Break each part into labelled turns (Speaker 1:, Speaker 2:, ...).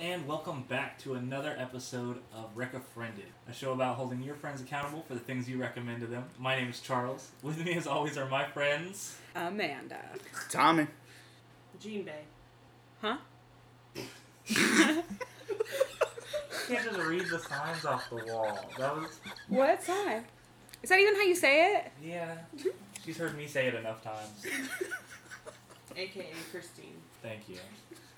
Speaker 1: and welcome back to another episode of Recommended, a show about holding your friends accountable for the things you recommend to them. My name is Charles. With me, as always, are my friends.
Speaker 2: Amanda.
Speaker 3: Tommy.
Speaker 4: Jean Bay.
Speaker 2: Huh?
Speaker 1: You can't just read the signs off the wall. That was
Speaker 2: What sign? Is that even how you say it?
Speaker 1: yeah. She's heard me say it enough times.
Speaker 4: AKA Christine.
Speaker 1: Thank you.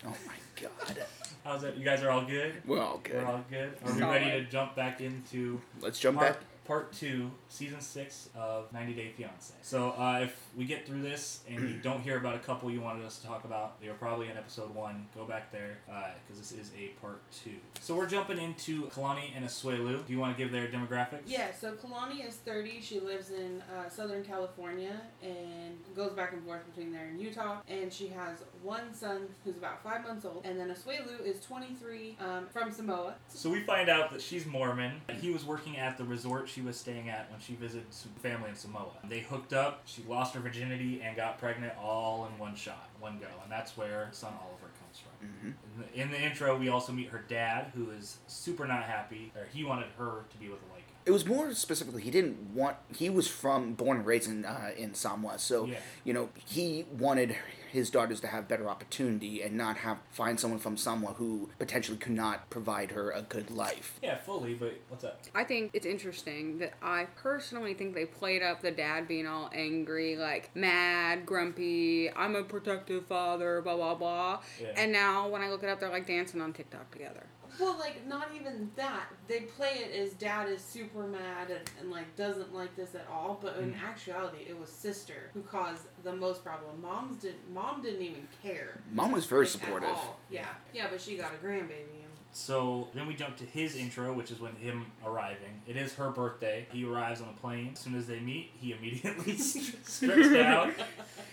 Speaker 3: Oh my god.
Speaker 1: How's it? You guys are all good.
Speaker 3: We're all good.
Speaker 1: We're all good. Are we
Speaker 2: Solid.
Speaker 1: ready to jump back into
Speaker 3: Let's jump
Speaker 1: part,
Speaker 3: back.
Speaker 1: part two, season six of 90 Day Fiance. So uh, if we get through this and you don't hear about a couple you wanted us to talk about, you're probably in episode one. Go back there because this is a part two. So we're jumping into Kalani and Asuelu. Do you want to give their demographics?
Speaker 4: Yeah, so Kalani is 30. She lives in uh, Southern California and goes back and forth between there and Utah. And she has one son who's about five months old. And then Asuelu is 23 um, from Samoa.
Speaker 1: So we find out that she's Mormon. and He was working at the resort she was staying at when she visited some family in Samoa. They hooked up. She lost her virginity and got pregnant all in one shot, one go. And that's where son Oliver comes from.
Speaker 3: Mhm.
Speaker 1: In the, in the intro, we also meet her dad, who is super not happy, or he wanted her to be with a Laika.
Speaker 3: It was more specifically, he didn't want. He was from born and raised in uh, in Samoa, so
Speaker 1: Yeah.
Speaker 3: you know he wanted his daughters to have better opportunity and not have find someone from Samoa who potentially could not provide her a good life.
Speaker 1: Yeah, fully, but what's up?
Speaker 2: I think it's interesting that I personally think they played up the dad being all angry, like mad, grumpy, I'm a protective father, blah, blah, blah.
Speaker 1: Yeah.
Speaker 2: And now when I look it up, they're like dancing on TikTok together.
Speaker 4: Well, like, not even that. They play it as dad is super mad and, and like, doesn't like this at all. But in
Speaker 1: Mm.
Speaker 4: actuality, it was sister who caused the most problem. Mom's didn't, Mom didn't even care.
Speaker 3: Mom was very
Speaker 4: like, at
Speaker 3: supportive.
Speaker 4: all. Yeah. Yeah, but she got a grandbaby. and
Speaker 1: So then we jump to his intro, which is when him arriving. It is her birthday. He arrives on the plane. As soon as they meet, he immediately strips down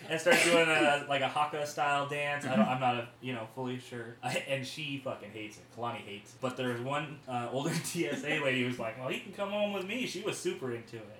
Speaker 1: and starts doing a, like a haka style dance. I don't, I'm not a, you know fully sure. and she fucking hates it. Kalani hates it. But there's one uh, older TSA lady who's like, "Well, he can come home with me." She was super into it.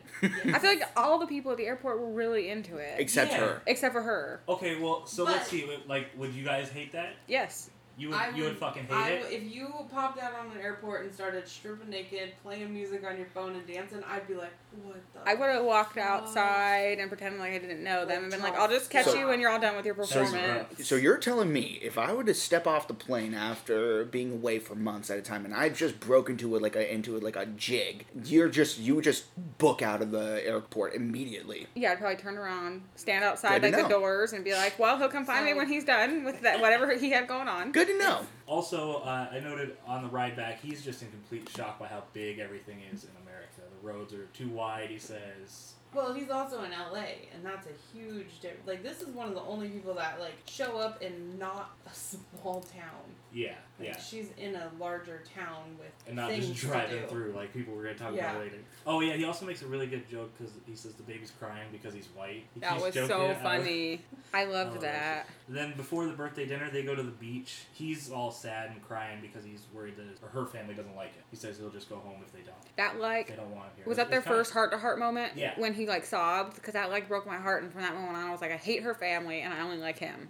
Speaker 2: I feel like all the people at the airport were really into it,
Speaker 3: Except
Speaker 1: Yeah.
Speaker 3: her.
Speaker 2: except for her.
Speaker 1: Okay, well, so
Speaker 4: But-
Speaker 1: let's see. Like, would you guys hate that?
Speaker 2: Yes.
Speaker 1: You would,
Speaker 4: I
Speaker 1: you would
Speaker 4: would-
Speaker 1: fucking hate
Speaker 4: I
Speaker 1: it.
Speaker 4: w- if you popped out on an airport and started stripping naked, playing music on your phone, and dancing, I'd be like, what the?
Speaker 2: I would have walked
Speaker 4: Gosh.
Speaker 2: outside and pretended like I didn't know them and been like, I'll just catch
Speaker 3: So-
Speaker 2: you when you're all done with your
Speaker 1: So-
Speaker 2: performance.
Speaker 3: So you're telling me if I were to step off the plane after being away for months at a time, and I just broke into it like a into it like a jig, you're just you would just book out of the airport immediately.
Speaker 2: Yeah, I'd probably turn around, stand outside
Speaker 3: Good
Speaker 2: like
Speaker 3: to
Speaker 2: the
Speaker 3: know.
Speaker 2: doors, and be like, "Well, he'll come find me
Speaker 4: So-
Speaker 2: when he's done with that whatever he had going on."
Speaker 3: Good to know.
Speaker 1: Also, uh, I noted on the ride back, he's just in complete shock by how big everything is in America. The roads are too wide, he says.
Speaker 4: Well, he's also in LA, and that's a huge difference. Like, this is one of the only people that like show up in not a small town.
Speaker 1: Yeah,
Speaker 4: Like,
Speaker 1: yeah.
Speaker 4: She's in a larger town with
Speaker 1: And not
Speaker 4: things
Speaker 1: just driving
Speaker 4: to do.
Speaker 1: through like people were going to talk
Speaker 4: Yeah.
Speaker 1: about later. Oh, yeah, he also makes a really good joke because he says the baby's crying because he's white. He
Speaker 2: That
Speaker 1: keeps
Speaker 2: was
Speaker 1: joking. Oh, I
Speaker 2: so
Speaker 1: love-
Speaker 2: funny. I
Speaker 1: I
Speaker 2: loved
Speaker 1: love
Speaker 2: that.
Speaker 1: Then before the birthday dinner, they go to the beach. He's all sad and crying because he's worried that his, or her family doesn't like it. He says he'll just go home if they don't.
Speaker 2: That
Speaker 1: They
Speaker 2: like
Speaker 1: don't want him here.
Speaker 2: was
Speaker 1: It's-
Speaker 2: that their
Speaker 1: it's kinda-
Speaker 2: first heart to heart moment
Speaker 1: Yeah.
Speaker 2: when he like sobbed because that like broke my heart, and from that moment on, I was like, I hate her family and I only like him.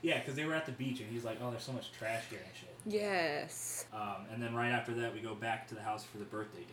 Speaker 1: Yeah, because they were at the beach and he's like, "Oh, there's so much trash here and shit."
Speaker 2: Yes.
Speaker 1: Um, and then right after that, we go back to the house for the birthday dinner.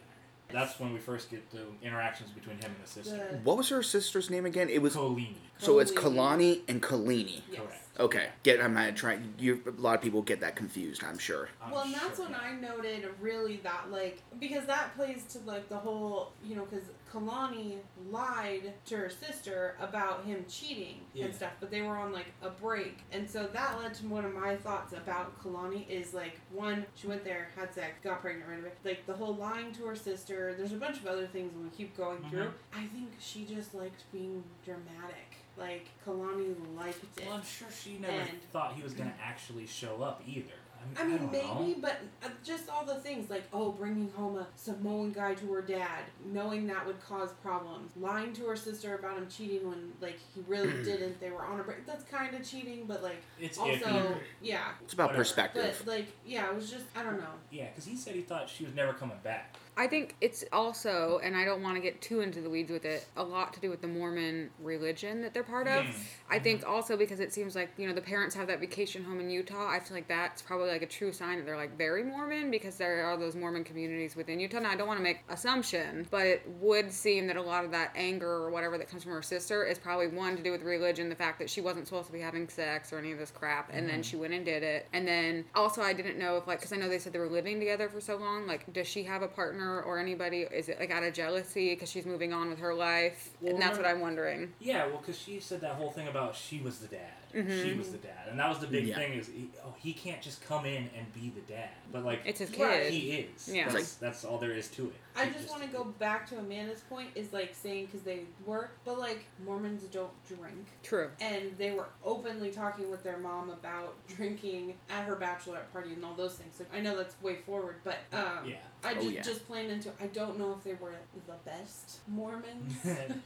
Speaker 1: That's when we first get the interactions between him and his sister.
Speaker 4: The-
Speaker 3: What was her sister's name again? It was
Speaker 1: Colleen.
Speaker 3: so it's
Speaker 4: Kalani.
Speaker 3: Kalani and Kalini.
Speaker 4: Yes.
Speaker 1: Correct.
Speaker 3: Okay, get I'm not trying. You a lot of people get that confused. I'm sure.
Speaker 1: I'm
Speaker 4: well, and that's
Speaker 1: sure.
Speaker 4: when I noted really that like because that plays to like the whole you know because Kalani lied to her sister about him cheating
Speaker 1: Yeah.
Speaker 4: and stuff, but they were on like a break, and so that led to one of my thoughts about Kalani is like one she went there had sex, got pregnant right away, like the whole lying to her sister. There's a bunch of other things when we keep going
Speaker 1: Mm-hmm.
Speaker 4: through. I think she just liked being dramatic. Like Kalani liked it.
Speaker 1: Well, I'm sure she never
Speaker 4: And-
Speaker 1: thought he was gonna actually show up either. I
Speaker 4: I
Speaker 1: mean,
Speaker 4: mean,
Speaker 1: I don't
Speaker 4: maybe,
Speaker 1: Know.
Speaker 4: but uh, just all the things like, oh, bringing home a Samoan guy to her dad, knowing that would cause problems, lying to her sister about him cheating when, like, he really didn't. They were on a break. That's kind of cheating, but, like,
Speaker 1: It's
Speaker 4: also,
Speaker 1: iffy.
Speaker 4: yeah.
Speaker 3: It's about
Speaker 1: Whatever.
Speaker 3: perspective.
Speaker 4: But, like, yeah, it was just, I don't know.
Speaker 1: Yeah, because he said he thought she was never coming back.
Speaker 2: I think it's also, and I don't want to get too into the weeds with it, a lot to do with the Mormon religion that they're part of.
Speaker 1: Mm.
Speaker 2: I think also because it seems like, you know, the parents have that vacation home in Utah. I feel like that's probably like a true sign that they're like very Mormon because there are those Mormon communities within Utah. Now, I don't want to make assumption, but it would seem that a lot of that anger or whatever that comes from her sister is probably one to do with religion, the fact that she wasn't supposed to be having sex or any of this crap, and then she went and did it. And then also, I didn't know if like, because I know they said they were living together for so long. Like, does she have a partner or anybody? Is it like out of jealousy because she's moving on with her life?
Speaker 1: Well,
Speaker 2: and that's what
Speaker 1: remember-
Speaker 2: I'm wondering.
Speaker 1: Yeah, well, because she said that whole thing about she was the dad. She
Speaker 4: Mm-hmm.
Speaker 1: was the dad, and that was the big
Speaker 3: Yeah.
Speaker 1: thing is he, oh he can't just come in and be the dad, but like
Speaker 2: It's his
Speaker 4: Right.
Speaker 2: kid.
Speaker 1: he is.
Speaker 2: Yeah.
Speaker 1: that's, that's all there is to it.
Speaker 4: I
Speaker 1: He
Speaker 4: just want to go back to Amanda's point is like saying because they were, but like Mormons don't drink,
Speaker 2: True.
Speaker 4: and they were openly talking with their mom about drinking at her bachelorette party and all those things. Like I know that's way forward, but um,
Speaker 1: Yeah.
Speaker 4: I
Speaker 3: Oh,
Speaker 4: just
Speaker 3: yeah.
Speaker 4: just planned into. I don't know if they were the best Mormons.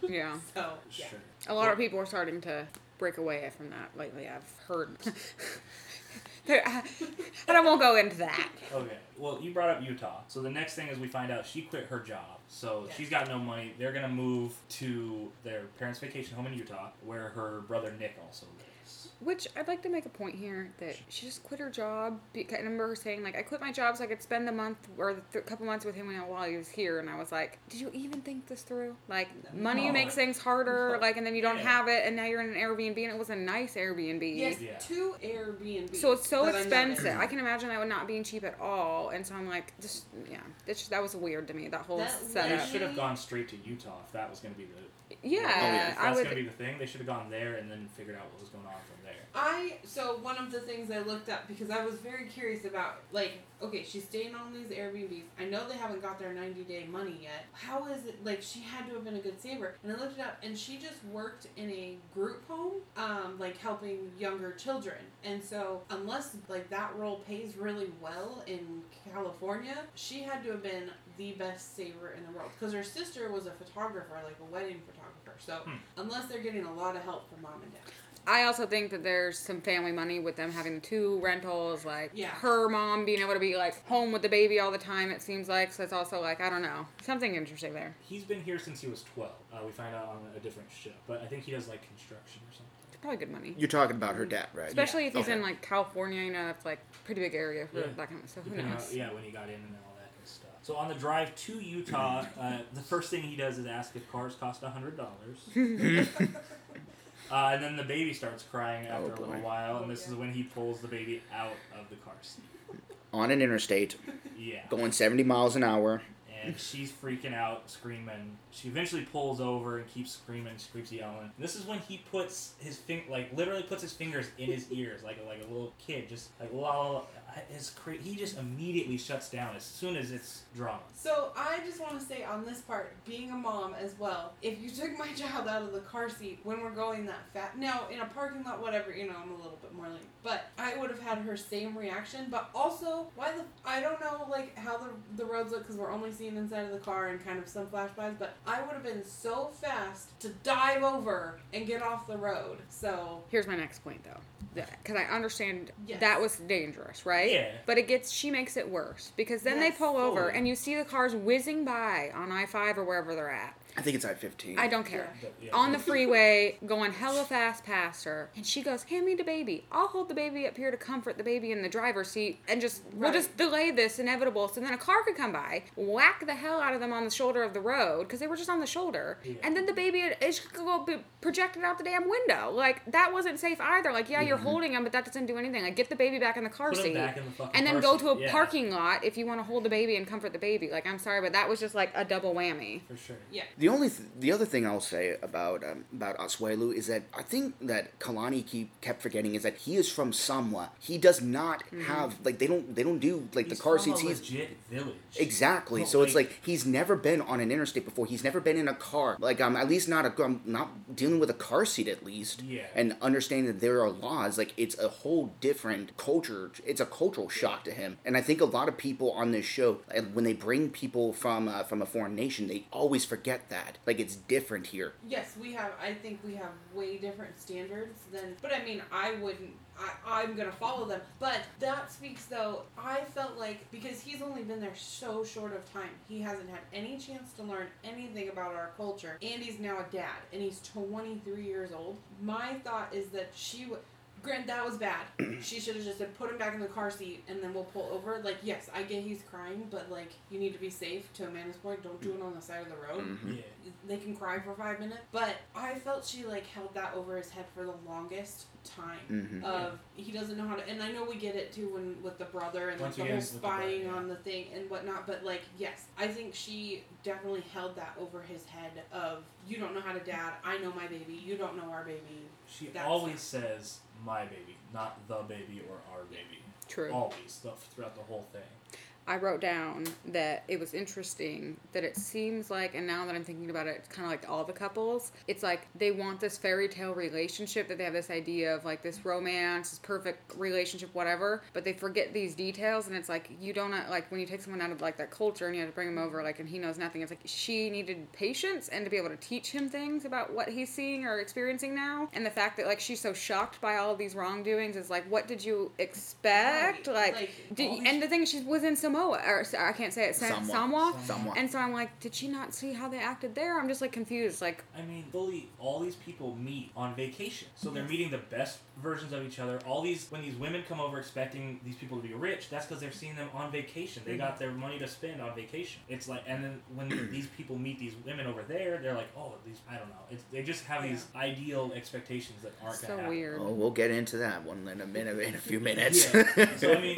Speaker 2: Yeah.
Speaker 4: so yeah,
Speaker 1: Sure.
Speaker 2: A lot of people are starting to break away from that lately. I've heard. there, I, and I won't go into that.
Speaker 1: Okay. Well, you brought up Utah. So the next thing is we find out she quit her job. So
Speaker 4: Yeah.
Speaker 1: she's got no money. They're going to move to their parents' vacation home in Utah where her brother Nick also lives.
Speaker 2: Which I'd like to make a point here that she just quit her job. Because, I remember her saying like, "I quit my job so I could spend the month or the th- couple months with him while he was here." And I was like, "Did you even think this through? Like, money
Speaker 1: No.
Speaker 2: makes things harder. Like, and then you don't
Speaker 1: Yeah.
Speaker 2: have it, and now you're in an Airbnb, and it was a nice Airbnb.
Speaker 4: yes,
Speaker 1: Yeah.
Speaker 4: two Airbnb.
Speaker 2: So it's so
Speaker 4: that I'm not in.
Speaker 2: expensive. I can imagine that would not being cheap at all. And so I'm like, just yeah, that's just, that was weird to me. That whole
Speaker 4: That
Speaker 1: They
Speaker 2: setup.
Speaker 4: literally-
Speaker 1: should have gone straight to Utah if that was going to be the
Speaker 2: Yeah,
Speaker 1: if
Speaker 2: I
Speaker 1: Oh, that's
Speaker 2: would.
Speaker 1: going to be the thing. They should have gone there and then figured out what was going on from there.
Speaker 4: I so one of the things I looked up because I was very curious about like okay she's staying on these Airbnbs I know they haven't got their 90 day money yet how is it like she had to have been a good saver and I looked it up and she just worked in a group home um like helping younger children and so unless like that role pays really well in California she had to have been the best saver in the world because her sister was a photographer like a wedding photographer so unless they're getting a lot of help from mom and dad
Speaker 2: I also think that there's some family money with them having two rentals. Like
Speaker 4: Yeah.
Speaker 2: her mom being able to be like home with the baby all the time. It seems like so. It's also like I don't know something interesting there.
Speaker 1: He's been here since he was 12. Uh, we find out on a different ship. But I think he does like construction or something.
Speaker 2: It's probably good money,
Speaker 3: You're talking about her dad, right?
Speaker 2: especially if he's
Speaker 3: Okay.
Speaker 2: in like California. You know, that's like pretty big area for
Speaker 1: Yeah.
Speaker 2: that kind of stuff. Who
Speaker 1: Depending on-
Speaker 2: knows?
Speaker 1: yeah, when he got in and all that good stuff. So on the drive to Utah, uh, the first thing he does is ask if cars cost hundred dollars. Uh, and then the baby starts crying after a
Speaker 3: boy.
Speaker 1: little while, and this
Speaker 4: Yeah.
Speaker 1: is when he pulls the baby out of the car seat.
Speaker 3: On an interstate,
Speaker 1: Yeah.
Speaker 3: going 70 miles an hour.
Speaker 1: And she's freaking out, screaming. She eventually pulls over and keeps screaming, screams yelling. And this is when he puts his fing- like literally puts his fingers in his ears, like like a little kid, just like lol. His cra- he just immediately shuts down as soon as it's drama.
Speaker 4: So I just want to say on this part, being a mom as well, if you took my child out of the car seat when we're going that fast, now in a parking lot, whatever, you know, I'm a little bit more late, but I would have had her same reaction. But also, why the I don't know like how the the roads look because we're only seeing inside of the car and kind of some flashbacks, but I would have been so fast to dive over and get off the road. So
Speaker 2: Here's my next point though, because I understand
Speaker 4: Yes.
Speaker 2: that was dangerous, right?
Speaker 1: Yeah.
Speaker 2: But it gets she makes it worse because then
Speaker 4: Yes,
Speaker 2: they pull over
Speaker 1: totally.
Speaker 2: and you see the cars whizzing by on I five or wherever they're at.
Speaker 3: I think it's I 15.
Speaker 2: I don't care.
Speaker 1: But, yeah.
Speaker 2: On the freeway, going hella fast past her, and she goes, "Hand me the baby. I'll hold the baby up here to comfort the baby in the driver's seat, and just we'll
Speaker 4: Right.
Speaker 2: just delay this inevitable, so then a car could come by, whack the hell out of them on the shoulder of the road because they were just on the shoulder,
Speaker 1: Yeah.
Speaker 2: and then the baby it it just go be projected out the damn window. Like that wasn't safe either. Like yeah, you're holding him, but that doesn't do anything. Like get the baby back in the car
Speaker 1: Mm-hmm. Put him
Speaker 2: seat,
Speaker 1: back in the fucking
Speaker 2: and then
Speaker 1: car
Speaker 2: go
Speaker 1: seat,
Speaker 2: to a
Speaker 1: yeah.
Speaker 2: parking lot if you want to hold the baby and comfort the baby. Like I'm sorry, but that was just like a double whammy.
Speaker 1: for sure.
Speaker 4: yeah,
Speaker 3: The only th- the other thing I'll say about um, about Oswelu is that I think that Kalani keep kept forgetting is that he is from Samwa. He does not have like they don't they don't do like
Speaker 1: He's
Speaker 3: the car
Speaker 1: from
Speaker 3: seats.
Speaker 1: a
Speaker 3: He's
Speaker 1: legit village.
Speaker 3: exactly
Speaker 1: But,
Speaker 3: so it's like he's never been on an interstate before. He's never been in a car. Like I'm at least not a I'm not dealing with a car seat at least.
Speaker 1: Yeah.
Speaker 3: And understanding that there are laws. Like it's a whole different culture. It's a cultural shock to him. And I think a lot of people on this show, and when they bring people from uh, from a foreign nation, they always forget that. Like it's different here.
Speaker 4: Yes, we have. I think we have way different standards than. But I mean, I wouldn't. I, I'm gonna follow them. But that speaks though. I felt like because he's only been there so short of time, he hasn't had any chance to learn anything about our culture, and he's now a dad, and he's 23 years old. My thought is that she would. Grant, that was bad. she should have just said, put him back in the car seat and then we'll pull over. Like, yes, I get he's crying, but like, you need to be safe to Amanda's point. Don't do it on the side of the
Speaker 1: Oh.
Speaker 4: road
Speaker 3: Mhm.
Speaker 1: Yeah.
Speaker 4: they can cry for five minutes but i felt she like held that over his head for the longest time
Speaker 3: Mhm.
Speaker 4: of he doesn't know how to and i know we get it too when with the brother and
Speaker 1: Once
Speaker 4: like
Speaker 1: we
Speaker 4: the whole
Speaker 1: get into the brother,
Speaker 4: spying
Speaker 1: yeah.
Speaker 4: on the thing and whatnot but like yes i think she definitely held that over his head of you don't know how to dad i know my baby you don't know our baby
Speaker 1: She
Speaker 4: That's-
Speaker 1: always says my baby, not the baby or our baby.
Speaker 2: True.
Speaker 1: Always, th- throughout the whole thing.
Speaker 2: I wrote down that it was interesting that it seems like, and now that I'm thinking about it, it's kind of like all the couples. It's like they want this fairy tale relationship that they have this idea of like this romance, this perfect relationship, whatever, but they forget these details. And it's like, you don't, uh, like, when you take someone out of like that culture and you have to bring him over, like, and he knows nothing, it's like she needed patience and to be able to teach him things about what he's seeing or experiencing now. And the fact that like she's so shocked by all these wrongdoings is like, what did you expect?
Speaker 4: Right.
Speaker 2: Like,
Speaker 4: Like,
Speaker 2: did,
Speaker 4: all
Speaker 2: you-
Speaker 4: these
Speaker 2: and the thing is, she was in Samoa, or so- I can't say it, Sa-
Speaker 3: Samoa.
Speaker 2: Samoa.
Speaker 3: Someone.
Speaker 2: And so I'm like, did she not see how they acted there? I'm just like confused. Like,
Speaker 1: I mean, fully, all these people meet on vacation. So they're
Speaker 4: Yes.
Speaker 1: meeting the best versions of each other. All these, when these women come over expecting these people to be rich, that's because they're seeing them on vacation. They got their money to spend on vacation. It's like, and then when these people meet these women over there, they're like, oh, these, I don't know. It's, they just have these ideal expectations that aren't
Speaker 2: so
Speaker 1: gonna happen.
Speaker 2: weird.
Speaker 3: Oh, we'll get into that one in a minute, in a few minutes.
Speaker 1: Yeah. So, I mean,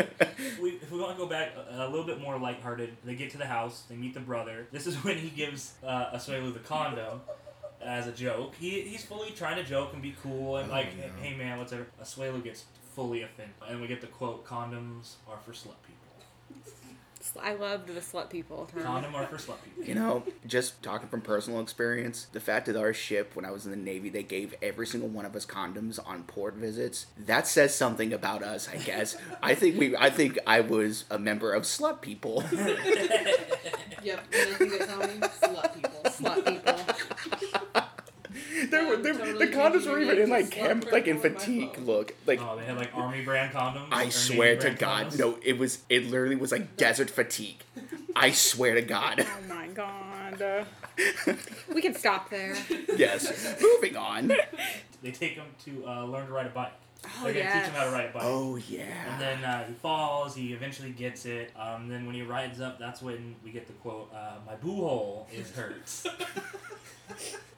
Speaker 1: We, if we want to go back a, a little bit more lighthearted, they get to the house, they meet the brother. This is when he gives uh, Asuelu the condo as a joke. He, he's fully trying to joke and be cool and
Speaker 3: Oh,
Speaker 1: like,
Speaker 3: no.
Speaker 1: hey man, whatever. Asuelu gets fully offended. And we get the quote, condoms are for slut people.
Speaker 2: Sl- I loved the slut people term.
Speaker 1: Condom are for slut people.
Speaker 3: You know, just talking from personal experience, the fact that our ship, when I was in the Navy, they gave every single one of us condoms on port visits. That says something about us, I guess. I think we, I think I was a member of slut people.
Speaker 4: yep and i think they're telling me slut people
Speaker 2: Slut people.
Speaker 3: there were, there,
Speaker 4: Totally
Speaker 3: the condoms were even in like
Speaker 4: slut
Speaker 3: camp, like in
Speaker 4: people in my
Speaker 3: fatigue
Speaker 4: clothes.
Speaker 3: look. Like
Speaker 1: Oh, they had like army brand condoms. or
Speaker 3: I
Speaker 1: Navy
Speaker 3: swear to
Speaker 1: brand
Speaker 3: God,
Speaker 1: condoms.
Speaker 3: no, it was, it literally was like desert fatigue. I swear to God.
Speaker 2: Oh my god. Uh, we can stop there.
Speaker 3: yes. Moving on.
Speaker 1: They take him to uh, learn to ride a bike.
Speaker 2: Oh,
Speaker 1: They're gonna
Speaker 2: yes.
Speaker 1: teach him how to ride a bike.
Speaker 3: Oh
Speaker 1: And
Speaker 3: yeah.
Speaker 1: then uh, he falls. He eventually gets it. Um, then when he rides up, that's when we get the quote, uh, "My boo hole is hurt."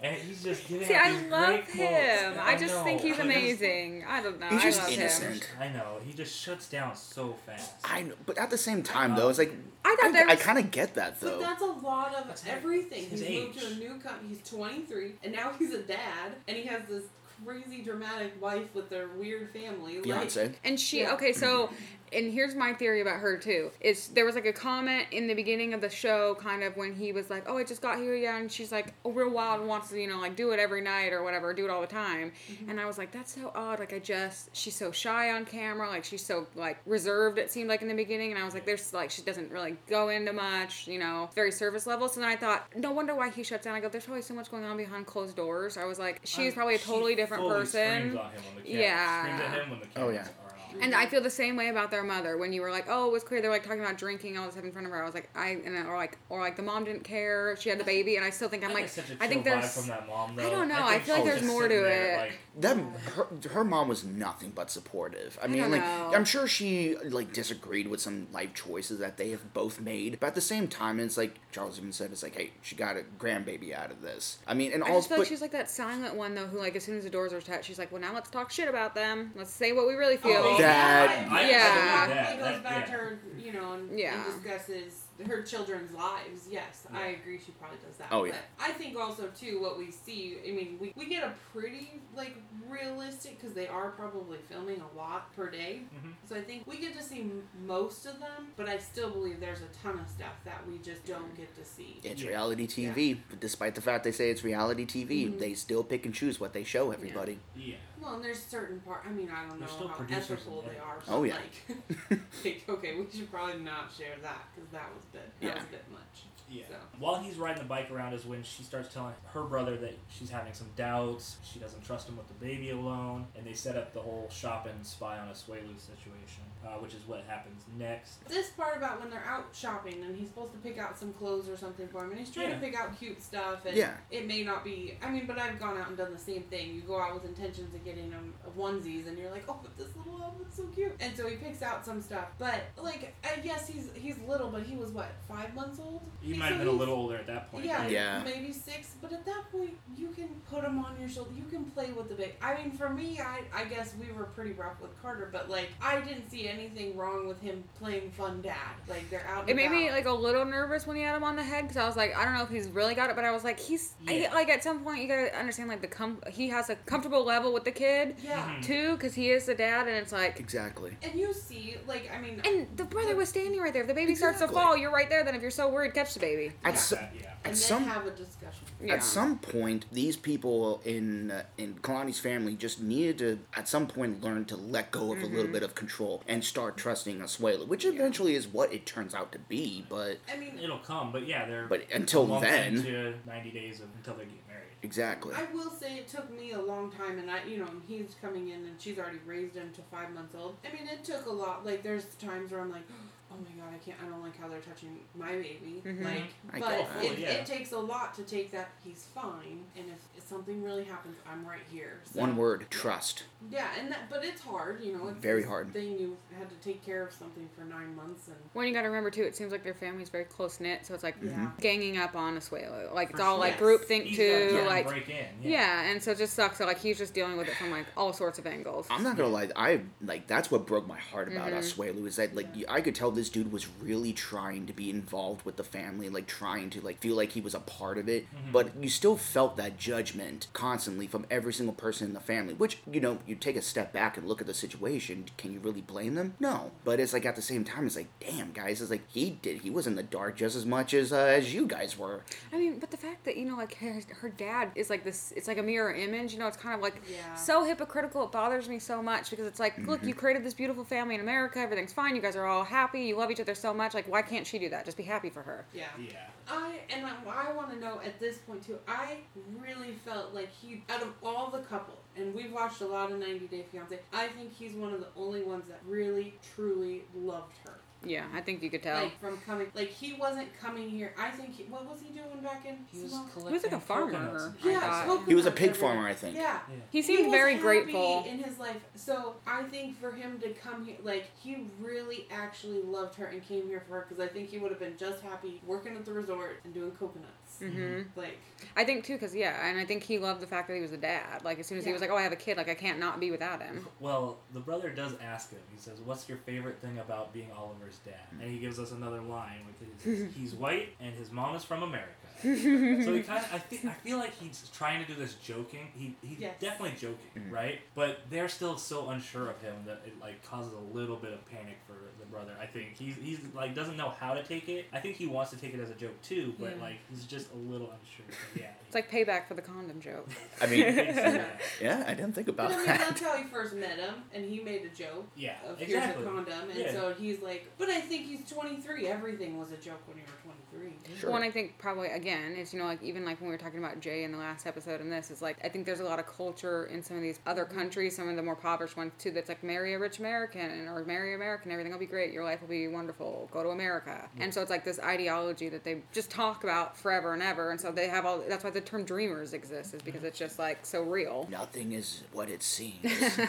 Speaker 1: and he's just giving
Speaker 2: See,
Speaker 1: out
Speaker 2: I
Speaker 1: these
Speaker 2: love
Speaker 1: great
Speaker 2: him.
Speaker 1: quotes.
Speaker 2: I just
Speaker 1: know.
Speaker 2: think he's
Speaker 1: I just-
Speaker 2: amazing. I don't know.
Speaker 3: He's
Speaker 2: I
Speaker 3: just
Speaker 2: love him.
Speaker 3: innocent.
Speaker 1: I know he just shuts down so fast.
Speaker 3: I know, but at the same time
Speaker 1: Um,
Speaker 3: though, it's like
Speaker 2: I
Speaker 3: I,
Speaker 2: thought there
Speaker 3: I
Speaker 2: was,
Speaker 3: kind of get that
Speaker 4: But
Speaker 3: though.
Speaker 4: that's a lot of
Speaker 1: That's
Speaker 4: everything.
Speaker 1: his
Speaker 4: He's moved to a
Speaker 1: age.
Speaker 4: new company. He's 23, and now he's a dad, and he has this crazy dramatic wife with their weird family. Like,
Speaker 3: Beyonce.
Speaker 2: And she
Speaker 4: Yeah.
Speaker 2: okay, so and here's my theory about her too. Is there was like a comment in the beginning of the show kind of when he was like, "Oh, I just got here, yeah." And she's like, "Oh, real wild and wants to, you know, like do it every night or whatever, do it all the time."
Speaker 1: Mm-hmm.
Speaker 2: And I was like, "That's so odd. Like I just she's so shy on camera, like she's so like reserved it seemed like in the beginning." And I was like, "There's like she doesn't really go into much, you know, very service level." So then I thought, "No wonder why he shuts down." I go, "There's probably so much going on behind closed doors." I was like, "She's
Speaker 1: I-
Speaker 2: probably a
Speaker 1: she
Speaker 2: totally different
Speaker 1: fully
Speaker 2: person."
Speaker 1: Screams on him when the camera.
Speaker 2: Yeah.
Speaker 1: Screams at him when the
Speaker 3: Oh,
Speaker 1: cameras
Speaker 3: yeah.
Speaker 1: are on.
Speaker 2: And I feel the same way about their mother. When you were like, "Oh, it was clear they're like talking about drinking all this stuff in front of her," I was like, "I," and or like, or like the mom didn't care. She had the baby, and I still think I'm
Speaker 1: I
Speaker 2: like,
Speaker 1: get such a
Speaker 2: I think
Speaker 1: chill vibe
Speaker 2: there's
Speaker 1: from that mom,
Speaker 2: I
Speaker 1: though.
Speaker 2: don't know, I
Speaker 1: think
Speaker 2: feel like
Speaker 1: she's
Speaker 2: there's
Speaker 1: just
Speaker 2: more
Speaker 1: sitting
Speaker 2: to
Speaker 1: there,
Speaker 2: it.
Speaker 1: Like,
Speaker 3: That her, her mom was nothing but supportive. I mean,
Speaker 2: don't
Speaker 3: like
Speaker 2: know.
Speaker 3: I'm sure she like disagreed with some life choices that they have both made, but at the same time, it's like Charles even said, it's like, hey, she got a grandbaby out of this. I mean, and
Speaker 2: I
Speaker 3: all,
Speaker 2: just feel like
Speaker 3: but
Speaker 2: she's like that silent one though, who like as soon as the doors are shut, she's like, "Well, now let's talk shit about them. Let's say what we really feel."
Speaker 4: Oh,
Speaker 3: That-
Speaker 1: I- I
Speaker 2: Yeah.
Speaker 1: believe
Speaker 4: She
Speaker 1: that,
Speaker 4: goes
Speaker 1: that-
Speaker 4: back to
Speaker 1: yeah.
Speaker 4: her, you know, and,
Speaker 2: Yeah.
Speaker 4: and discusses her children's lives. Yes, I agree. She probably does that.
Speaker 3: Oh, yeah.
Speaker 4: But I think also too what we see. I mean, we, we get a pretty like realistic because they are probably filming a lot per day.
Speaker 1: Mhm.
Speaker 4: So I think we get to see m- most of them, but I still believe there's a ton of stuff that we just don't get to see.
Speaker 3: it's
Speaker 1: Yeah.
Speaker 3: reality TV. But despite the fact they say it's reality TV, they still pick and choose what they show everybody.
Speaker 1: Yeah.
Speaker 4: Well, and there's certain part. I mean, I don't
Speaker 1: They're
Speaker 4: know
Speaker 1: still
Speaker 4: how
Speaker 1: producers
Speaker 4: ethical
Speaker 1: and
Speaker 4: they
Speaker 1: editors.
Speaker 4: are.
Speaker 3: Oh,
Speaker 4: but,
Speaker 3: yeah.
Speaker 4: Like, like, okay, we should probably not share that because that was a bit. That
Speaker 3: Yeah.
Speaker 4: was a bit much.
Speaker 1: Yeah.
Speaker 4: So.
Speaker 1: While he's riding the bike around is when she starts telling her brother that she's having some doubts. She doesn't trust him with the baby alone, and they set up the whole shop and spy on a Swaylu situation, uh, which is what happens next.
Speaker 4: This part about when they're out shopping and he's supposed to pick out some clothes or something for him, and he's trying
Speaker 1: Yeah.
Speaker 4: to pick out cute stuff, and
Speaker 3: Yeah.
Speaker 4: it may not be. I mean, but I've gone out and done the same thing. You go out with intentions of getting him onesies, and you're like, oh, but this little outfit's so cute, and so he picks out some stuff. But like, I guess he's he's little, but he was what five months old.
Speaker 1: You
Speaker 4: He-
Speaker 1: might
Speaker 4: so
Speaker 1: have been a
Speaker 4: he's-
Speaker 1: little older at that point.
Speaker 4: Yeah,
Speaker 3: Yeah.
Speaker 4: maybe six. But at that point, you can put them on your shoulder. You can play with the baby. I mean, for me, I I guess we were pretty rough with Carter, but like I didn't see anything wrong with him playing fun dad. Like they're out. and
Speaker 2: It made me
Speaker 4: about.
Speaker 2: like a little nervous when he had him on the head because I was like, I don't know if he's really got it, but I was like, he's I-
Speaker 1: Yeah.
Speaker 2: like at some point you gotta understand like the com- he has a comfortable level with the kid
Speaker 4: yeah.
Speaker 1: Mhm.
Speaker 2: too because he is the dad and it's like
Speaker 3: Exactly.
Speaker 4: And you see, like I mean,
Speaker 2: and the brother was standing right there. If the baby starts to
Speaker 3: Exactly.
Speaker 2: fall, you're right there. Then if you're so worried, catch the baby.
Speaker 3: At,
Speaker 4: Yeah.
Speaker 3: so,
Speaker 1: That- yeah.
Speaker 4: and then
Speaker 3: some-
Speaker 4: have a discussion.
Speaker 2: Yeah.
Speaker 3: At some point, these people in uh, in Kalani's family just needed to, at some point, learn to let go of a little bit of control and start trusting Asuela, which eventually is what it turns out to be. But
Speaker 4: I mean,
Speaker 1: It'll come, but yeah, they're
Speaker 3: but until
Speaker 1: lumped
Speaker 3: then,
Speaker 1: into ninety days of, until they get married.
Speaker 3: exactly.
Speaker 4: I will say it took me a long time, and I, you know, he's coming in and she's already raised him to five months old. I mean, it took a lot. Like, there's times where I'm like, oh my god, I can't, I don't like how they're touching my baby.
Speaker 2: Mhm.
Speaker 4: Like,
Speaker 3: Mm-hmm. I Oh,
Speaker 1: get
Speaker 4: but
Speaker 1: that.
Speaker 4: it,
Speaker 1: Yeah.
Speaker 4: it takes a lot to take that he's fine, and if, if something really happens, I'm right here. So.
Speaker 3: One word: trust.
Speaker 4: Yeah, and that, but it's hard, you know. It's
Speaker 3: Very
Speaker 4: this
Speaker 3: hard.
Speaker 4: Thing you had to take care of something for nine months, and
Speaker 2: When you gotta remember too, it seems like their family's very close knit, so it's like
Speaker 4: Yeah.
Speaker 2: ganging up on Asuelo. Like it's
Speaker 1: For
Speaker 2: all
Speaker 1: sure.
Speaker 2: like
Speaker 4: Yes.
Speaker 2: group think
Speaker 1: He's gotta try
Speaker 2: too.
Speaker 1: and
Speaker 2: Like
Speaker 1: break in.
Speaker 2: yeah. and so it just sucks. So like he's just dealing with it from like all sorts of angles.
Speaker 3: I'm not gonna lie. I like that's what broke my heart about Asuelu is that like
Speaker 4: Mm-hmm. Yeah.
Speaker 3: I could tell this dude was really trying to be involved with the family, like trying to like feel like he was a part of it.
Speaker 4: Mm-hmm.
Speaker 3: But you still felt that judgment constantly from every single person in the family. Which you know, you take a step back and look at the situation. Can you really blame them? No. But it's like at the same time, it's like, damn guys, it's like he did. He was in the dark just as much as uh, as you guys were.
Speaker 2: I mean, but the fact that you know, like her, her dad is like this. It's like a mirror image. You know, it's kind of like
Speaker 4: Yeah.
Speaker 2: so hypocritical. It bothers me so much because it's like, look, you created this beautiful family in America. Everything's fine. You guys are all happy. You love each other so much. Like, why can't she do that? Just be happy for her.
Speaker 4: yeah.
Speaker 1: Yeah.
Speaker 4: I and I, I want to know at this point too. I really felt like he, out of all the couple, and we've watched a lot of 90 Day Fiance. I think he's one of the only ones that really, truly loved her.
Speaker 2: Yeah, I think you could tell.
Speaker 4: Like from coming, like he wasn't coming here. I think he, what was he doing back in?
Speaker 5: He was
Speaker 4: Samoa?
Speaker 5: collecting.
Speaker 2: he was like a farmer.
Speaker 1: coconuts.
Speaker 2: I
Speaker 4: Yeah,
Speaker 2: thought.
Speaker 4: coconuts
Speaker 3: He was a pig
Speaker 4: everywhere.
Speaker 3: farmer, I think.
Speaker 4: Yeah,
Speaker 1: Yeah.
Speaker 2: He seemed
Speaker 4: was
Speaker 2: very
Speaker 4: happy
Speaker 2: grateful.
Speaker 4: in his life. So I think for him to come here, like he really actually loved her and came here for her because I think he would have been just happy working at the resort and doing coconuts.
Speaker 2: hmm
Speaker 4: Like
Speaker 2: I think too, because yeah, and I think he loved the fact that he was a dad. Like as soon as he
Speaker 4: Yeah.
Speaker 2: was like, "Oh, I have a kid. Like I can't not be without him."
Speaker 1: Well, the brother does ask him. He says, "What's your favorite thing about being Oliver's dad?" And he gives us another line with his, "He's white and his mom is from America." so he kind of, I, fe- I feel like he's trying to do this joking. He he's
Speaker 4: Yes.
Speaker 1: definitely joking,
Speaker 2: Mm-hmm.
Speaker 1: right? But they're still so unsure of him that it like causes a little bit of panic for the brother. I think he's he's like doesn't know how to take it. I think he wants to take it as a joke too, but
Speaker 4: Yeah.
Speaker 1: like he's just a little unsure. But yeah. uh,
Speaker 2: It's like payback for the condom joke.
Speaker 3: I mean,
Speaker 1: yeah.
Speaker 3: yeah, I didn't think
Speaker 4: But
Speaker 3: about
Speaker 4: I mean,
Speaker 3: that.
Speaker 4: that's how he first met him, and he made a joke
Speaker 1: Yeah,
Speaker 4: of
Speaker 1: exactly.
Speaker 4: here's a condom, and
Speaker 1: Yeah.
Speaker 4: so he's like, but I think he's 23. Everything was a joke when you were 23.
Speaker 3: Sure.
Speaker 2: Well, and I think probably again, it's you know, like even like when we were talking about Jay in the last episode, and this is like I think there's a lot of culture in some of these other countries, some of the more impoverished ones too. That's like marry a rich American or marry American, everything will be great, your life will be wonderful, go to America, and so it's like this ideology that they just talk about forever and ever, and so they have all. That's why the term dreamers exists, is because it's just like so real.
Speaker 3: Nothing is what it seems.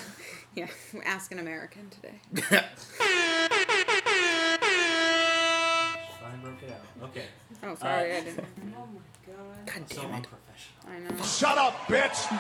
Speaker 2: Yeah, ask an American today.
Speaker 1: Fine, broke it out. Okay.
Speaker 2: Oh, sorry,
Speaker 1: Uh,
Speaker 2: I didn't.
Speaker 4: Oh my god.
Speaker 3: God
Speaker 1: So
Speaker 3: damn it.
Speaker 1: unprofessional.
Speaker 2: I know.
Speaker 6: Shut up, bitch!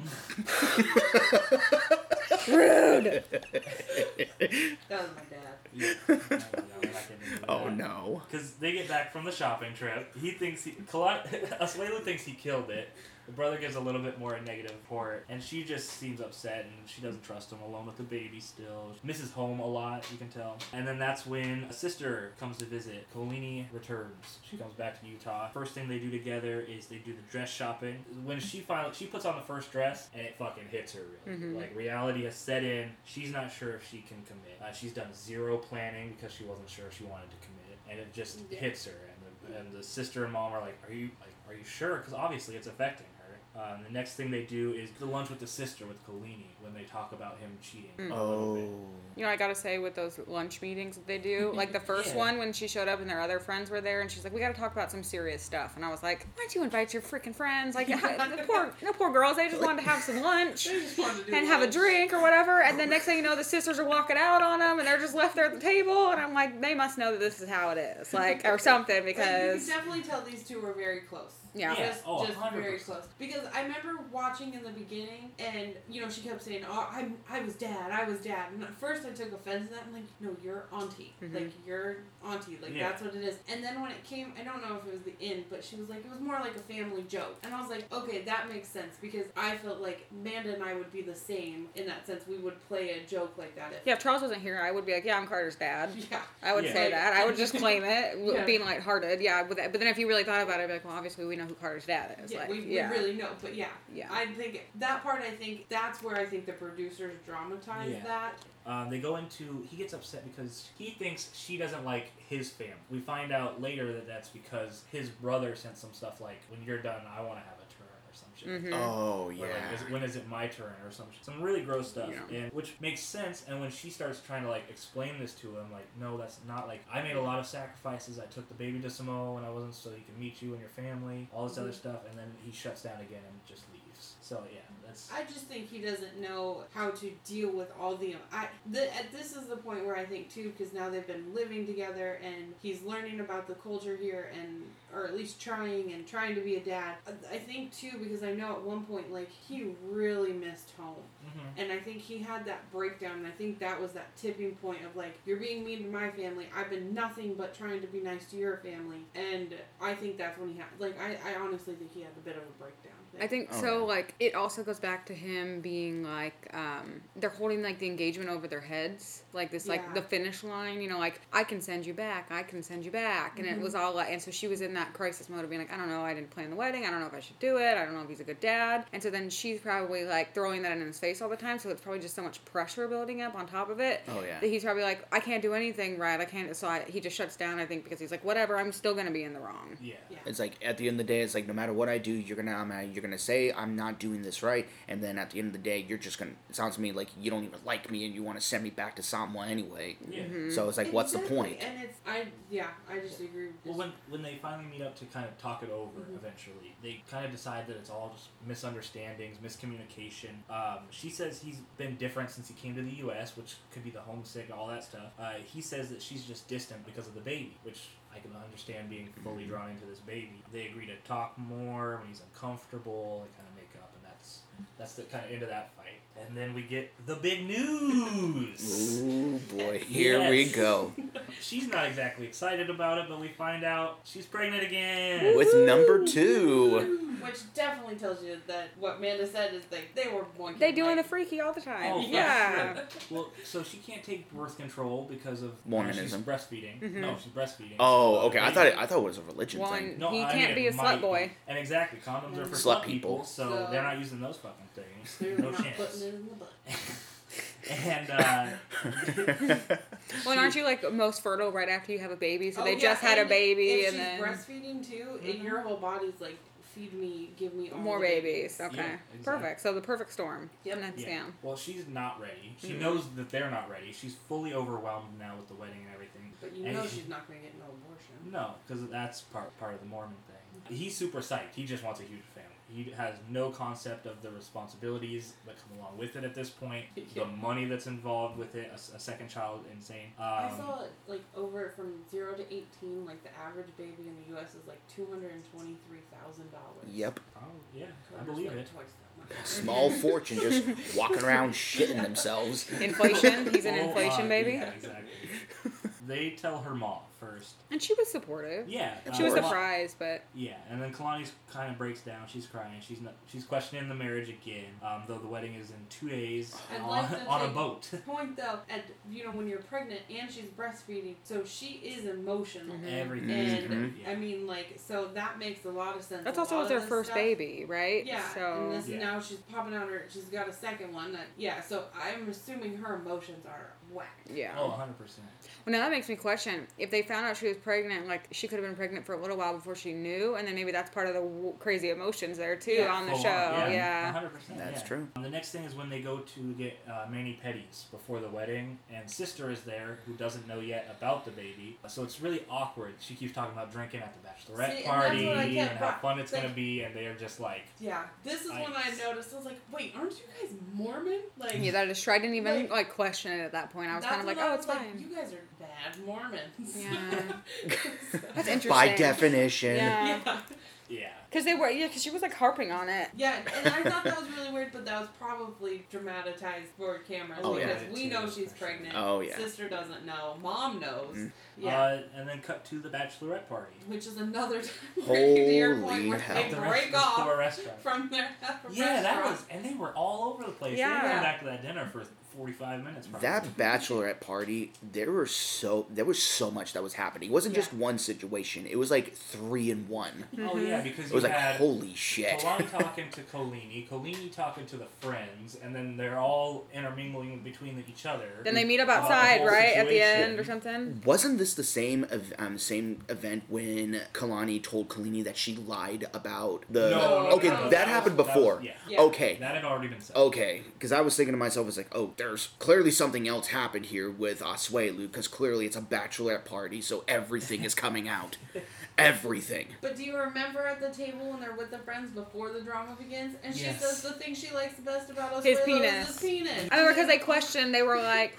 Speaker 4: That was my dad.
Speaker 1: Yeah. I don't know, I like it.
Speaker 3: Oh no.
Speaker 1: Because they get back from the shopping trip. He thinks he. Kalani, Aswela thinks he killed it. The brother gives a little bit more negative report, and she just seems upset and she doesn't trust him alone with the baby still. Misses home a lot, you can tell. And then that's when a sister comes to visit. Colini returns. She comes back to Utah. First thing they do together is they do the dress shopping. When she finally she puts on the first dress and it fucking hits her really.
Speaker 2: Mhm.
Speaker 1: Like reality has set in. She's not sure if she can commit. Uh, she's done zero planning because she wasn't sure if she wanted to commit, and it just
Speaker 4: Yeah.
Speaker 1: hits her. And the, and the sister and mom are like, "Are you like Are you sure?" Because obviously it's affecting her. Um, the next thing they do is the lunch with the sister with Kalini when they talk about him cheating.
Speaker 2: Mm.
Speaker 1: a
Speaker 3: Oh.
Speaker 1: little bit.
Speaker 2: You know, I gotta say, with those lunch meetings that they do, like the first
Speaker 1: Yeah.
Speaker 2: one when she showed up and their other friends were there, and she's like, "We gotta talk about some serious stuff," and I was like, "Why'd you invite your freaking friends? Like, the poor, no poor girls. They just wanted to have some lunch."
Speaker 4: They just wanted to do
Speaker 2: And have a
Speaker 4: lunch.
Speaker 2: drink or whatever, and then next thing you know, the sisters are walking out on them, and they're just left there at the table, and I'm like, they must know that this is how it is, like or something,
Speaker 4: Like, you can
Speaker 2: because
Speaker 4: definitely tell these two were very close.
Speaker 2: yeah,
Speaker 1: Yeah.
Speaker 4: Just,
Speaker 1: oh,
Speaker 4: just
Speaker 1: 100%.
Speaker 4: very close. Because I remember watching in the beginning, and you know she kept saying, "Oh, I'm, I was dad, I was dad." And at first I took offense to that. I'm like, "No, you're auntie.
Speaker 2: Mhm.
Speaker 4: Like you're auntie. Like
Speaker 1: Yeah.
Speaker 4: that's what it is." And then when it came, I don't know if it was the end, but she was like, "It was more like a family joke," and I was like, "Okay, that makes sense." Because I felt like Manda and I would be the same in that sense. We would play a joke like that. If,
Speaker 2: yeah. If Charles wasn't here, I would be like, yeah, I'm Carter's dad.
Speaker 4: yeah.
Speaker 2: I would
Speaker 1: Yeah.
Speaker 2: say that. I would just claim it, w-
Speaker 4: Yeah.
Speaker 2: being lighthearted. Yeah, but, that, but then if you really thought about it, I'd be like, well, obviously we know who Carter's dad is.
Speaker 4: yeah,
Speaker 2: like,
Speaker 4: we,
Speaker 2: yeah,
Speaker 4: we really know, but yeah,
Speaker 2: yeah.
Speaker 4: I think that part. I think that's where I think the producers dramatize
Speaker 1: Yeah.
Speaker 4: that.
Speaker 1: Um, they go into. He gets upset because he thinks she doesn't like his family. We find out later that that's because his brother sent some stuff like, "When you're done, I want to have a turn or some shit."
Speaker 2: Mhm.
Speaker 3: Oh
Speaker 1: Or like,
Speaker 3: yeah.
Speaker 1: is- when is it my turn or some sh- some really gross stuff,
Speaker 2: Yeah.
Speaker 1: and which makes sense. And when she starts trying to like explain this to him, like, no, that's not like I made a lot of sacrifices. I took the baby to Samoa when I wasn't so he could meet you and your family, all this other stuff, and then he shuts down again and just leaves. So yeah, that's
Speaker 4: I just think he doesn't know how to deal with all the. I th- this is the point where I think too, because now they've been living together and he's learning about the culture here, and or at least trying and trying to be a dad. I- I think too because I know at one point like he really missed home,
Speaker 1: Mhm.
Speaker 4: and I think he had that breakdown. And I think that was that tipping point of like you're being mean to my family. I've been nothing but trying to be nice to your family, and I think that's when he had like I, I honestly think he had a bit of a breakdown.
Speaker 2: I think
Speaker 3: Oh,
Speaker 2: so.
Speaker 3: yeah.
Speaker 2: Like it also goes back to him being like um, they're holding like the engagement over their heads, like this like
Speaker 4: Yeah.
Speaker 2: the finish line. You know, like I can send you back, I can send you back, and it was all like. And so she was in that crisis mode of being like, I don't know, I didn't plan the wedding, I don't know if I should do it, I don't know if he's a good dad. And so then she's probably like throwing that in his face all the time. So it's probably just so much pressure building up on top of it.
Speaker 3: Oh yeah.
Speaker 2: that he's probably like, I can't do anything right. I can't. So I, he just shuts down. I think because he's like, whatever. I'm still gonna be in the wrong.
Speaker 1: yeah.
Speaker 4: Yeah.
Speaker 3: It's like at the end of the day, it's like no matter what I do, you're gonna I'm, you're gonna say I'm not doing this right, and then at the end of the day, you're just gonna. It sounds to me like you don't even like me, and you want to send me back to Samoa anyway.
Speaker 2: Mm-hmm.
Speaker 1: Yeah.
Speaker 3: So it's like, what's the
Speaker 4: Exactly,
Speaker 3: point?
Speaker 4: And it's I yeah I just agree. With
Speaker 1: Well, when when they finally meet up to kind of talk it over
Speaker 4: Mhm.
Speaker 1: eventually, they kind of decide that it's all just misunderstandings, miscommunication. Um, she says he's been different since he came to the U.S., which could be the homesick and all that stuff. Uh, he says that she's just distant because of the baby, which I can understand being fully drawn into this baby. They agree to talk more when he's uncomfortable. They kind of make up, and that's that's the kind of end of that fight. And then we get the big news.
Speaker 3: Ooh boy, here we
Speaker 1: Yes.
Speaker 3: go
Speaker 1: She's not exactly excited about it, but we find out she's pregnant again.
Speaker 3: with number two.
Speaker 4: which definitely tells you that what Manda said is like they were one.
Speaker 2: They
Speaker 4: kid,
Speaker 2: doing the
Speaker 4: like,
Speaker 2: freaky all the time.
Speaker 1: Oh, for
Speaker 2: yeah.
Speaker 1: sure. Well, so she can't take birth control because of
Speaker 3: Mormonism.
Speaker 1: She's breastfeeding.
Speaker 2: Mhm.
Speaker 1: No, she's breastfeeding.
Speaker 3: Oh, okay. I
Speaker 1: Baby.
Speaker 3: thought it, I thought it was a religion
Speaker 2: Well,
Speaker 3: thing.
Speaker 2: and
Speaker 1: No,
Speaker 2: he
Speaker 1: I mean,
Speaker 2: can't be a
Speaker 1: it might
Speaker 2: slut boy.
Speaker 1: And exactly, condoms are for
Speaker 3: Slut
Speaker 1: slut people,
Speaker 3: people.
Speaker 1: so,
Speaker 4: So-
Speaker 1: they're not using those fucking things.
Speaker 4: they're
Speaker 1: No
Speaker 4: not putting
Speaker 1: chance.
Speaker 4: it in the butt.
Speaker 1: and uh,
Speaker 2: Well, and aren't you like most fertile right after you have a baby? So
Speaker 4: Oh,
Speaker 2: they
Speaker 4: yeah,
Speaker 2: just had a
Speaker 4: and
Speaker 2: baby
Speaker 4: if
Speaker 2: and then
Speaker 4: she's breastfeeding too, and your
Speaker 1: Mm-hmm.
Speaker 4: whole body's like feed me, give me all
Speaker 2: more
Speaker 4: the
Speaker 2: babies. Okay,
Speaker 1: exactly.
Speaker 2: perfect. So the perfect storm.
Speaker 4: Yep.
Speaker 2: And that's
Speaker 1: yeah.
Speaker 2: Sam.
Speaker 1: Well, she's not ready. She
Speaker 2: Mm.
Speaker 1: knows that they're not ready. She's fully overwhelmed now with the wedding and everything.
Speaker 4: But you
Speaker 1: And
Speaker 4: know
Speaker 1: she-
Speaker 4: she's not going to get no abortion.
Speaker 1: No, because that's part part of the Mormon thing. He's super psyched. He just wants a huge family. He has no concept of the responsibilities that come along with it at this point. The
Speaker 4: Yeah.
Speaker 1: money that's involved with it. A, s- a second child, insane. Um,
Speaker 4: I saw it like over from zero to eighteen. Like the average baby in the U.S. is like two hundred and twenty-three thousand dollars.
Speaker 3: Yep,
Speaker 1: oh, yeah, I
Speaker 4: Carter's
Speaker 1: believe
Speaker 4: like
Speaker 1: it.
Speaker 4: Twice that much.
Speaker 3: small fortune just walking around shitting themselves.
Speaker 2: Inflation. He's an
Speaker 1: Oh,
Speaker 2: inflation
Speaker 1: uh,
Speaker 2: baby.
Speaker 1: yeah, exactly. they tell her mom, first.
Speaker 2: And she was supportive.
Speaker 1: Yeah, uh,
Speaker 2: She was
Speaker 3: Of course.
Speaker 2: surprised, but
Speaker 1: Yeah, and then Kalani's kind of breaks down. She's crying. She's not, she's questioning the marriage again. Um, though the wedding is in two days
Speaker 4: I'd
Speaker 1: on,
Speaker 4: like to
Speaker 1: on a
Speaker 4: take-
Speaker 1: boat.
Speaker 4: Point though, at you know when you're pregnant and she's breastfeeding, so she is emotional.
Speaker 2: Mhm.
Speaker 1: Everything.
Speaker 4: And
Speaker 1: Yeah.
Speaker 4: I mean, like, so that makes a lot of sense.
Speaker 2: that's
Speaker 4: A
Speaker 2: also
Speaker 4: lot
Speaker 2: was
Speaker 4: of
Speaker 2: their
Speaker 4: this
Speaker 2: first
Speaker 4: stuff-
Speaker 2: baby, right?
Speaker 4: Yeah, and
Speaker 2: So
Speaker 4: this
Speaker 1: Yeah.
Speaker 4: now she's popping out her. She's got a second one. That, yeah, so I'm assuming her emotions are whacked.
Speaker 2: yeah.
Speaker 1: Oh, 100 percent.
Speaker 2: Well, now that makes me question if they found out she was pregnant. Like she could have been pregnant for a little while before she knew, and then maybe that's part of the w- crazy emotions there too
Speaker 4: Yeah.
Speaker 2: on the
Speaker 1: Full
Speaker 2: show.
Speaker 1: on,
Speaker 2: yeah.
Speaker 1: 100%,
Speaker 3: That's
Speaker 1: yeah.
Speaker 3: true.
Speaker 1: Um, the next thing is when they go to get uh, mani pedis before the wedding, and sister is there who doesn't know yet about the baby, so it's really awkward. She keeps talking about drinking at the bachelorette
Speaker 4: See, and that's what I
Speaker 1: party
Speaker 4: kept
Speaker 1: and, how
Speaker 4: brought-
Speaker 1: fun it's
Speaker 4: like-
Speaker 1: gonna be, and they are just like,
Speaker 4: Yeah, this is when I
Speaker 1: Yikes.
Speaker 4: noticed. I was like, wait, aren't you guys Mormon? Like,
Speaker 2: Yeah, that is true. I didn't even
Speaker 4: Like-
Speaker 2: like, question it at that point. I was
Speaker 4: that's
Speaker 2: kind of like,
Speaker 4: when I
Speaker 2: oh,
Speaker 4: was
Speaker 2: it's
Speaker 4: like,
Speaker 2: fine.
Speaker 4: You guys are bad Mormons.
Speaker 2: Yeah.
Speaker 4: So-
Speaker 2: That's interesting.
Speaker 3: By definition.
Speaker 2: Yeah.
Speaker 4: yeah.
Speaker 1: yeah,
Speaker 2: Because they were, yeah, because she was like harping on it.
Speaker 4: Yeah, and I thought that was really weird, but that was probably dramatized for camera
Speaker 3: Oh, yeah.
Speaker 4: because we know she's pregnant.
Speaker 3: Oh, yeah.
Speaker 4: Sister doesn't know. Mom knows.
Speaker 3: Mm.
Speaker 4: Yeah.
Speaker 1: Uh, and then cut to the bachelorette party.
Speaker 4: which is another time where, to your point
Speaker 3: Holy
Speaker 4: where
Speaker 3: hell.
Speaker 4: they
Speaker 1: the
Speaker 4: break
Speaker 1: rest-
Speaker 4: off
Speaker 1: Before a restaurant.
Speaker 4: from their
Speaker 1: yeah,
Speaker 4: restaurant.
Speaker 1: that was, and they were all over the place. They didn't
Speaker 2: Yeah.
Speaker 1: come back to that dinner for 45 minutes. Probably.
Speaker 3: That bachelorette party, there were so there was so much that was happening. It wasn't
Speaker 4: Yeah.
Speaker 3: just one situation. It was like three in one.
Speaker 1: oh yeah, because
Speaker 3: It
Speaker 1: you
Speaker 3: was like
Speaker 1: had
Speaker 3: holy shit.
Speaker 1: Kalani talking to Colini, Colini talking to the friends, and then they're all intermingling between each other.
Speaker 2: Then they meet up
Speaker 1: About Oh, the
Speaker 2: outside,
Speaker 1: whole
Speaker 2: right? At the
Speaker 1: situation.
Speaker 2: end or something?
Speaker 3: Wasn't this the same ev- um, same event when Kalani told Kalini that she lied about the?
Speaker 1: no,
Speaker 3: okay,
Speaker 4: no,
Speaker 3: that,
Speaker 4: that
Speaker 3: happened
Speaker 1: was- that was-
Speaker 3: before.
Speaker 1: yeah.
Speaker 4: Yeah.
Speaker 3: Okay,
Speaker 1: that had already been said.
Speaker 3: okay, because I was thinking to myself, it's like, oh, there's clearly something else happened here with Oswelu, because clearly it's a bachelorette party, so everything is coming out, everything.
Speaker 4: But do you remember at the table when they're with the friends before the drama begins, and she
Speaker 1: Yes.
Speaker 4: says the thing she likes the best about us
Speaker 2: His
Speaker 4: is
Speaker 2: penis.
Speaker 4: His penis.
Speaker 2: I remember because they questioned, they were like,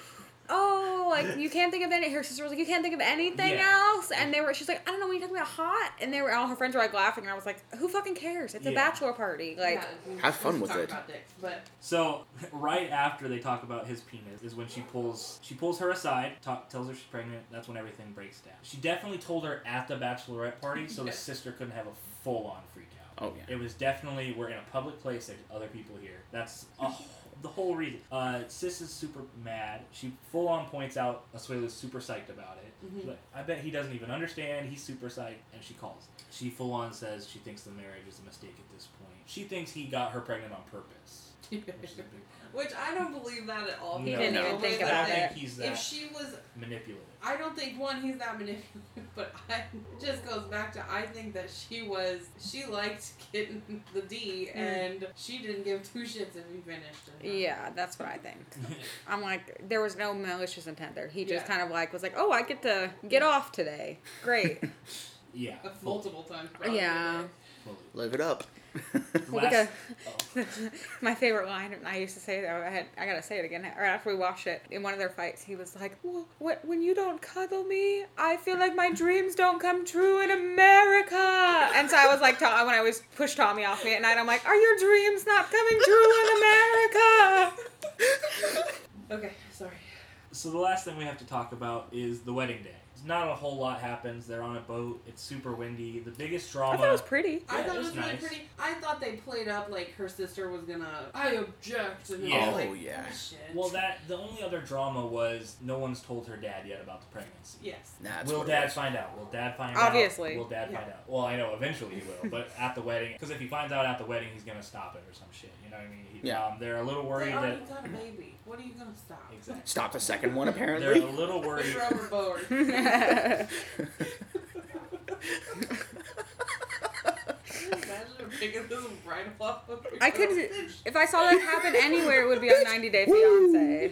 Speaker 2: oh, like you can't think of any. Her sister was like, you can't think of anything
Speaker 1: Yeah.
Speaker 2: else. And they were, she's like, I don't know, when you talking about hot. And they were, all her friends were like laughing. And I was like, who fucking cares? It's a
Speaker 1: Yeah.
Speaker 2: bachelor party. Like,
Speaker 4: Yeah,
Speaker 3: Have fun
Speaker 4: we
Speaker 3: with
Speaker 4: talked
Speaker 3: it.
Speaker 4: about dicks, but
Speaker 1: So right after they talk about his penis is when she pulls she pulls her aside, talk, tells her she's pregnant. That's when everything breaks down. She definitely told her at the bachelorette party, so the
Speaker 4: Yes.
Speaker 1: sister couldn't have a full on freak out.
Speaker 3: Oh yeah.
Speaker 1: It was definitely we're in a public place. There's other people here. That's a, wh- the whole reason. Uh, Sis is super mad. She full on points out Asuela's super psyched about it.
Speaker 2: Mm-hmm.
Speaker 4: Mhm.
Speaker 1: Like, I bet he doesn't even understand. He's super psyched, and she calls. him. She full on says she thinks the marriage is a mistake at this point. She thinks he got her pregnant on purpose. Which is a big
Speaker 4: which I don't believe that at all.
Speaker 1: No.
Speaker 4: because
Speaker 1: Didn't
Speaker 4: the
Speaker 2: even
Speaker 4: way
Speaker 2: think
Speaker 4: that
Speaker 2: about
Speaker 1: I don't
Speaker 4: they-
Speaker 2: it.
Speaker 1: think he's
Speaker 4: If
Speaker 1: that
Speaker 4: she was
Speaker 1: manipulative.
Speaker 4: I don't think one he's that manipulative, but I it just goes back to I think that she was she liked getting the D and she didn't give two shits if he finished. or not.
Speaker 2: Hmm. yeah, that's what I think. I'm like, there was no malicious intent there. He just
Speaker 4: Yeah.
Speaker 2: kind of like was like, oh, I get to get off today. Great.
Speaker 1: yeah.
Speaker 4: multiple times. probably.
Speaker 2: Yeah.
Speaker 1: fully.
Speaker 3: Live it up.
Speaker 2: Well,
Speaker 1: Last- oh,
Speaker 2: My favorite line I used to say though I had I gotta say it again. Right after we watched it in one of their fights, he was like, well, "What when you don't cuddle me, I feel like my dreams don't come true in America." And so I was like, Tom, when I was push Tommy off me at night, I'm like, "Are your dreams not coming true in America?"
Speaker 4: Okay, sorry.
Speaker 1: So the last thing we have to talk about is the wedding day. It's Not a whole lot happens. They're on a boat. It's super windy. The biggest
Speaker 2: I
Speaker 1: drama.
Speaker 2: thought it was pretty.
Speaker 4: I
Speaker 1: Yeah, it
Speaker 4: thought it
Speaker 1: was
Speaker 4: was really
Speaker 1: nice.
Speaker 4: pretty. I thought they played up like her sister was gonna. I object. And
Speaker 1: Yeah.
Speaker 4: I was like,
Speaker 3: Oh, yeah.
Speaker 4: shit.
Speaker 1: well, that the only other drama was no one's told her dad yet about the pregnancy.
Speaker 4: Yes.
Speaker 3: That's
Speaker 1: will
Speaker 3: what it
Speaker 1: dad
Speaker 3: was.
Speaker 1: find out? Will dad find
Speaker 2: Obviously.
Speaker 1: out? Will dad
Speaker 4: Yeah.
Speaker 1: find out? Well, I know eventually he will, but at the wedding, because if he finds out at the wedding, he's gonna stop it or some shit. You know what I mean? He,
Speaker 3: Yeah.
Speaker 1: Um, they're a little
Speaker 4: They
Speaker 1: worried
Speaker 4: already
Speaker 1: that.
Speaker 4: got a baby. What are you gonna stop?
Speaker 1: Exactly.
Speaker 3: Stop the second one,
Speaker 1: They're a
Speaker 3: apparently.
Speaker 1: little worried.
Speaker 4: You're overboard. Imagine her picking this right off of your
Speaker 2: I e- could-
Speaker 4: bitch.
Speaker 2: if I saw that happen anywhere, it would be on 90 Day Fiance.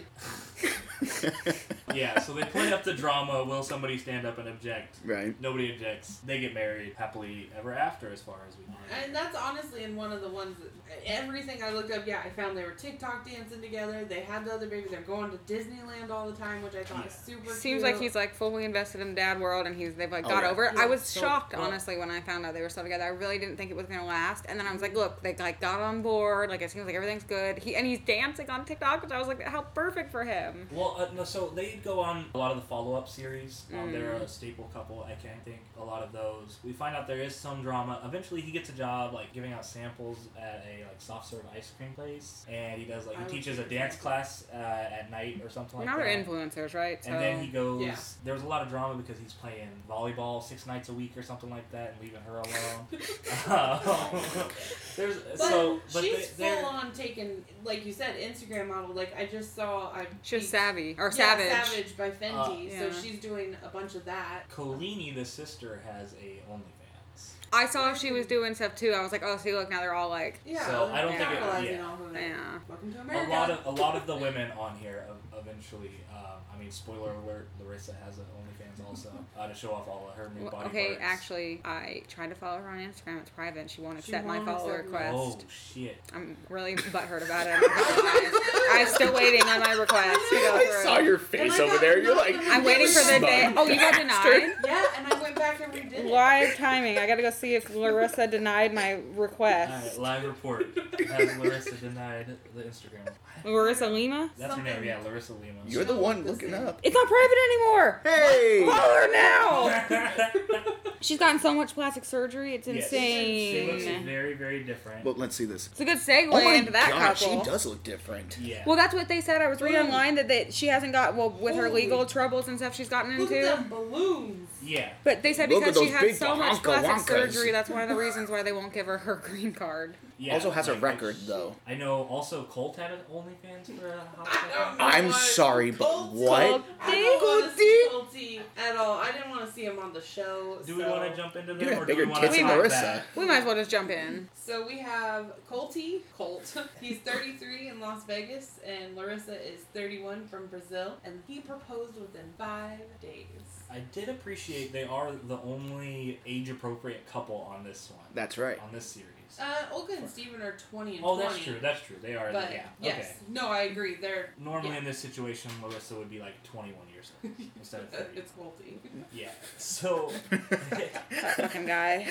Speaker 1: yeah. So they play up the drama. Will somebody stand up and object?
Speaker 3: right.
Speaker 1: Nobody objects. They get married happily ever after, as far as we know.
Speaker 4: And that's honestly in one of the ones that everything I looked up, yeah, I found they were TikTok dancing together. They had the other baby. They're going to Disneyland all the time, which I thought was super
Speaker 2: Seems
Speaker 4: cute.
Speaker 2: like he's like fully invested in dad world and he's they've like
Speaker 3: Oh,
Speaker 2: got
Speaker 3: yeah.
Speaker 2: over it.
Speaker 4: Yeah.
Speaker 2: I was
Speaker 1: So-
Speaker 2: shocked
Speaker 1: well-
Speaker 2: honestly when I found out they were still together. I really didn't think it was gonna last. And then I was like, look, they like got on board. Like it seems like everything's good. He and he's dancing on TikTok, which I was like, how perfect for him.
Speaker 1: Well, Well, uh, no. So they go on a lot of the follow-up series. Um,
Speaker 2: Mm.
Speaker 1: They're a staple couple. I can't think a lot of those. We find out there is some drama. Eventually, he gets a job like giving out samples at a like soft serve ice cream place, and he does like
Speaker 4: I
Speaker 1: he
Speaker 4: would
Speaker 1: teaches a
Speaker 4: think
Speaker 1: dance
Speaker 4: so.
Speaker 1: class uh, at night or something like
Speaker 2: now
Speaker 1: that.
Speaker 2: they're influencers, right? So
Speaker 1: And then he goes.
Speaker 4: Yeah.
Speaker 1: There was a lot of drama because he's playing volleyball six nights a week or something like that, and leaving her
Speaker 4: Oh
Speaker 1: alone. There's
Speaker 4: But
Speaker 1: so, but
Speaker 4: she's
Speaker 1: they, they're-
Speaker 4: full on taking, like you said, Instagram model. Like I just saw, I
Speaker 2: she's savvy or
Speaker 4: yeah,
Speaker 2: savage.
Speaker 4: Savage by Fenty.
Speaker 2: Uh,
Speaker 4: so
Speaker 2: Yeah.
Speaker 4: she's doing a bunch of that.
Speaker 1: Colini, the sister, has a OnlyFans.
Speaker 2: I saw she was doing stuff too. I was like, oh, see, look, now they're all like,
Speaker 4: Yeah,
Speaker 1: So, I
Speaker 2: don't think it-
Speaker 4: capitalizing
Speaker 1: yeah.
Speaker 4: off of it.
Speaker 2: yeah.
Speaker 4: Welcome to
Speaker 1: A
Speaker 4: America.
Speaker 1: lot of a lot of the women on here ev- eventually. Um, I mean, spoiler alert: Larissa has an OnlyFans also uh, to show off all of her new
Speaker 2: Well,
Speaker 1: body
Speaker 2: okay,
Speaker 1: parts.
Speaker 2: actually, I tried to follow her on Instagram. It's private. She won't
Speaker 4: She
Speaker 2: accept my
Speaker 4: won't
Speaker 2: follow
Speaker 4: accept me.
Speaker 2: request.
Speaker 1: Oh shit!
Speaker 2: I'm really butthurt about it. I'm not gonna lie. I'm still waiting on my request to go
Speaker 3: I
Speaker 2: through.
Speaker 3: saw your
Speaker 4: Am
Speaker 3: face
Speaker 4: I
Speaker 3: over
Speaker 4: not-
Speaker 3: there. You're
Speaker 4: no,
Speaker 3: like,
Speaker 4: no, no,
Speaker 2: I'm waiting for the day.
Speaker 3: smug
Speaker 2: Oh, you got
Speaker 3: bastard.
Speaker 2: denied?
Speaker 4: Yeah, and I went back and redid it.
Speaker 2: Live timing. I gotta go see if Larissa denied my
Speaker 1: All right,
Speaker 2: request.
Speaker 1: live report. Has Larissa denied the Instagram?
Speaker 2: Larissa Lima?
Speaker 1: That's her name.
Speaker 4: Something.
Speaker 1: Yeah, Larissa Lima.
Speaker 3: You're the one looking up.
Speaker 2: It's not private anymore!
Speaker 3: Hey!
Speaker 2: Follow her now!
Speaker 1: Insane.
Speaker 2: She's gotten so much plastic surgery, it's
Speaker 1: She looks
Speaker 2: insane.
Speaker 1: very, very different.
Speaker 3: Well, let's see this.
Speaker 2: It's a good segue
Speaker 3: Oh my
Speaker 2: into that
Speaker 3: god,
Speaker 2: couple.
Speaker 3: she does look different.
Speaker 1: yeah.
Speaker 2: Well, that's what they said. I was reading
Speaker 4: Ooh.
Speaker 2: online that they, she hasn't got well with her
Speaker 4: Holy.
Speaker 2: legal troubles and stuff she's gotten
Speaker 4: Look
Speaker 2: into.
Speaker 4: at them balloons.
Speaker 1: yeah.
Speaker 2: But they said
Speaker 3: Look
Speaker 2: because
Speaker 3: at
Speaker 2: she
Speaker 3: those
Speaker 2: had
Speaker 3: big
Speaker 2: so much
Speaker 3: Wonka
Speaker 2: plastic
Speaker 3: Wonkas.
Speaker 2: surgery, that's one of the reasons why they won't give her her green card.
Speaker 1: Yeah.
Speaker 3: also has a
Speaker 1: like,
Speaker 3: record, though.
Speaker 1: I know. Also, Colt had an OnlyFans for a hot
Speaker 4: I
Speaker 1: second.
Speaker 4: know.
Speaker 3: I'm
Speaker 4: What?
Speaker 3: sorry, but
Speaker 4: Cold
Speaker 3: what?
Speaker 4: I don't want to see Colty at all. I didn't want to see him on the show.
Speaker 1: Do we
Speaker 4: so-
Speaker 1: want to jump into
Speaker 3: You
Speaker 1: them,
Speaker 3: got
Speaker 1: or do we
Speaker 3: bigger
Speaker 1: want
Speaker 3: tits
Speaker 1: to
Speaker 3: than
Speaker 2: talk
Speaker 3: Larissa.
Speaker 2: We might as well just jump in.
Speaker 4: So we have Colty, Colt. He's 33 in Las Vegas, and Larissa is 31 from Brazil, and he proposed within five days.
Speaker 1: I did appreciate they are the only age appropriate couple on this one.
Speaker 3: That's right.
Speaker 1: on this series.
Speaker 4: Uh, Olga and Steven are 20 and
Speaker 1: oh,
Speaker 4: 20.
Speaker 1: that's true. That's true. They are.
Speaker 4: But
Speaker 1: yeah.
Speaker 4: yes,
Speaker 1: Okay.
Speaker 4: no, I agree. They're
Speaker 1: Normally
Speaker 4: Yeah.
Speaker 1: in this situation, Larissa would be like 21 years old instead of 30.
Speaker 4: it's Colty.
Speaker 1: yeah. So,
Speaker 2: That fucking guy.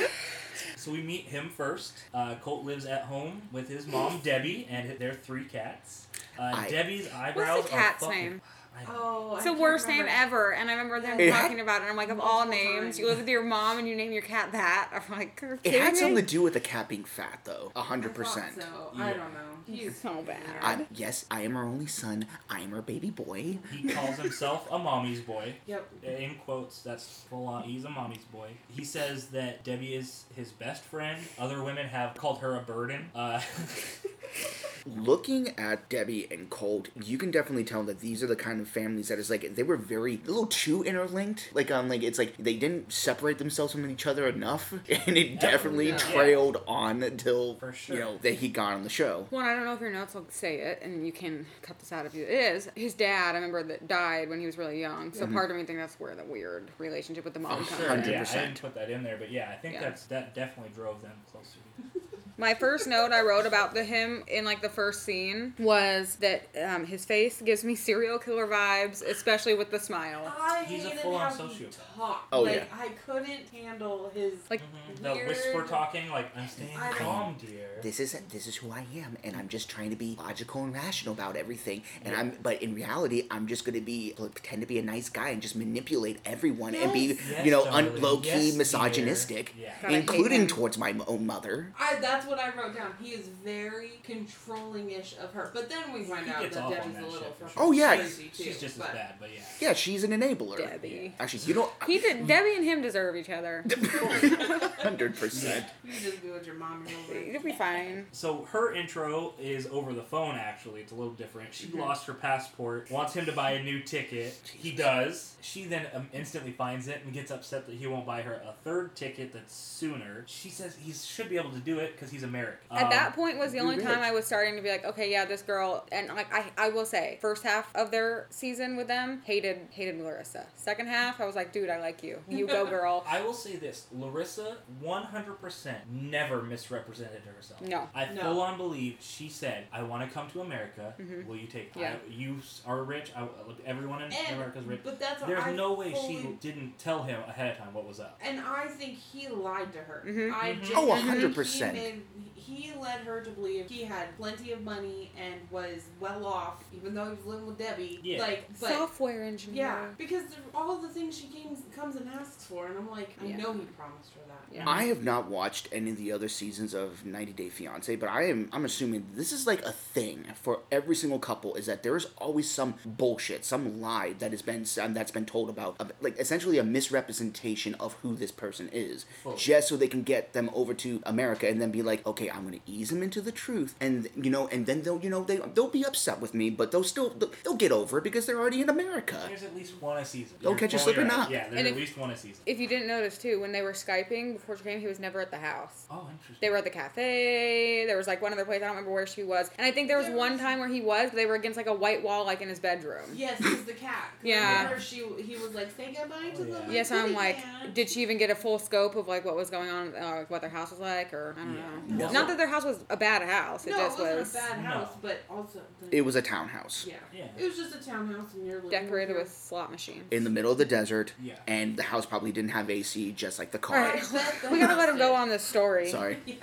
Speaker 1: so we meet him first. Uh, Colt lives at home with his mom Debbie and their three cats. Uh,
Speaker 3: I-
Speaker 1: Debbie's eyebrows
Speaker 2: the cat's
Speaker 1: are fucking.
Speaker 2: name?
Speaker 1: I don't-
Speaker 4: Oh,
Speaker 2: It's the
Speaker 4: I can't
Speaker 2: worst
Speaker 4: remember.
Speaker 2: name ever, and I remember them
Speaker 3: It had-
Speaker 2: talking about it. and I'm like, of all
Speaker 4: Multiple
Speaker 2: names,
Speaker 4: times.
Speaker 2: you live with your mom and you name your cat that. I'm like, are you
Speaker 3: It had
Speaker 2: kidding
Speaker 3: something
Speaker 2: me?
Speaker 3: to do with the cat being fat, though. A
Speaker 4: I
Speaker 3: hundred
Speaker 4: thought
Speaker 3: percent.
Speaker 4: So I
Speaker 1: Yeah.
Speaker 4: don't know.
Speaker 2: He's so bad.
Speaker 3: I- Yes, I am her only son. I am her baby boy.
Speaker 1: He calls himself a mommy's boy.
Speaker 4: Yep.
Speaker 1: In quotes, that's full on. He's a mommy's boy. He says that Debbie is his best friend. Other women have called her a burden. Uh,
Speaker 3: Looking at Debbie and Colt, you can definitely tell that these are the kind of families that is like they were very a little too interlinked. Like on like it's like they didn't separate themselves from each other enough, and it definitely
Speaker 1: yeah.
Speaker 3: trailed on until
Speaker 1: For sure.
Speaker 3: you know that he got on the show.
Speaker 2: One, I don't know if your notes will say it, and you can cut this out if it is. His dad, I remember, that died when he was really young. So part of me think that's where the weird relationship with the mom
Speaker 3: For
Speaker 2: comes.
Speaker 3: Mm-hmm. Oh, sure.
Speaker 2: in.
Speaker 1: Yeah, I
Speaker 3: 100%.
Speaker 1: didn't put that in there, but yeah, I think
Speaker 2: Yeah.
Speaker 1: that's that definitely drove them closer.
Speaker 2: My first note I wrote about the him in like the first scene was that um, his face gives me serial killer vibes, especially with the smile.
Speaker 4: I
Speaker 1: He's a
Speaker 4: hated
Speaker 1: full-on
Speaker 4: how he
Speaker 1: sociopath.
Speaker 4: talked.
Speaker 3: Oh,
Speaker 4: like,
Speaker 3: yeah.
Speaker 4: I couldn't handle his.
Speaker 2: Like
Speaker 3: Mm-hmm.
Speaker 1: Mhm. The whisper
Speaker 4: Mm-hmm. Weird.
Speaker 1: talking, like I'm staying
Speaker 4: I don't-
Speaker 1: calm, dear.
Speaker 3: This is this is who I am, and I'm just trying to be logical and rational about everything. And I'm, but in reality, I'm just going to be pretend to be a nice guy and just manipulate everyone and be,
Speaker 1: Yes,
Speaker 3: you know, un-
Speaker 1: darling.
Speaker 3: low key
Speaker 1: Yes, dear.
Speaker 3: misogynistic,
Speaker 1: Yeah.
Speaker 2: God, I hate
Speaker 3: including
Speaker 2: him.
Speaker 3: towards my mo- own mother.
Speaker 4: I, that's what I wrote down. He is very controlling-ish of her, but then we find
Speaker 1: He
Speaker 4: out
Speaker 1: gets
Speaker 4: that
Speaker 1: off on
Speaker 4: Debbie's
Speaker 1: that
Speaker 4: a little
Speaker 1: shit for
Speaker 4: fucking
Speaker 1: sure.
Speaker 3: Oh, yeah.
Speaker 4: crazy too.
Speaker 1: She's just as
Speaker 4: but
Speaker 1: bad, but yeah.
Speaker 3: Yeah, she's an enabler.
Speaker 2: Debbie.
Speaker 3: Actually, you don't.
Speaker 2: He did. Debbie and him deserve each other.
Speaker 3: Hundred percent.
Speaker 4: You just be with your mom and over.
Speaker 2: It'll be fine.
Speaker 1: So her intro is over the phone. Actually, it's a little different. She lost her passport. Wants him to buy a new ticket. He does. She then um, instantly finds it and gets upset that he won't buy her a third ticket that's sooner. She says he should be able to do it because he's American.
Speaker 2: At
Speaker 1: Um,
Speaker 2: that point was the only
Speaker 3: you're
Speaker 2: time
Speaker 3: rich.
Speaker 2: I was starting to be like, okay, yeah, this girl. And like, I, I will say, first half of their season with them, hated, hated Larissa. Second half, I was like, dude, I like you. You go, girl.
Speaker 1: I will say this: Larissa, one hundred percent, never misrepresented herself.
Speaker 2: No.
Speaker 1: I
Speaker 4: No.
Speaker 1: full on believe she said, "I want to come to America. Will you take?
Speaker 2: Mm-hmm. Yeah.
Speaker 1: I, you are rich. I, everyone in
Speaker 4: And-
Speaker 1: America's rich.
Speaker 4: But that's what
Speaker 1: There's
Speaker 4: I
Speaker 1: no way she
Speaker 4: fully-
Speaker 1: didn't tell him ahead of time what was up.
Speaker 4: And I think he lied to her.
Speaker 2: Mhm.
Speaker 4: I
Speaker 1: Mhm.
Speaker 4: just
Speaker 3: Oh,
Speaker 4: think
Speaker 3: 100%.
Speaker 4: He, made- he led her to believe he had plenty of money and was well off, even though he was living with Debbie.
Speaker 1: Yeah.
Speaker 4: Like, but
Speaker 2: Software engineer.
Speaker 4: yeah, because the, all the things she came, comes and asks for, and I'm like, I
Speaker 2: Yeah.
Speaker 4: know he promised her that.
Speaker 2: Yeah.
Speaker 3: I have not watched any of the other seasons of 90 Day Fiance, but I am I'm assuming this is like a thing for every single couple is that there is always some bullshit, some lie that has been um, that's been told about of- like essentially a misrepresentation of who this person is
Speaker 1: Fully.
Speaker 3: just so they can get them over to America and then be like, "Okay, I'm going to ease them into the truth." And you know, and then they'll you know, they they'll be upset with me, but they'll still they'll get over it because they're already in America.
Speaker 1: There's at least one a season.
Speaker 3: Don't
Speaker 1: You're
Speaker 3: catch you
Speaker 1: fully
Speaker 3: slipping
Speaker 1: right.
Speaker 3: up.
Speaker 1: Yeah, there's at
Speaker 2: And if-
Speaker 1: least one a season.
Speaker 2: If you didn't notice too, when they were skyping before she came, he was never at the house.
Speaker 1: Oh, interesting.
Speaker 2: They were at the cafe. There was like one other place. I don't remember where she was. And I think there was
Speaker 4: There
Speaker 2: one
Speaker 4: was-
Speaker 2: time where he was, but they were against like a white wall, like in his bedroom.
Speaker 4: Yes, because the cat. 'Cause
Speaker 2: Yeah.
Speaker 4: Remember, she he was like, say goodbye to
Speaker 1: Oh,
Speaker 4: the
Speaker 1: yeah.
Speaker 4: little
Speaker 2: Yes, I'm
Speaker 4: kitty
Speaker 2: like,
Speaker 4: cat."
Speaker 2: did she even get a full scope of like what was going on, uh, what their house was like, or I don't
Speaker 1: Yeah.
Speaker 2: know.
Speaker 3: No.
Speaker 2: Not that their house was a bad house. It
Speaker 4: No,
Speaker 2: just
Speaker 4: it wasn't
Speaker 2: was
Speaker 4: a bad
Speaker 1: No.
Speaker 4: house, but also. The,
Speaker 3: It was a townhouse
Speaker 4: Yeah.
Speaker 1: Yeah.
Speaker 4: It was just a townhouse, and you're living
Speaker 2: decorated
Speaker 4: your-
Speaker 2: with slot machines.
Speaker 3: in the middle of the desert.
Speaker 1: Yeah.
Speaker 3: and the house probably didn't have AC, just like the
Speaker 2: All
Speaker 3: car.
Speaker 4: Alright.
Speaker 2: right,
Speaker 4: Alright.
Speaker 2: we gotta let him go on this story.
Speaker 3: Sorry.
Speaker 4: Yeah.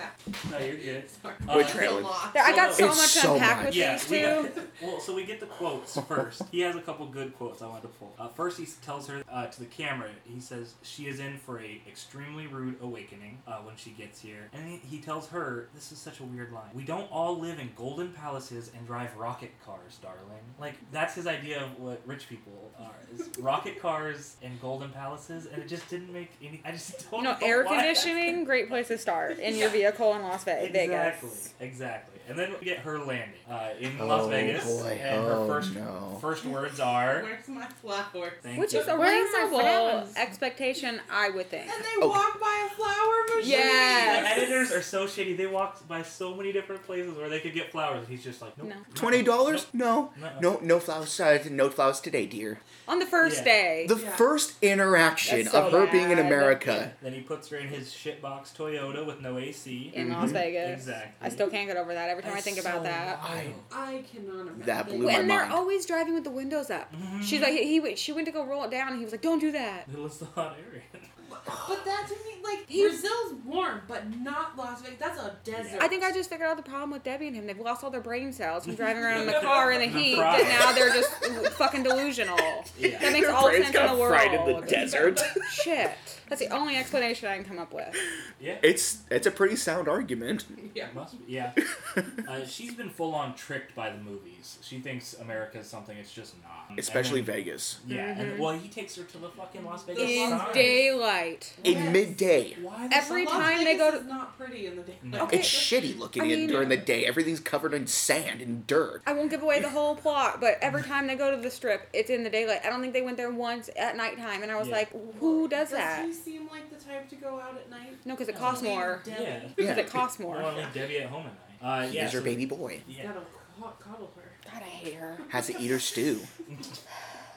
Speaker 1: No, you're good.
Speaker 4: Sorry.
Speaker 1: We're
Speaker 4: It's a
Speaker 3: trailing.
Speaker 4: lot.
Speaker 2: There- I got so
Speaker 3: It's
Speaker 2: much to
Speaker 3: so
Speaker 2: unpack
Speaker 3: much.
Speaker 2: with
Speaker 1: Yeah,
Speaker 2: these
Speaker 1: we
Speaker 2: two.
Speaker 1: Well, so we get the quotes first. he has a couple good quotes I wanted to pull. Uh, first, he tells her uh, to the camera. He says she is in for a extremely rude awakening uh, when she gets here, and he, he tells her this is such a weird line. We don't all live in golden palaces and drive rocket cars, darling. Like that's his idea of what rich people are: is rocket cars and golden palaces, and it just didn't make any. I just don't
Speaker 2: You know,
Speaker 1: know
Speaker 2: air
Speaker 1: why that's-
Speaker 2: conditioning, great place to start in
Speaker 1: Yeah.
Speaker 2: your vehicle in Las Ve-
Speaker 1: Exactly.
Speaker 2: Vegas.
Speaker 1: Exactly. And then we get her landing uh, in
Speaker 3: Oh,
Speaker 1: Las Vegas,
Speaker 3: boy.
Speaker 1: and
Speaker 3: Oh,
Speaker 1: her first
Speaker 3: no.
Speaker 1: first words are,
Speaker 4: Where's my flowers?
Speaker 1: Thank
Speaker 2: Which
Speaker 1: you.
Speaker 2: is a
Speaker 3: Where are my
Speaker 2: reasonable
Speaker 3: flowers?
Speaker 2: expectation, I would think.
Speaker 4: And they
Speaker 3: Okay.
Speaker 4: walk by a flower machine.
Speaker 2: Yes.
Speaker 1: The editors are so shitty. They walk by so many different places where they could get flowers. He's just like, nope.
Speaker 2: No.
Speaker 3: Twenty dollars? No,
Speaker 1: No.
Speaker 3: no, no flowers. Uh, no flowers today, dear.
Speaker 2: On the first
Speaker 1: Yeah.
Speaker 2: day,
Speaker 3: The
Speaker 4: Yeah.
Speaker 3: first interaction
Speaker 2: That's so
Speaker 3: of her being in
Speaker 2: bad.
Speaker 3: America.
Speaker 1: Then he puts her in his shitbox Toyota with no AC.
Speaker 2: in
Speaker 3: Mhm.
Speaker 2: Las Vegas.
Speaker 1: Exactly.
Speaker 2: I still can't get over that every time I
Speaker 1: That's
Speaker 2: think
Speaker 1: so
Speaker 2: about that.
Speaker 1: wild.
Speaker 4: I cannot imagine.
Speaker 3: That blew
Speaker 2: Well,
Speaker 3: my
Speaker 2: and they're
Speaker 3: mind.
Speaker 2: always driving with the windows up.
Speaker 1: Mhm.
Speaker 2: She's like, he, he she went to go roll it down, and he was like, don't do that.
Speaker 1: It was the hot area.
Speaker 4: But that to me, like,
Speaker 2: He-
Speaker 4: Brazil's warm, but not Las Vegas. That's a desert.
Speaker 2: I think I just figured out the problem with Debbie and him. They've lost all their brain cells from driving around in the car in the
Speaker 1: The
Speaker 2: heat,
Speaker 1: fry.
Speaker 2: and now they're just fucking delusional. That
Speaker 1: Yeah.
Speaker 2: makes
Speaker 3: Her
Speaker 2: all
Speaker 3: brains
Speaker 2: sense
Speaker 3: got
Speaker 2: in the world.
Speaker 3: fried in the desert.
Speaker 2: Shit. That's the only explanation I can come up with.
Speaker 1: Yeah.
Speaker 3: It's it's a pretty sound argument.
Speaker 4: Yeah.
Speaker 1: It must be. Yeah. Uh, she's been full on tricked by the movies. She thinks America's something it's just not.
Speaker 3: Especially
Speaker 1: And then-
Speaker 3: Vegas
Speaker 1: Yeah.
Speaker 2: Mhm.
Speaker 1: And well, he takes her to the fucking Las Vegas.
Speaker 2: In
Speaker 1: Sun.
Speaker 2: daylight.
Speaker 3: in
Speaker 4: Yes.
Speaker 3: midday.
Speaker 1: Why the
Speaker 2: Every
Speaker 1: sun?
Speaker 4: Las
Speaker 2: time they
Speaker 4: Vegas
Speaker 2: go to-
Speaker 4: is not pretty in the day.
Speaker 1: No.
Speaker 2: Okay.
Speaker 3: It's shitty looking
Speaker 2: I
Speaker 3: at it
Speaker 2: mean-
Speaker 3: during the day. Everything's covered in sand and dirt.
Speaker 2: I won't give away the whole plot, but every time they go to the strip, it's in the daylight. I don't think they went there once at nighttime, and I was
Speaker 1: Yeah.
Speaker 2: like, who does
Speaker 4: Does
Speaker 2: that?
Speaker 4: he seem like the type to go out at night?
Speaker 2: No, because it costs more.
Speaker 4: Debbie.
Speaker 1: Yeah.
Speaker 2: Because
Speaker 3: Yeah.
Speaker 2: it costs
Speaker 1: I
Speaker 2: more.
Speaker 1: don't want to leave Debbie at home at night. Uh, yeah,
Speaker 3: Here's her
Speaker 1: so-
Speaker 3: baby boy.
Speaker 1: Yeah.
Speaker 4: Gotta co- coddle her.
Speaker 2: God, I hate her.
Speaker 3: Has to eat her stew.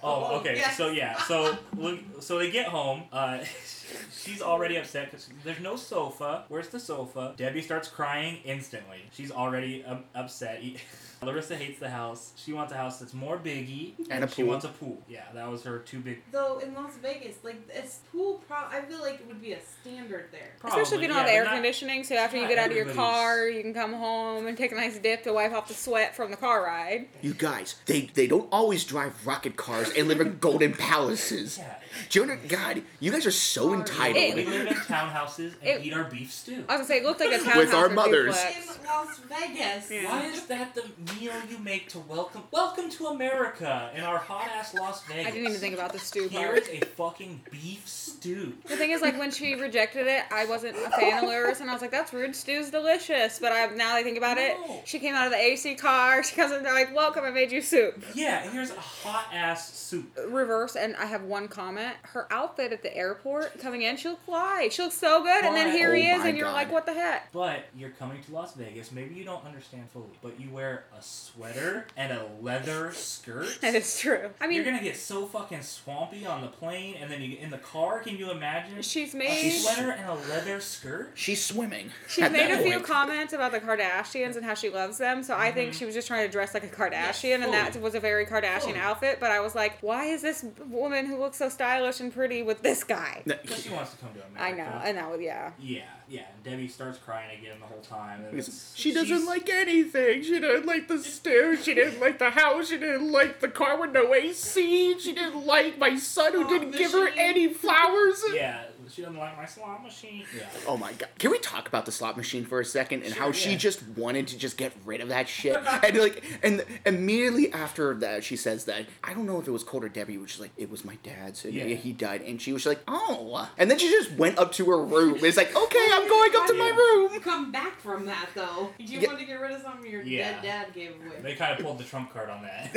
Speaker 1: Oh,
Speaker 4: Oh,
Speaker 1: okay.
Speaker 4: yes.
Speaker 1: So yeah. So look, so they get home. Uh, she's already upset because there's no sofa. Where's the sofa? Debbie starts crying instantly. She's already um, upset. Larissa hates the house. She wants a house that's more biggie.
Speaker 3: And a
Speaker 1: she
Speaker 3: pool.
Speaker 1: wants a pool. Yeah, that was her two big.
Speaker 4: Though in Las Vegas, like it's pool. Pro- I feel like it would be a standard there.
Speaker 2: Especially if you don't
Speaker 1: Probably,
Speaker 2: have air
Speaker 1: yeah, but not-
Speaker 2: conditioning, so after you
Speaker 1: not
Speaker 2: get out of your
Speaker 1: everybody's-
Speaker 2: car, you can come home and take a nice dip to wipe off the sweat from the car ride.
Speaker 3: You guys, they they don't always drive rocket cars and live in golden palaces.
Speaker 1: Yeah.
Speaker 3: Do you under- God, you guys are so
Speaker 4: Sorry.
Speaker 3: entitled.
Speaker 1: We live in townhouses and
Speaker 2: It-
Speaker 1: eat our beef stew.
Speaker 2: I was gonna say it looked like a townhouse
Speaker 3: our
Speaker 2: or
Speaker 3: mothers.
Speaker 4: In
Speaker 2: duplex.
Speaker 4: Las Vegas.
Speaker 2: Yeah.
Speaker 1: Why is that the meal you make to welcome welcome to America in our hot ass Las Vegas?
Speaker 2: I didn't even think about the stew
Speaker 1: Here
Speaker 2: part.
Speaker 1: is a fucking beef stew.
Speaker 2: The thing is, like when she rejected it, I wasn't a fan of Lyris, and I was like, "That's rude. Stew's delicious." But I now that I think about it,
Speaker 1: No.
Speaker 2: she came out of the AC car. She comes in, they're like, "Welcome, I made you soup."
Speaker 1: Yeah, here's a hot ass soup.
Speaker 2: Reverse, and I have one comment. Her outfit at the airport, coming in, she looked fly. She looks so good, and then
Speaker 1: Fly.
Speaker 2: here he
Speaker 3: Oh
Speaker 2: is,
Speaker 3: my
Speaker 2: and you're
Speaker 3: God.
Speaker 2: like, "What the heck?"
Speaker 1: But you're coming to Las Vegas. Maybe you don't understand fully, but you wear a sweater and a leather skirt.
Speaker 2: That is true. I mean,
Speaker 1: you're gonna get so fucking swampy on the plane, and then you in the car. Can you imagine?
Speaker 2: she's
Speaker 1: a
Speaker 2: made
Speaker 3: She's-
Speaker 1: sweater and a leather skirt.
Speaker 3: She's swimming.
Speaker 2: she's
Speaker 3: at
Speaker 2: made
Speaker 3: that
Speaker 2: a few
Speaker 3: point. Mm-hmm.
Speaker 2: comments about the Kardashians and how she loves them. So I think she was just trying to dress like a Kardashian, and that
Speaker 1: fully.
Speaker 2: was a very Kardashian
Speaker 1: Fully.
Speaker 2: outfit. But I was like, like, why is this woman who looks so stylish and pretty with this guy?
Speaker 1: But she wants to come to
Speaker 2: I
Speaker 1: America.
Speaker 2: know, I know, yeah.
Speaker 1: Yeah, yeah. And Debbie starts crying again the whole time. And it's,
Speaker 3: She doesn't
Speaker 1: she's-
Speaker 3: like anything. She didn't like the stew. She didn't like the house. She didn't like the car with no AC. She didn't like my son who
Speaker 4: Oh,
Speaker 3: didn't
Speaker 4: the
Speaker 3: give her
Speaker 4: sheep.
Speaker 3: any flowers.
Speaker 1: Yeah, she doesn't like my slot machine. Yeah.
Speaker 3: Oh my god. Can we talk about the slot machine for a second and
Speaker 1: Sure,
Speaker 3: how she
Speaker 1: yeah.
Speaker 3: just wanted to just get rid of that shit? and like and immediately after that she says that I don't know if it was Colt or Debbie, which is like, it was my dad's and
Speaker 1: Yeah.
Speaker 3: he died and she was like, Oh and then she just went up to her room. It's like, okay, I'm going up to my
Speaker 1: Yeah.
Speaker 4: You
Speaker 3: room.
Speaker 4: come back from that though. You
Speaker 3: Yeah.
Speaker 4: want to get rid of something your
Speaker 1: Yeah.
Speaker 4: dead dad gave away.
Speaker 1: They kind of pulled the trump card on that.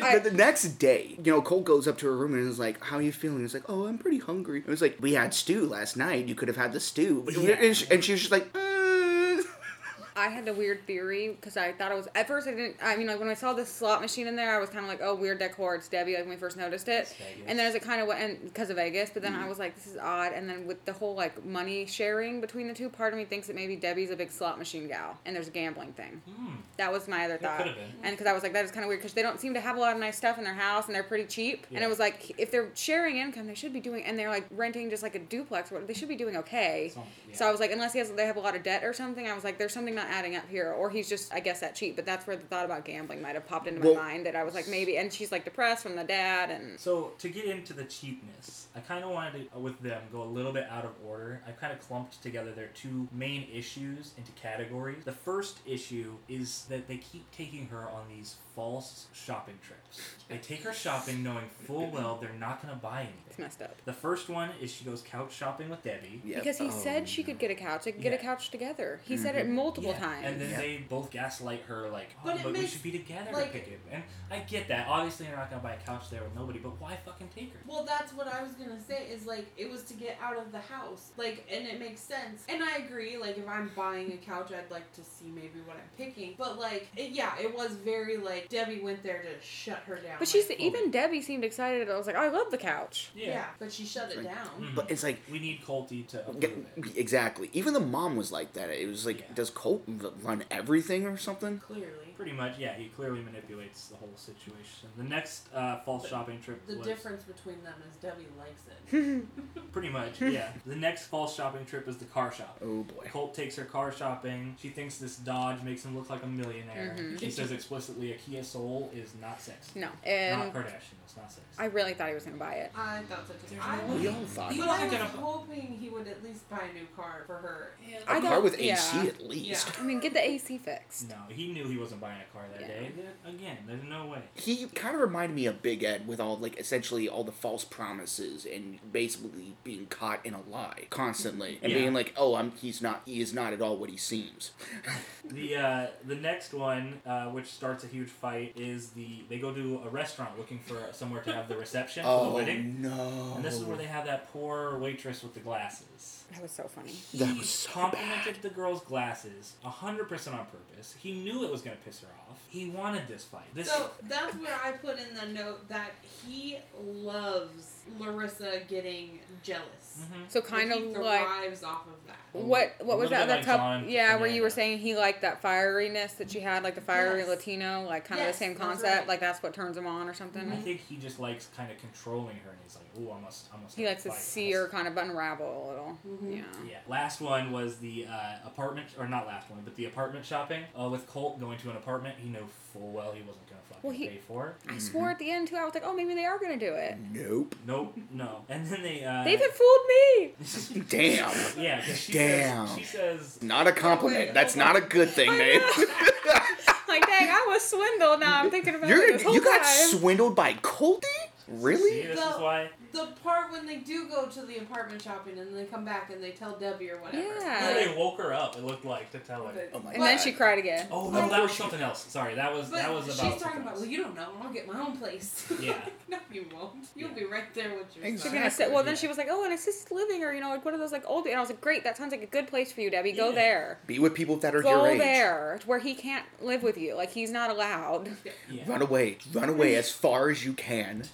Speaker 3: But the next day, you know, Cole goes up to her room and is like, "How are you feeling?" It's like, "Oh, I'm pretty hungry." It was like, "We had stew last night. You could have had the stew." But-
Speaker 1: Yeah.
Speaker 3: And, she, and she was just like, uh.
Speaker 2: I had the weird theory because I thought it was at first I didn't. I mean, like when I saw the slot machine in there, I was kind of like, "Oh, weird decor." It's Debbie. Like when we first noticed it,
Speaker 1: It's Vegas. Mm-hmm.
Speaker 2: and then as it kind of went, and because of Vegas, but then I was like, "This is odd." And then with the whole like money sharing between the two, part of me thinks that maybe Debbie's a big slot machine gal, and there's a gambling thing.
Speaker 1: Hmm.
Speaker 2: That was my other
Speaker 1: That
Speaker 2: thought.
Speaker 1: could've been.
Speaker 2: And because I was like, that is kind of weird because they don't seem to have a lot of nice stuff in their house and they're pretty cheap. And
Speaker 1: Yeah.
Speaker 2: it was like, if they're sharing income, they should be doing, and they're like renting just like a duplex, or what- they should be doing okay.
Speaker 1: Some- yeah.
Speaker 2: So I was like, unless he has, they have a lot of debt or something, I was like, there's something not adding up here. Or he's just, I guess, that cheap. But that's where the thought about gambling might have popped into my
Speaker 3: Well-
Speaker 2: mind that I was like, maybe, and she's like depressed from the dad and.
Speaker 1: So to get into the cheapness, I kind of wanted to, with them, go a little bit out of order. I kind of clumped together their two main issues into categories. The first issue is that they keep taking her on these false shopping trips. They take her shopping knowing full well they're not going to buy
Speaker 2: It's
Speaker 1: anything.
Speaker 2: messed up.
Speaker 1: The first one is she goes couch shopping with Debbie.
Speaker 3: Yeah.
Speaker 2: Because he
Speaker 3: Oh,
Speaker 2: said she could get a couch. They could get
Speaker 1: Yeah. Mm-hmm.
Speaker 2: a couch together. He said it multiple
Speaker 1: Yeah,
Speaker 2: times.
Speaker 1: And then
Speaker 3: Yeah.
Speaker 1: they both gaslight her like, oh,
Speaker 4: But
Speaker 1: but,
Speaker 4: it
Speaker 1: we
Speaker 4: makes-
Speaker 1: should be together
Speaker 4: like-
Speaker 1: to pick it. And I get that. Obviously, you're not going to buy a couch there with nobody, but why fucking take her?
Speaker 4: Well, that's what I was gonna say. Is like it was to get out of the house, like, and it makes sense. And I agree. Like, if I'm buying a couch, I'd like to see maybe what I'm picking. But like, it, yeah, it was very like Debbie went there to shut her down.
Speaker 2: but she's,
Speaker 4: like,
Speaker 2: even Debbie seemed excited. I was like, "Oh, I love the couch.
Speaker 4: yeah. but she shut it
Speaker 3: Like-
Speaker 4: down.
Speaker 1: Mhm.
Speaker 3: But it's like,
Speaker 1: We need Colty to approve
Speaker 3: Yeah,
Speaker 1: it.
Speaker 3: exactly. Even the mom was like that. It was like,
Speaker 1: Yeah.
Speaker 3: does Colt v- run everything or something?
Speaker 4: Clearly,
Speaker 1: Pretty much, yeah. He clearly manipulates the whole situation. The next uh, false
Speaker 4: But
Speaker 1: shopping trip
Speaker 4: the
Speaker 1: was
Speaker 4: difference between them is Debbie likes
Speaker 2: Hmm.
Speaker 4: it.
Speaker 1: pretty much, yeah. The next false shopping trip is the car shop.
Speaker 3: Oh boy.
Speaker 1: Colt takes her car shopping. She thinks this Dodge makes him look like a millionaire.
Speaker 2: Mhm.
Speaker 1: She says explicitly a Kia Soul is not sexy.
Speaker 2: No. And
Speaker 1: not Kardashian. It's not sexy.
Speaker 2: I really thought he was going to buy it.
Speaker 4: I thought so too.
Speaker 1: There's
Speaker 4: I
Speaker 1: no
Speaker 4: was,
Speaker 1: way.
Speaker 3: We all thought.
Speaker 1: You
Speaker 4: but
Speaker 1: don't
Speaker 4: I
Speaker 1: think
Speaker 4: was
Speaker 1: that I'm-
Speaker 4: hoping he would at least buy a new car for her.
Speaker 1: Yeah.
Speaker 2: I
Speaker 3: A car
Speaker 2: don't-
Speaker 3: with
Speaker 2: yeah.
Speaker 3: AC at least.
Speaker 4: Yeah.
Speaker 2: I mean, get the AC fixed.
Speaker 1: No, he knew he wasn't buying a car that
Speaker 2: Yeah.
Speaker 1: day. There- Again, there's no way.
Speaker 3: He kind of reminded me of Big Ed with all like essentially all the false promises and basically being caught in a lie constantly and
Speaker 1: Yeah.
Speaker 3: being like, oh, I'm he's not he is not at all what he seems.
Speaker 1: The uh, the next one, uh, which starts a huge fight, is the they go to a restaurant looking for somewhere to have the reception for the
Speaker 3: Oh
Speaker 1: wedding.
Speaker 3: no!
Speaker 1: And this is where they have that poor waitress with the glasses.
Speaker 2: That was so funny.
Speaker 3: That
Speaker 1: he
Speaker 3: was so
Speaker 1: complimented the girl's glasses 100% on purpose. He knew it was going to piss her off. He wanted this fight. This
Speaker 4: So that's where I put in the note that he loves Larissa getting jealous.
Speaker 3: Mm-hmm.
Speaker 1: Mhm.
Speaker 2: So kind
Speaker 4: he
Speaker 2: of like
Speaker 4: thrives off of that.
Speaker 2: what what was
Speaker 1: A little
Speaker 2: that
Speaker 1: bit
Speaker 2: other
Speaker 1: like
Speaker 2: couple?
Speaker 1: John
Speaker 2: Yeah, where you were
Speaker 1: Fernando.
Speaker 2: saying he liked that fieriness that she had, like the fiery
Speaker 4: Yes.
Speaker 2: Latino, like kind of
Speaker 4: Yes,
Speaker 2: the same
Speaker 4: that's
Speaker 2: concept.
Speaker 4: right.
Speaker 2: Like that's what turns him on or something.
Speaker 3: Mm-hmm.
Speaker 1: I think he just likes kind of controlling her and he's like, "Ooh, I must I must
Speaker 2: He
Speaker 1: have
Speaker 2: likes to
Speaker 1: fight. I
Speaker 2: see
Speaker 1: must-
Speaker 2: her kind of unravel a little.
Speaker 3: Mm-hmm.
Speaker 4: Mhm.
Speaker 2: Yeah.
Speaker 1: Yeah. Last one was the uh, apartment, or not last one, but the apartment shopping uh, with Colt going to an apartment. He knew full well he wasn't gonna fucking
Speaker 2: Well, he-
Speaker 1: pay for. it.
Speaker 2: I swore at the end too. I was like, oh, maybe they are gonna do it.
Speaker 3: Nope.
Speaker 1: Nope, no. And then they. Uh,
Speaker 2: They've fooled me.
Speaker 3: Damn.
Speaker 1: yeah, 'cause she
Speaker 3: Damn.
Speaker 1: Says, she says.
Speaker 3: Not a compliment.
Speaker 4: Wait,
Speaker 3: That's
Speaker 4: hold
Speaker 3: not a good thing,
Speaker 2: Oh, I
Speaker 3: man.
Speaker 2: Like, dang, I was swindled. Now I'm thinking about it
Speaker 3: You're
Speaker 2: this whole
Speaker 3: you got
Speaker 2: time.
Speaker 3: swindled by Colty?
Speaker 1: See,
Speaker 3: Really?
Speaker 1: this is
Speaker 4: No.
Speaker 1: why.
Speaker 4: The part when they do go to the apartment shopping and they come back and they tell Debbie or whatever.
Speaker 2: Yeah.
Speaker 1: Yeah, they woke her up. It looked like to tell her.
Speaker 4: uh, But-
Speaker 3: Oh my
Speaker 2: and then
Speaker 3: God.
Speaker 2: she cried again.
Speaker 1: Oh no, that was something else. Sorry, that was
Speaker 4: But
Speaker 1: that was about.
Speaker 4: she's
Speaker 1: something
Speaker 4: talking about, well,
Speaker 1: else.
Speaker 4: you don't know. I'll get my own place.
Speaker 1: Yeah.
Speaker 4: no, you won't. You'll be right there with your
Speaker 2: She's
Speaker 3: Exactly.
Speaker 4: son.
Speaker 2: gonna sit. Well,
Speaker 1: yeah.
Speaker 2: then she was like, "Oh, an assisted living, or you know, like one of those like old." And I was like, "Great, that sounds like a good place for you, Debbie. Go
Speaker 1: Yeah.
Speaker 2: there.
Speaker 3: Be with people that are
Speaker 2: Go
Speaker 3: your age.
Speaker 2: there, where he can't live with you. Like he's not allowed."
Speaker 1: Yeah.
Speaker 3: Run away. Run away as far as you can.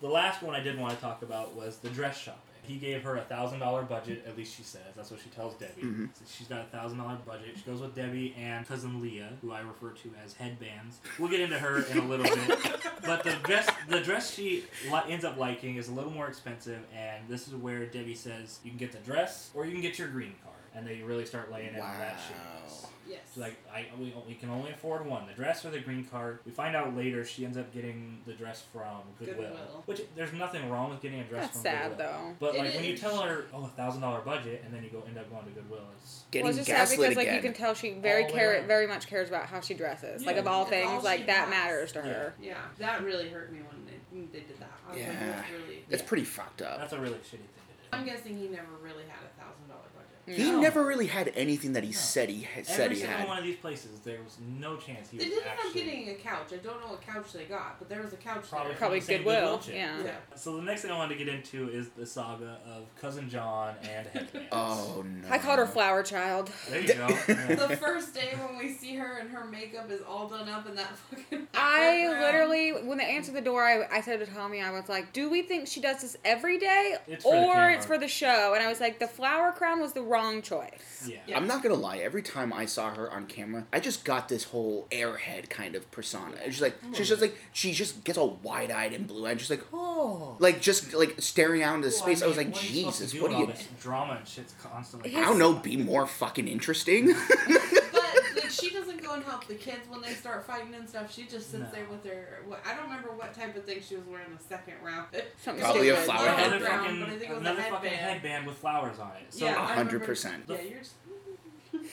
Speaker 1: The last one I did want to talk about was the dress shopping. He gave her a thousand dollar budget. At least she says that's what she tells Debbie.
Speaker 3: Mhm.
Speaker 1: So she's got a thousand dollar budget. She goes with Debbie and cousin Leah, who I refer to as headbands. We'll get into her in a little bit. But the dress, the dress she li- ends up liking is a little more expensive, and this is where Debbie says you can get the dress or you can get your green card, and they really start laying into that shit.
Speaker 3: Wow.
Speaker 4: Yes.
Speaker 1: She's like, I we, we can only afford one, the dress or the green card. We find out later she ends up getting the dress from Goodwill,
Speaker 4: Goodwill.
Speaker 1: which there's nothing wrong with getting a dress
Speaker 2: That's
Speaker 1: from
Speaker 2: sad
Speaker 1: Goodwill.
Speaker 2: though.
Speaker 1: But
Speaker 4: It
Speaker 1: like when you
Speaker 4: is.
Speaker 1: tell her, oh, a thousand dollar budget, and then you go end up going to Goodwill, it's
Speaker 3: Getting
Speaker 2: well, it's just sad
Speaker 3: gaslit
Speaker 2: because like
Speaker 3: again.
Speaker 2: you can tell she very
Speaker 1: All the way
Speaker 2: care
Speaker 1: around.
Speaker 2: very much cares about how she dresses. like
Speaker 1: Yeah.
Speaker 2: of all
Speaker 4: It's
Speaker 2: things,
Speaker 4: all she
Speaker 2: like that
Speaker 4: has.
Speaker 2: matters to
Speaker 1: Yeah.
Speaker 2: her.
Speaker 4: yeah, that really hurt me when they, when they did that. I was like,
Speaker 3: Yeah.
Speaker 4: that's really.
Speaker 3: It's pretty fucked
Speaker 2: Oh.
Speaker 3: up.
Speaker 1: that's a really shitty thing to do.
Speaker 4: I'm guessing he never really had a thousand dollar budget.
Speaker 3: He
Speaker 1: No.
Speaker 3: never really had anything that he
Speaker 1: No.
Speaker 3: said he ha- said
Speaker 1: Every
Speaker 3: he
Speaker 1: single
Speaker 3: had.
Speaker 1: one of these places, there was no chance he
Speaker 4: They
Speaker 1: was
Speaker 4: did end up
Speaker 1: actually.
Speaker 4: getting a couch. I don't know what couch they got, but there was a couch
Speaker 1: Probably
Speaker 4: there.
Speaker 2: Probably
Speaker 1: the same
Speaker 2: Goodwill,
Speaker 1: chick.
Speaker 2: yeah.
Speaker 4: Yeah.
Speaker 1: So the next thing I wanted to get into is the saga of cousin John and headbands.
Speaker 3: Oh no!
Speaker 2: I called her flower child.
Speaker 1: there you go. Yeah.
Speaker 4: the first day when we see her and her makeup is all done up in that fucking.
Speaker 2: I
Speaker 4: background.
Speaker 2: literally, when they answered the door, I, I said to Tommy, I was like, "Do we think she does this every day,
Speaker 1: It's for the
Speaker 2: or it's
Speaker 1: camera.
Speaker 2: for the show?" And I was like, "The flower crown was the wrong choice."
Speaker 1: yeah.
Speaker 4: Yeah.
Speaker 3: I'm not gonna lie. Every time I saw her on camera, I just got this whole airhead kind of persona. It's just like she's just like she just gets all wide eyed and blue eyed, just like oh, like just like staring out into
Speaker 1: Well, Oh, I
Speaker 3: space. I,
Speaker 1: mean,
Speaker 3: was like,
Speaker 1: what are you supposed to
Speaker 3: Jesus,
Speaker 1: do
Speaker 3: what
Speaker 1: with
Speaker 3: do you?
Speaker 1: all this drama and shit's constantly.
Speaker 3: I don't know. Be more fucking interesting.
Speaker 4: But like, she doesn't go and help the kids when they start fighting and stuff. She just sits
Speaker 1: No.
Speaker 4: there with her. What, I don't remember what type of thing she was wearing the second round.
Speaker 2: Something
Speaker 3: Probably a
Speaker 2: stupid.
Speaker 3: flower
Speaker 4: Another
Speaker 1: another
Speaker 3: head.
Speaker 4: brown,
Speaker 1: fucking,
Speaker 4: but I think it was a
Speaker 1: another fucking
Speaker 4: headband.
Speaker 1: headband with flowers on it. So
Speaker 4: yeah,
Speaker 3: Uh-huh.
Speaker 4: I remember-
Speaker 3: 100%.
Speaker 4: Yeah, you're just.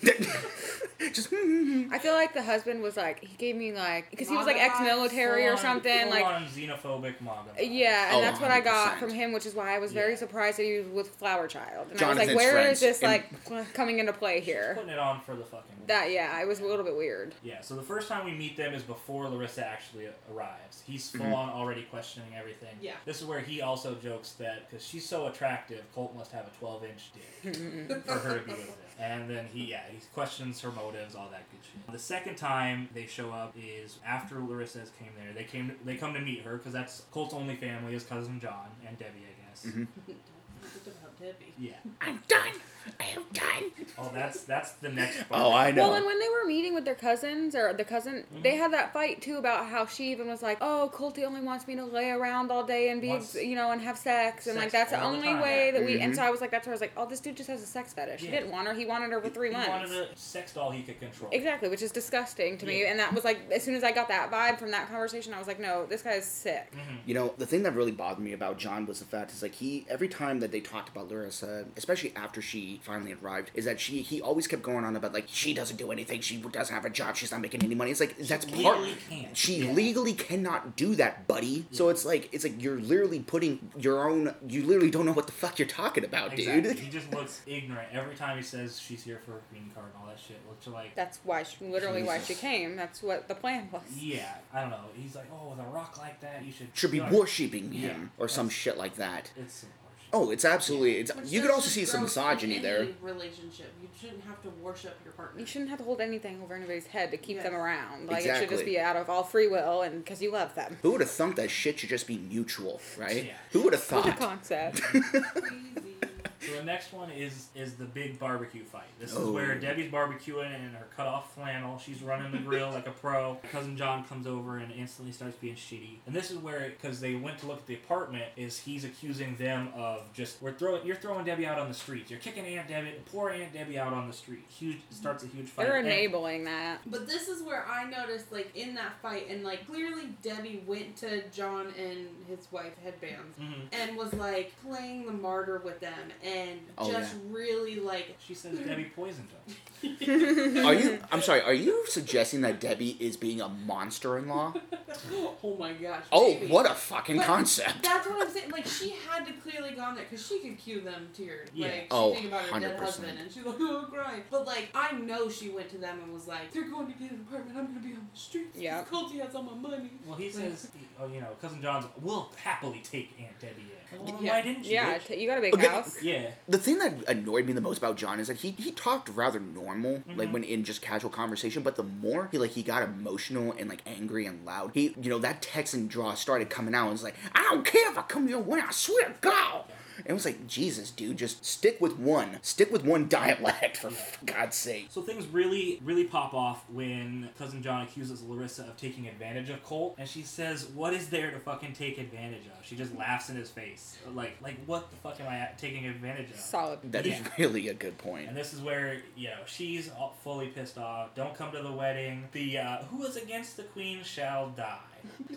Speaker 3: just
Speaker 2: I feel like the husband was like, he gave me like, because he was like
Speaker 4: Modified
Speaker 2: ex-military or
Speaker 1: full-on-
Speaker 2: something, like. Uh,
Speaker 1: full-on xenophobic manga.
Speaker 2: Yeah, and
Speaker 3: Oh,
Speaker 2: that's what I got
Speaker 3: 100%.
Speaker 2: from him, which is why I was very
Speaker 1: Yeah.
Speaker 2: surprised that he was with Flower Child. And I was
Speaker 3: Jonathan's
Speaker 2: like, where is
Speaker 3: friends
Speaker 2: this
Speaker 3: in-
Speaker 2: like coming into play here?
Speaker 1: Putting it on for the fucking.
Speaker 2: That yeah, it was a little bit weird.
Speaker 1: Yeah, so the first time we meet them is before Larissa actually arrives. He's full
Speaker 3: Mhm.
Speaker 1: on already questioning everything.
Speaker 4: Yeah.
Speaker 1: This is where he also jokes that because she's so attractive, Colt must have a 12 inch dick for her to be with him. And then he, yeah, he questions her motives, all that good shit. The second time they show up is after Larissa's came there. They came, they come to meet her because that's Colt's only family is cousin John and Debbie, I guess.
Speaker 3: Mhm.
Speaker 4: It's about Debbie.
Speaker 1: Yeah.
Speaker 3: I'm done. I am done.
Speaker 1: Oh, that's that's the next. part.
Speaker 3: Oh, I know.
Speaker 2: Well, and when they were meeting with their cousins or the cousin, they had that fight too about how she even was like, "Oh, Colty only wants me to lay around all day and be,
Speaker 1: Wants
Speaker 2: you know, and have sex, and like
Speaker 1: sex
Speaker 2: that's the
Speaker 1: all the
Speaker 2: only
Speaker 1: time." Mm-hmm.
Speaker 2: way that we." And
Speaker 3: Mhm.
Speaker 2: so I was like, "That's where I was like, oh, this dude just has a sex fetish. He
Speaker 1: Yeah.
Speaker 2: didn't want her. He wanted her for three
Speaker 1: he
Speaker 2: months."
Speaker 1: wanted a sex doll he could control.
Speaker 2: Exactly, which is disgusting to me.
Speaker 1: Yeah.
Speaker 2: And that was like, as soon as I got that vibe from that conversation, I was like, no, this guy's sick.
Speaker 1: Mhm.
Speaker 3: You know, the thing that really bothered me about John was the fact is like he every time that they talked about Larissa, especially after she finally arrived, is that she he always kept going on about like she doesn't do anything, she doesn't have a job, she's not making any money. It's like that's part
Speaker 1: Legally can't.
Speaker 3: she
Speaker 1: Yeah.
Speaker 3: legally cannot do that, buddy. So
Speaker 1: Yeah.
Speaker 3: it's like it's like you're literally putting your own you literally don't know what the fuck you're talking about,
Speaker 1: Exactly.
Speaker 3: dude.
Speaker 1: He just looks ignorant every time he says she's here for a green card and all that shit. Looks like
Speaker 2: That's why, she, literally why she
Speaker 3: Jesus.
Speaker 2: came. That's what the plan was.
Speaker 1: yeah, I don't know. He's like, oh, with a rock like that, you should
Speaker 3: Should be
Speaker 1: you know,
Speaker 3: worshipping
Speaker 1: Yeah.
Speaker 3: him or some shit like that.
Speaker 1: It's some horseshit.
Speaker 3: Oh, it's absolutely it's
Speaker 4: Which
Speaker 3: you could
Speaker 4: that's
Speaker 3: also
Speaker 4: just
Speaker 3: see some
Speaker 4: gross in
Speaker 3: misogyny
Speaker 4: any
Speaker 3: there.
Speaker 4: Relationship. You shouldn't have to worship your partner.
Speaker 2: You shouldn't have to hold anything over anybody's head to keep them
Speaker 4: Yes.
Speaker 2: around. Like, it should just
Speaker 3: Exactly.
Speaker 2: be out of all free will and because you love them.
Speaker 3: Who would have thunk that shit should just be mutual, right?
Speaker 1: Yeah.
Speaker 3: Who would have
Speaker 2: What a
Speaker 3: thought?
Speaker 2: concept.
Speaker 4: Crazy.
Speaker 1: So the next one is is the big barbecue fight. This is
Speaker 3: Oh.
Speaker 1: where Debbie's barbecuing in her cut off flannel. She's running the grill like a pro. Cousin John comes over and instantly starts being shitty. And this is where because they went to look at the apartment, is he's accusing them of just we're throwing you're throwing Debbie out on the streets. You're kicking Aunt Debbie, poor Aunt Debbie out on the street. Huge starts a huge fight.
Speaker 2: They're
Speaker 1: And-
Speaker 2: enabling that.
Speaker 4: But this is where I noticed, like, in that fight, and, like, clearly Debbie went to John and his wife, Headbands,
Speaker 1: Mhm.
Speaker 4: and was, like, playing the martyr with them, and
Speaker 3: Oh,
Speaker 4: just really, like,
Speaker 1: She says Debbie poisoned him.
Speaker 3: Are you? I'm sorry. Are you suggesting that Debbie is being a monster-in-law?
Speaker 4: oh my gosh.
Speaker 3: Oh,
Speaker 4: baby.
Speaker 3: what a fucking
Speaker 4: But
Speaker 3: concept!
Speaker 4: That's what I'm saying. Like she had to clearly gone there because she could cue them to your
Speaker 1: Yeah.
Speaker 4: like she
Speaker 3: Oh,
Speaker 4: think about her dead
Speaker 3: 100%.
Speaker 4: husband and she's like oh crying. But like I know she went to them and was like they're going to get an apartment. I'm gonna be on the streets.
Speaker 2: Yeah.
Speaker 4: Colty has all my money.
Speaker 1: Well, he says, oh, you know, cousin John's. We'll happily take Aunt Debbie in. Well, then
Speaker 4: Yeah.
Speaker 1: Why didn't you?
Speaker 2: Yeah,
Speaker 1: bitch?
Speaker 2: t- you got a big
Speaker 3: Okay.
Speaker 2: house.
Speaker 1: yeah.
Speaker 3: The thing that annoyed me the most about John is that he he talked rather normal,
Speaker 1: Mhm.
Speaker 3: like when in just casual conversation. But the more he like he got emotional and like angry and loud, he you know that Texan draw started coming out and was like, I don't care if I come your way, I swear to God. It was like, Jesus, dude, just stick with one. Stick with one dialect, for God's sake.
Speaker 1: So things really, really pop off when cousin John accuses Larissa of taking advantage of Colt, and she says, "What is there to fucking take advantage of?" She just laughs in his face, like, like what the fuck am I at- taking advantage of?
Speaker 2: Solid.
Speaker 3: That is
Speaker 1: Yeah.
Speaker 3: really a good point.
Speaker 1: And this is where you know she's all fully pissed off. Don't come to the wedding. The uh, who is against the queen shall die.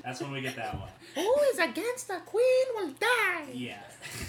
Speaker 1: That's when we get that one.
Speaker 3: Who is against the queen will die.
Speaker 1: Yeah.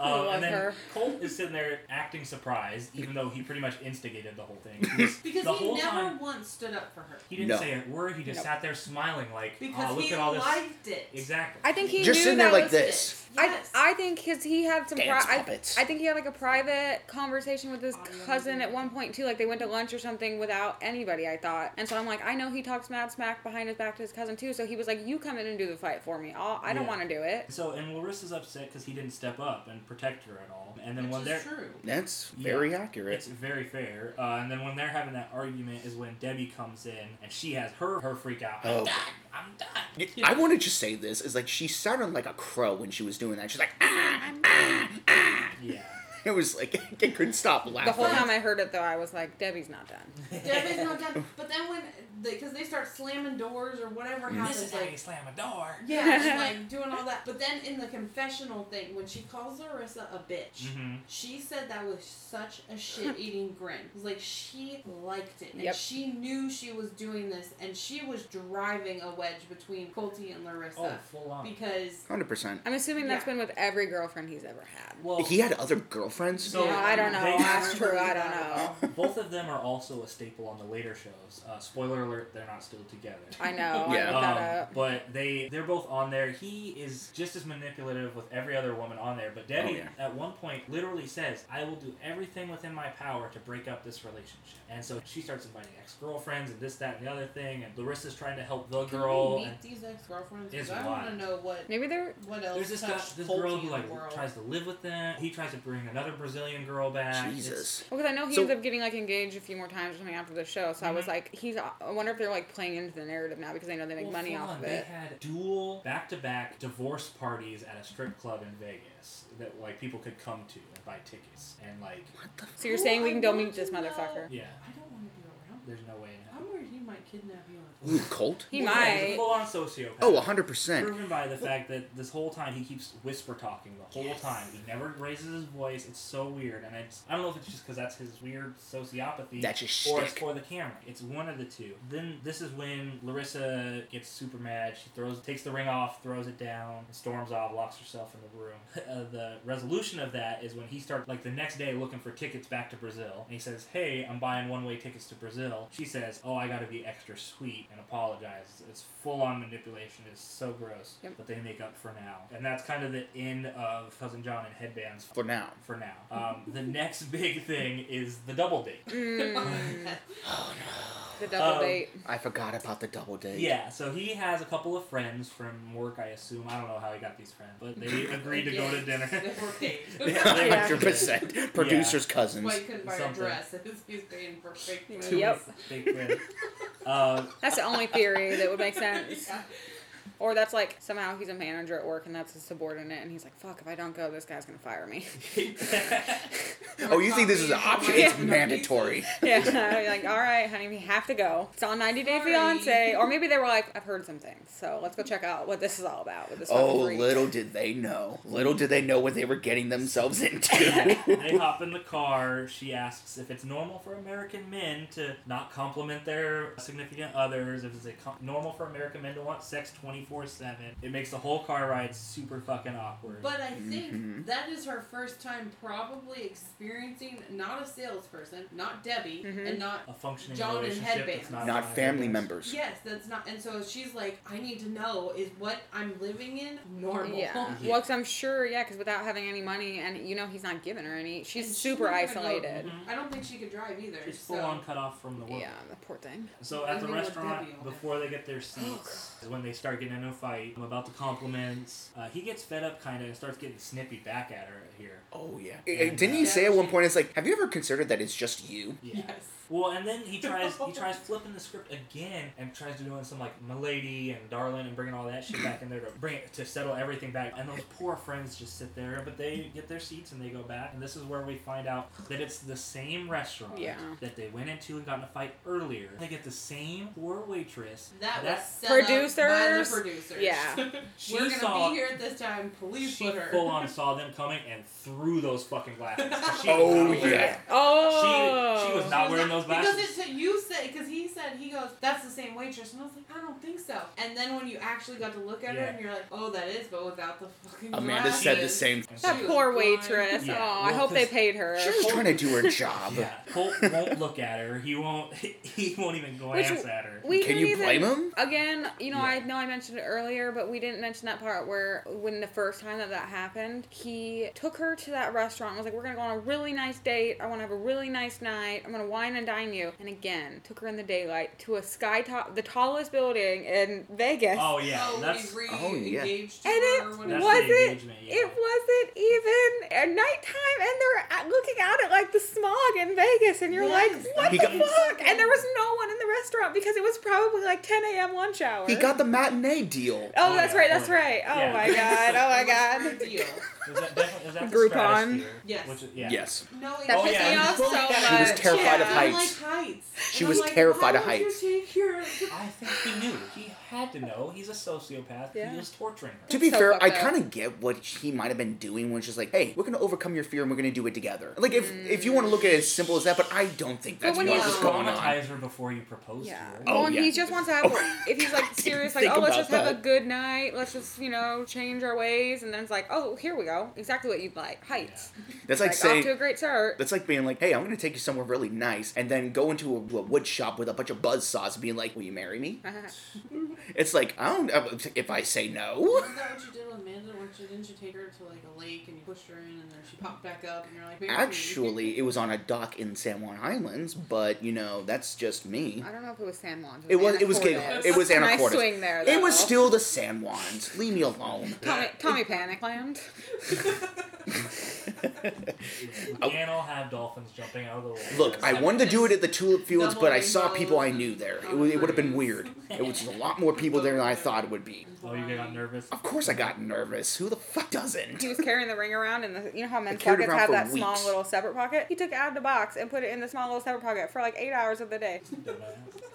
Speaker 2: I
Speaker 1: Um,
Speaker 2: love
Speaker 1: and then
Speaker 2: her.
Speaker 1: Colt is sitting there acting surprised, even though he pretty much instigated the whole thing. He was-
Speaker 4: Because
Speaker 1: the
Speaker 4: he
Speaker 1: whole
Speaker 4: never
Speaker 1: time
Speaker 4: once stood up for her.
Speaker 1: he didn't
Speaker 3: No.
Speaker 1: say a word. He just
Speaker 2: Nope.
Speaker 1: sat there smiling, like,
Speaker 4: Because
Speaker 1: "Aw, look
Speaker 4: he
Speaker 1: at all this.
Speaker 4: liked it.
Speaker 1: Exactly.
Speaker 2: I think he
Speaker 3: Just
Speaker 2: knew
Speaker 3: sitting
Speaker 2: that
Speaker 3: there like
Speaker 2: was,
Speaker 3: this.
Speaker 2: I,
Speaker 4: Yes.
Speaker 2: I think because he had some. Pri-
Speaker 3: Dance
Speaker 2: I,
Speaker 3: puppets.
Speaker 2: I think he had like a private conversation with his
Speaker 4: Audio
Speaker 2: cousin
Speaker 4: video.
Speaker 2: at one point too. Like they went to lunch or something without anybody. I thought, and so I'm like, I know he talks mad smack behind his back to his cousin too. So he was like, "You come in and do the fight for me. I'll, I don't
Speaker 1: Yeah.
Speaker 2: want to do it."
Speaker 1: So and Larissa's upset because he didn't step up and protect her at all. And then
Speaker 4: Which
Speaker 1: when
Speaker 4: is
Speaker 1: they're
Speaker 4: true.
Speaker 3: That's
Speaker 1: Yeah.
Speaker 3: very accurate.
Speaker 1: It's very fair. Uh, and then when they're having that argument is when Debbie comes in and she has her her freak out. I'm
Speaker 3: Oh.
Speaker 1: done. I'm done.
Speaker 3: I want to just say this is like she sounded like a crow when she was doing that. She's like, ah!
Speaker 1: Yeah.
Speaker 3: It was like I couldn't stop laughing.
Speaker 2: The whole time I heard it though, I was like, "Debbie's not done."
Speaker 4: Debbie's not done. But then when, because they start slamming doors or whatever
Speaker 1: Mm.
Speaker 4: happens, like
Speaker 1: slam a door.
Speaker 4: Yeah, and, like doing all that. But then in the confessional thing, when she calls Larissa a bitch,
Speaker 1: Mhm.
Speaker 4: she said that with such a shit eating grin. It was like she liked it. And
Speaker 2: Yep.
Speaker 4: she knew she was doing this and she was driving a wedge between Colty and
Speaker 1: Oh,
Speaker 4: Larissa.
Speaker 1: full on.
Speaker 4: Because
Speaker 3: Hundred percent.
Speaker 2: I'm assuming that's
Speaker 4: Yeah.
Speaker 2: been with every girlfriend he's ever had.
Speaker 1: Well,
Speaker 3: He had other girlfriends.
Speaker 1: So-
Speaker 2: yeah, I don't know.
Speaker 1: They-
Speaker 2: That's true. I don't know.
Speaker 1: both of them are also a staple on the later shows. Uh, spoiler alert: they're not still together.
Speaker 2: I know. I
Speaker 3: Yeah.
Speaker 2: looked that
Speaker 1: Um,
Speaker 2: up.
Speaker 1: but they they're both on there. He is just as manipulative with every other woman on there. But Debbie
Speaker 3: yeah.
Speaker 1: at one point literally says, "I will do everything within my power to break up this relationship." And so she starts inviting ex girlfriends and this, that, and the other thing. And Larissa's trying to help the
Speaker 4: can
Speaker 1: girl.
Speaker 4: we meet
Speaker 1: and
Speaker 4: these ex girlfriends?
Speaker 1: is
Speaker 4: Because I want
Speaker 1: wild.
Speaker 4: to know what
Speaker 2: Maybe they're.
Speaker 4: what else.
Speaker 1: there's this guy,
Speaker 4: touched
Speaker 1: this
Speaker 4: Colty
Speaker 1: girl
Speaker 4: in
Speaker 1: who
Speaker 4: the
Speaker 1: like
Speaker 4: world.
Speaker 1: tries to live with them. He tries to bring another Brazilian girl back. It's-
Speaker 3: Jesus.
Speaker 2: Because I know he
Speaker 3: So-
Speaker 2: ends up getting like engaged a few more times or something after the show, so I was
Speaker 1: Mhm.
Speaker 2: like, he's. I wonder if they're like playing into the narrative now because they know they make
Speaker 1: Well,
Speaker 2: money
Speaker 1: full
Speaker 2: off
Speaker 1: on,
Speaker 2: of
Speaker 1: They
Speaker 2: it.
Speaker 1: had dual back-to-back divorce parties at a strip club in Vegas that like people could come to and buy tickets and like
Speaker 3: What the? F-
Speaker 2: So you're
Speaker 4: Ooh,
Speaker 2: saying we
Speaker 4: I
Speaker 2: can go
Speaker 4: want
Speaker 2: meet
Speaker 4: to
Speaker 2: this
Speaker 4: know.
Speaker 2: motherfucker?
Speaker 1: yeah,
Speaker 4: I don't want to be around.
Speaker 1: there's no way. in hell.
Speaker 4: I'm worried he might kidnap you. and-
Speaker 3: Ooh, Colt.
Speaker 2: He
Speaker 1: Yeah, he's a
Speaker 2: might.
Speaker 1: full-on sociopath.
Speaker 3: Oh, hundred percent.
Speaker 1: Proven by the fact that this whole time he keeps whisper talking the whole
Speaker 4: Yes.
Speaker 1: time. He never raises his voice. It's so weird, and it's, I don't know if it's just because that's his weird sociopathy.
Speaker 3: That's his
Speaker 1: or it's
Speaker 3: shtick.
Speaker 1: for the camera. It's one of the two. Then this is when Larissa gets super mad. She throws, takes the ring off, throws it down, and storms off, locks herself in the room. Uh, the resolution of that is when he starts, like the next day, looking for tickets back to Brazil. And he says, "Hey, I'm buying one-way tickets to Brazil." She says, "Oh, I got to be extra sweet and apologize." It's full-on manipulation. It's so gross,
Speaker 2: Yep.
Speaker 1: but they make up for now. And that's kind of the end of Cousin John and Headbands.
Speaker 3: For now.
Speaker 1: For now, um, the next big thing is the double date.
Speaker 2: Mm, the
Speaker 1: Um,
Speaker 2: double date.
Speaker 3: I forgot about the double date.
Speaker 1: Yeah, so he has a couple of friends from work, I assume. I don't know how he got these friends, but they agreed to go to dinner.
Speaker 2: Yeah.
Speaker 3: Hundred percent. Producers' cousins.
Speaker 4: Why you couldn't buy a
Speaker 1: Something.
Speaker 4: dress? He's paying for fake clothes.
Speaker 2: Yep.
Speaker 1: Big friend. Um,
Speaker 2: That's the only theory that would make sense.
Speaker 4: Yeah.
Speaker 2: Or that's like somehow he's a manager at work and that's his subordinate, and he's like, "Fuck, if I don't go, this guy's gonna fire me."
Speaker 3: Oh, you think this is an option? It's
Speaker 4: Yeah.
Speaker 3: mandatory.
Speaker 2: yeah, I'd be like, "All right, honey, we have to go. It's on 90 Day
Speaker 4: Sorry."
Speaker 2: Fiance." Or maybe they were like, "I've heard some things, so let's go check out what this is all about." With this fucking
Speaker 3: Oh,
Speaker 2: freak."
Speaker 3: little did they know. Little did they know what they were getting themselves into.
Speaker 1: they hop in the car. She asks if it's normal for American men to not compliment their significant others, if it's a com- normal for American men to want sex 24 7. It makes the whole car ride super fucking awkward.
Speaker 4: But I think
Speaker 3: Mhm.
Speaker 4: that is her first time probably experiencing not a salesperson, not Debbie,
Speaker 2: Mhm.
Speaker 4: and not.
Speaker 1: a functioning
Speaker 4: John and
Speaker 1: relationship that's
Speaker 4: headbands.
Speaker 1: not,
Speaker 3: Not family members.
Speaker 4: Yes, that's not. And so she's like, I need to know is what I'm living in normal?
Speaker 2: Yeah. Well,
Speaker 1: Yeah.
Speaker 2: Well, i I'm sure, yeah, because without having any money, and you know he's not giving her any, she's
Speaker 4: And she
Speaker 2: super
Speaker 4: wouldn't even know-
Speaker 2: isolated.
Speaker 1: Mhm.
Speaker 4: I don't think she could drive either.
Speaker 1: She's
Speaker 4: so.
Speaker 1: full on cut off from the world.
Speaker 2: Yeah, the poor thing.
Speaker 1: So at the
Speaker 4: Maybe we'll
Speaker 1: restaurant,
Speaker 4: W on it. Oh,
Speaker 1: before they get their seats, is when they start getting in a fight I'm about the compliments, uh, he gets fed up kind of and starts getting snippy back at her here.
Speaker 3: Oh yeah. Eh, eh, Didn't he
Speaker 4: Yeah.
Speaker 3: say at one point it's like, have you ever considered that it's just you?
Speaker 1: Yeah.
Speaker 4: Yes.
Speaker 1: Well, and then he tries he tries flipping the script again and tries to doing some like Milady and Darling and bringing all that shit back in there to bring it to settle everything back. And those poor friends just sit there, but they get their seats and they go back. And this is where we find out that it's the same restaurant
Speaker 2: Yeah.
Speaker 1: that they went into and got in a fight earlier. They get the same poor waitress.
Speaker 4: That was
Speaker 1: That's-
Speaker 4: set up by the
Speaker 2: Producers?
Speaker 4: producers.
Speaker 2: Yeah.
Speaker 1: She
Speaker 4: We're gonna
Speaker 1: saw
Speaker 4: be here at this time. Please
Speaker 1: she
Speaker 4: put her.
Speaker 1: full on saw them coming and threw those fucking glasses. She was
Speaker 3: Oh,
Speaker 1: not aware.
Speaker 3: yeah.
Speaker 2: Oh.
Speaker 1: She- she was
Speaker 4: She
Speaker 1: not
Speaker 4: was
Speaker 1: wearing those glasses.
Speaker 4: Because it's, you said because he said he goes that's the same waitress and I was like I don't think so. And then when you actually got to look at her
Speaker 1: Yeah.
Speaker 4: and you're like oh that is but without the fucking
Speaker 3: Amanda said the
Speaker 4: glasses."
Speaker 3: same.
Speaker 1: And
Speaker 2: That
Speaker 1: she-
Speaker 4: was
Speaker 2: poor
Speaker 4: blind.
Speaker 2: waitress.
Speaker 1: Yeah,
Speaker 2: oh, I
Speaker 1: well,
Speaker 2: hope they
Speaker 1: 'cause
Speaker 2: paid her.
Speaker 3: She was trying to do her job.
Speaker 1: Yeah, Holt won't look at her. He won't. He won't even glance at her.
Speaker 2: We
Speaker 3: Can
Speaker 2: didn't
Speaker 3: you
Speaker 2: even-
Speaker 3: blame him?
Speaker 2: Again, you know, I
Speaker 1: Yeah.
Speaker 2: know I mentioned it earlier, but we didn't mention that part where when the first time that that happened, he took her to that restaurant and was like, We're gonna go on a really nice date. I wanna have a really nice night. I'm gonna wine and dine you. And again, took her in the daylight to a sky top, the tallest building in Vegas.
Speaker 1: Oh yeah,
Speaker 4: Oh,
Speaker 1: that's
Speaker 4: we
Speaker 3: Oh, yeah.
Speaker 4: re-engaged
Speaker 2: And
Speaker 4: to
Speaker 2: it
Speaker 4: her when
Speaker 1: that's
Speaker 2: was-
Speaker 1: the
Speaker 2: it-
Speaker 1: engagement. Yeah.
Speaker 2: It wasn't even at nighttime, and they're at- looking out at like the smog in Vegas, and you're
Speaker 4: Yes.
Speaker 2: like, "What
Speaker 3: He
Speaker 2: the
Speaker 3: got-
Speaker 2: fuck?" And there was no one in the restaurant because it was probably like 10 a.m. lunch hour.
Speaker 3: He got the matinee deal.
Speaker 2: Oh,
Speaker 1: Oh,
Speaker 2: that's
Speaker 1: yeah.
Speaker 2: right. That's right. Oh
Speaker 1: Yeah.
Speaker 2: my god. Oh my
Speaker 4: It was
Speaker 2: god.
Speaker 4: a deal.
Speaker 1: Is that definitely is that the
Speaker 2: Groupon.
Speaker 1: Stratosphere?
Speaker 4: Yes.
Speaker 1: Which is- yeah.
Speaker 3: Yes.
Speaker 4: No, it
Speaker 2: That
Speaker 1: Oh,
Speaker 4: was-
Speaker 2: pissed me
Speaker 1: yeah.
Speaker 2: off so much.
Speaker 1: She
Speaker 3: was terrified of
Speaker 2: yeah.
Speaker 4: I
Speaker 3: heights.
Speaker 4: like heights.
Speaker 3: She
Speaker 4: And
Speaker 3: was
Speaker 4: I'm like,
Speaker 3: terrified
Speaker 4: why
Speaker 3: of
Speaker 4: would you
Speaker 3: heights.
Speaker 4: take your-
Speaker 1: I think he knew. He had to know. He's a sociopath.
Speaker 2: Yeah.
Speaker 1: He was torturing her.
Speaker 3: To be
Speaker 2: so
Speaker 3: fair,
Speaker 2: fucked
Speaker 3: I
Speaker 2: up.
Speaker 3: kind of get what he might have been doing when it's just like, hey, we're gonna overcome your fear and we're gonna do it together. Like if if you want to look at it as simple as that, but I don't think
Speaker 2: But
Speaker 3: that's
Speaker 2: when
Speaker 3: what
Speaker 2: you-
Speaker 3: was going on.
Speaker 1: traumatize her before you propose
Speaker 2: Yeah.
Speaker 1: to her.
Speaker 3: Oh,
Speaker 2: well, and
Speaker 3: yeah.
Speaker 2: he just wants to have,
Speaker 3: Oh,
Speaker 2: if he's like
Speaker 3: I didn't
Speaker 2: serious, like,
Speaker 3: think
Speaker 2: oh, let's
Speaker 3: about
Speaker 2: just have a
Speaker 3: that.
Speaker 2: good night. Let's just, you know, change our ways. And then it's like, oh, here we go. Exactly what you'd like. Heights.
Speaker 3: That's
Speaker 2: Like,
Speaker 3: like saying
Speaker 2: off to a great start.
Speaker 3: That's like being like, hey, I'm gonna take you somewhere really nice, and then go into a, a wood shop with a bunch of buzz saws and being like, will you marry me? It's like, I don't know if I say no.
Speaker 4: Isn't that what you did with Amanda? Weren't you, didn't you take her to like a lake and you pushed her in and then she popped back up and you're like, "Marry me."
Speaker 3: Actually, it was on a dock in San Juan Islands, but you know, that's just me.
Speaker 2: I don't know if it was San Juan.
Speaker 3: It was- it was
Speaker 2: Anacortes.
Speaker 3: Gaylord. It was
Speaker 2: Nice
Speaker 3: Anacortes.
Speaker 2: swing there, though.
Speaker 3: It was still the San Juans. Leave me alone.
Speaker 2: Tommy, Tommy Panic Land.
Speaker 1: We can't all have dolphins jumping out of the water.
Speaker 3: Look, I wanted to do it at the Tulip Fields, but I saw
Speaker 4: Double
Speaker 3: people I
Speaker 4: rainbows
Speaker 3: knew there. It,
Speaker 4: on
Speaker 3: wa-
Speaker 4: the
Speaker 3: it would have been
Speaker 4: breeze.
Speaker 3: weird. It was a lot more people there than I thought it would be.
Speaker 1: Oh, you got nervous.
Speaker 3: Of course, I got nervous. Who the fuck doesn't?
Speaker 2: He was carrying the ring around, and the, you know how men's
Speaker 3: carried it
Speaker 2: pockets
Speaker 3: around
Speaker 2: have
Speaker 3: for
Speaker 2: that small
Speaker 3: weeks.
Speaker 2: little separate pocket? He took it out of the box and put it in the small little separate pocket for like eight hours of the day.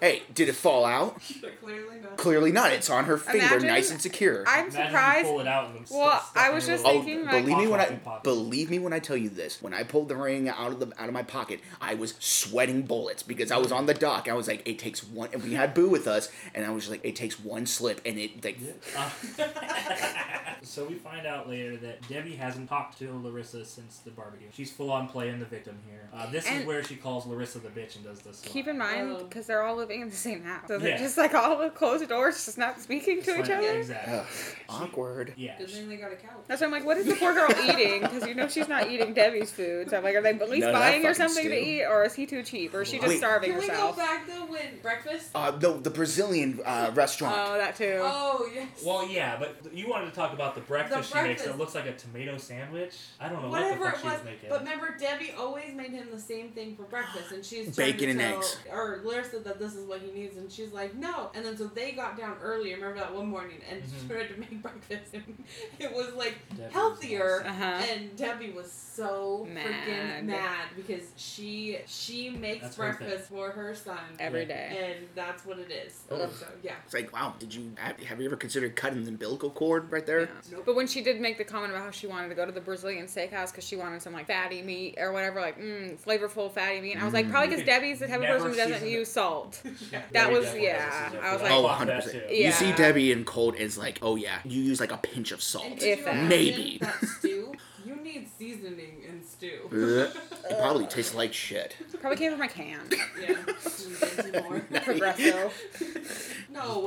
Speaker 3: Hey, did it fall out?
Speaker 4: But clearly not.
Speaker 3: Clearly not. It's on her finger,
Speaker 2: Imagine-
Speaker 3: nice and secure.
Speaker 2: I'm
Speaker 1: Imagine
Speaker 2: surprised.
Speaker 1: You pull it out and st-
Speaker 2: Well,
Speaker 1: stuff
Speaker 2: I
Speaker 1: it
Speaker 2: was
Speaker 1: in your
Speaker 2: just
Speaker 1: little-
Speaker 3: Oh,
Speaker 2: thinking, like-
Speaker 3: believe me when I
Speaker 1: Pocket, pocket.
Speaker 3: believe me when I tell you this. When I pulled the ring out of the out of my pocket, I was sweating bullets because I was on the dock. I was like, it takes one. And we had Boo with us, and I was like, it takes one slip, and it like,
Speaker 1: Uh, so we find out later that Debbie hasn't talked to Larissa since the barbecue. She's full on playing the victim here. Uh, this
Speaker 2: And-
Speaker 1: is where she calls Larissa the bitch and does this.
Speaker 2: Keep in mind,
Speaker 4: Oh.
Speaker 2: because they're all living in the same house, so they're
Speaker 1: Yeah.
Speaker 2: just like all with closed doors, just not speaking to each other.
Speaker 1: Exactly.
Speaker 3: ugh, awkward.
Speaker 1: Yeah.
Speaker 4: Good thing they got a couch.
Speaker 2: That's why I'm like, what is the poor girl eating? Because you know she's not eating Debbie's food. So I'm like, are they at least
Speaker 3: None of that
Speaker 2: buying her
Speaker 3: fucking
Speaker 2: something to
Speaker 3: stew.
Speaker 2: eat, or is he too cheap, or is she just
Speaker 3: Wait.
Speaker 2: starving
Speaker 4: Can we go
Speaker 2: herself?
Speaker 4: back though when breakfast?
Speaker 3: Uh, the the Brazilian uh, restaurant.
Speaker 2: Oh, that too.
Speaker 4: oh yes.
Speaker 1: Well, yeah, but you wanted to talk about the breakfast she makes
Speaker 4: breakfast.
Speaker 1: that looks like a tomato sandwich. I don't know what
Speaker 4: Whatever
Speaker 1: the fuck
Speaker 4: it was,
Speaker 1: she was making.
Speaker 4: but remember Debbie always made him the same thing for breakfast, and she's trying
Speaker 3: Bacon
Speaker 4: to
Speaker 3: and
Speaker 4: tell,
Speaker 3: eggs.
Speaker 4: Or Larissa said that this is what he needs, and she's like, no. And then so they got down early. Remember that one morning, and
Speaker 1: Mhm.
Speaker 4: tried to make breakfast, and it was like
Speaker 1: Debbie was
Speaker 4: healthier.
Speaker 2: Uh huh.
Speaker 4: And Debbie was so
Speaker 2: Mad.
Speaker 4: freaking mad because she she makes
Speaker 1: That's her thing.
Speaker 4: breakfast for her son,
Speaker 2: Every day.
Speaker 4: and that's what it is.
Speaker 1: Oh.
Speaker 4: So yeah.
Speaker 3: It's like, wow, did you have, have you ever considered cutting the umbilical cord right there?
Speaker 2: Yeah. But when she did make the comment about how she wanted to go to the Brazilian steakhouse because she wanted some like fatty meat or whatever, like mm, flavorful fatty meat, and I was like,
Speaker 3: Mm.
Speaker 2: probably
Speaker 1: You
Speaker 2: because
Speaker 1: could
Speaker 2: Debbie's the type of
Speaker 1: never
Speaker 2: person who doesn't
Speaker 1: season it.
Speaker 2: use salt.
Speaker 1: Yeah,
Speaker 2: that
Speaker 1: we
Speaker 2: was-
Speaker 1: definitely
Speaker 2: yeah,
Speaker 1: have a
Speaker 2: I was
Speaker 1: season.
Speaker 2: like-
Speaker 3: Oh,
Speaker 1: Fuck that
Speaker 3: 100%.
Speaker 1: too.
Speaker 3: You see
Speaker 2: Yeah.
Speaker 3: Debbie and Colt is like, oh yeah, you use like a pinch of
Speaker 4: And
Speaker 3: salt.
Speaker 4: could
Speaker 2: If
Speaker 4: you
Speaker 2: that.
Speaker 4: imagine
Speaker 3: Maybe.
Speaker 4: that stew, you need seasoning in stew.
Speaker 3: Ugh, it probably tastes like shit.
Speaker 2: Probably came from a can.
Speaker 4: Yeah. Some more.
Speaker 2: Progresso.
Speaker 4: No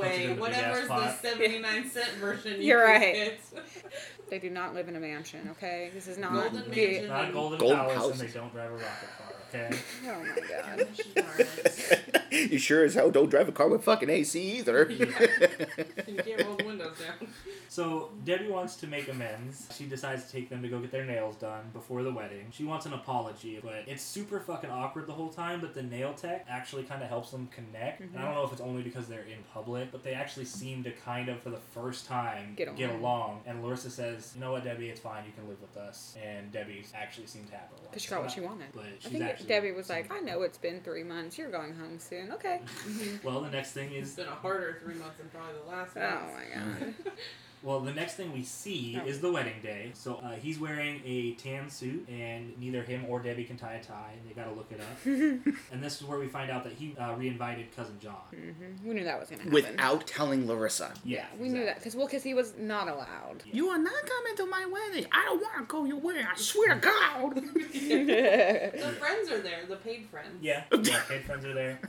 Speaker 1: Just puts it in
Speaker 4: way.
Speaker 1: the big
Speaker 4: Whatever's
Speaker 1: ass
Speaker 4: the
Speaker 1: pot.
Speaker 4: 79 cent version. You
Speaker 2: You're
Speaker 4: can
Speaker 2: right.
Speaker 4: get.
Speaker 2: They do not live in a mansion, okay? This is not
Speaker 4: Golden
Speaker 2: the-
Speaker 4: mansion.
Speaker 1: Not golden,
Speaker 3: Golden
Speaker 1: powers,
Speaker 3: houses.
Speaker 1: and they don't drive a rocket car. Okay.
Speaker 2: Oh my god.
Speaker 4: Gosh darn it.
Speaker 3: you sure as hell don't drive a car with fucking AC either.
Speaker 4: You can't roll the windows down.
Speaker 1: So Debbie wants to make amends. She decides to take them to go get their nails done before the wedding. She wants an apology, but it's super fucking awkward the whole time. But the nail tech actually kind of helps them connect.
Speaker 2: Mm-hmm.
Speaker 1: And I don't know if it's only because they're in public, but they actually seem to kind of, for the first time,
Speaker 2: Get along.
Speaker 1: along. And Larissa says, "You know what, Debbie? It's fine. You can live with us." And Debbie actually seemed to have her.
Speaker 2: Because she got what she wanted.
Speaker 1: But
Speaker 2: I
Speaker 1: she's
Speaker 2: think
Speaker 1: actually
Speaker 2: Debbie was like, I know it's been three months. You're going home soon. Okay.
Speaker 1: Well, the next thing
Speaker 4: It's
Speaker 1: is
Speaker 4: been a harder three months than probably the last
Speaker 2: Oh
Speaker 4: one.
Speaker 2: my god.
Speaker 1: Well, the next thing we see
Speaker 2: Oh.
Speaker 1: is the wedding day. So uh, he's wearing a tan suit, and neither him or Debbie can tie a tie. They gotta look it up. and this is where we find out that he uh, reinvited cousin John.
Speaker 2: We knew that was going to happen.
Speaker 3: Without telling Larissa.
Speaker 1: Yeah,
Speaker 2: Hmm. We knew that.
Speaker 1: exactly.
Speaker 2: Because, well, because he was not allowed.
Speaker 3: You are not coming to my wedding. I don't want to go your way. I swear to God.
Speaker 4: The friends are there, the paid friends.
Speaker 1: Yeah, yeah, head friends are there.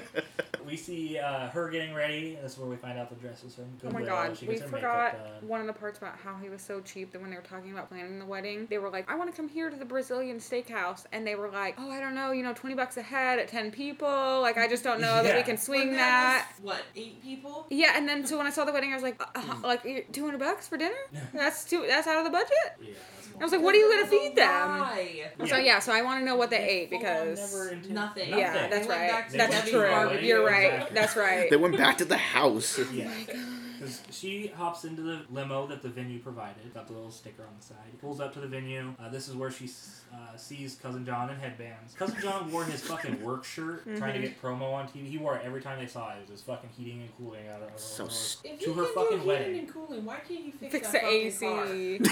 Speaker 1: we see uh, her getting ready. That's where we find out the dress is from.
Speaker 2: Oh my
Speaker 1: Goodwill.
Speaker 2: god,
Speaker 1: She
Speaker 2: we
Speaker 1: gets her
Speaker 2: forgot
Speaker 1: makeup done.
Speaker 2: one of the parts about how he was so cheap that when they were talking about planning the wedding, they were like, I want to come here to the Brazilian steakhouse. And they were like, oh, I don't know, you know, 20 bucks a head at 10 people. Like, I just don't know that
Speaker 1: Yeah.
Speaker 2: we can
Speaker 4: When
Speaker 2: swing
Speaker 4: there
Speaker 2: that.
Speaker 4: was, what, eight people?
Speaker 2: Yeah, and then so when I saw the wedding, I was like, uh, uh,
Speaker 3: Mm.
Speaker 2: like 200 bucks for dinner? That's too, that's out of the budget?
Speaker 1: Yeah, that's
Speaker 2: I was like, what are you going to
Speaker 4: That was a
Speaker 2: feed them?
Speaker 4: lie.
Speaker 1: Yeah.
Speaker 2: So yeah, so I want to know what they
Speaker 1: They
Speaker 2: ate
Speaker 1: full on never
Speaker 2: because.
Speaker 1: intend-
Speaker 4: Nothing.
Speaker 2: Yeah,
Speaker 1: Nothing.
Speaker 2: that's
Speaker 4: They went
Speaker 2: right.
Speaker 4: back to
Speaker 2: That's
Speaker 1: Debbie's
Speaker 2: true.
Speaker 1: wedding.
Speaker 2: You're right.
Speaker 1: Exactly.
Speaker 2: That's right.
Speaker 3: they went back to the house.
Speaker 1: Yeah.
Speaker 4: Oh
Speaker 1: Because she hops into the limo that the venue provided, got the little sticker on the side, pulls up to the venue. Uh, this is where she s- uh, sees Cousin John in headbands. Cousin John wore his fucking work shirt
Speaker 4: Mm-hmm.
Speaker 1: trying to get promo on TV. He wore it every time they saw it. It was just fucking heating and cooling out of
Speaker 3: So st-
Speaker 4: If
Speaker 1: To
Speaker 4: he
Speaker 1: her
Speaker 4: can
Speaker 1: fucking
Speaker 4: do
Speaker 1: wedding.
Speaker 4: heating and cooling, why can't he fix,
Speaker 2: Fix
Speaker 4: that
Speaker 2: the
Speaker 4: fucking
Speaker 2: AC
Speaker 4: car?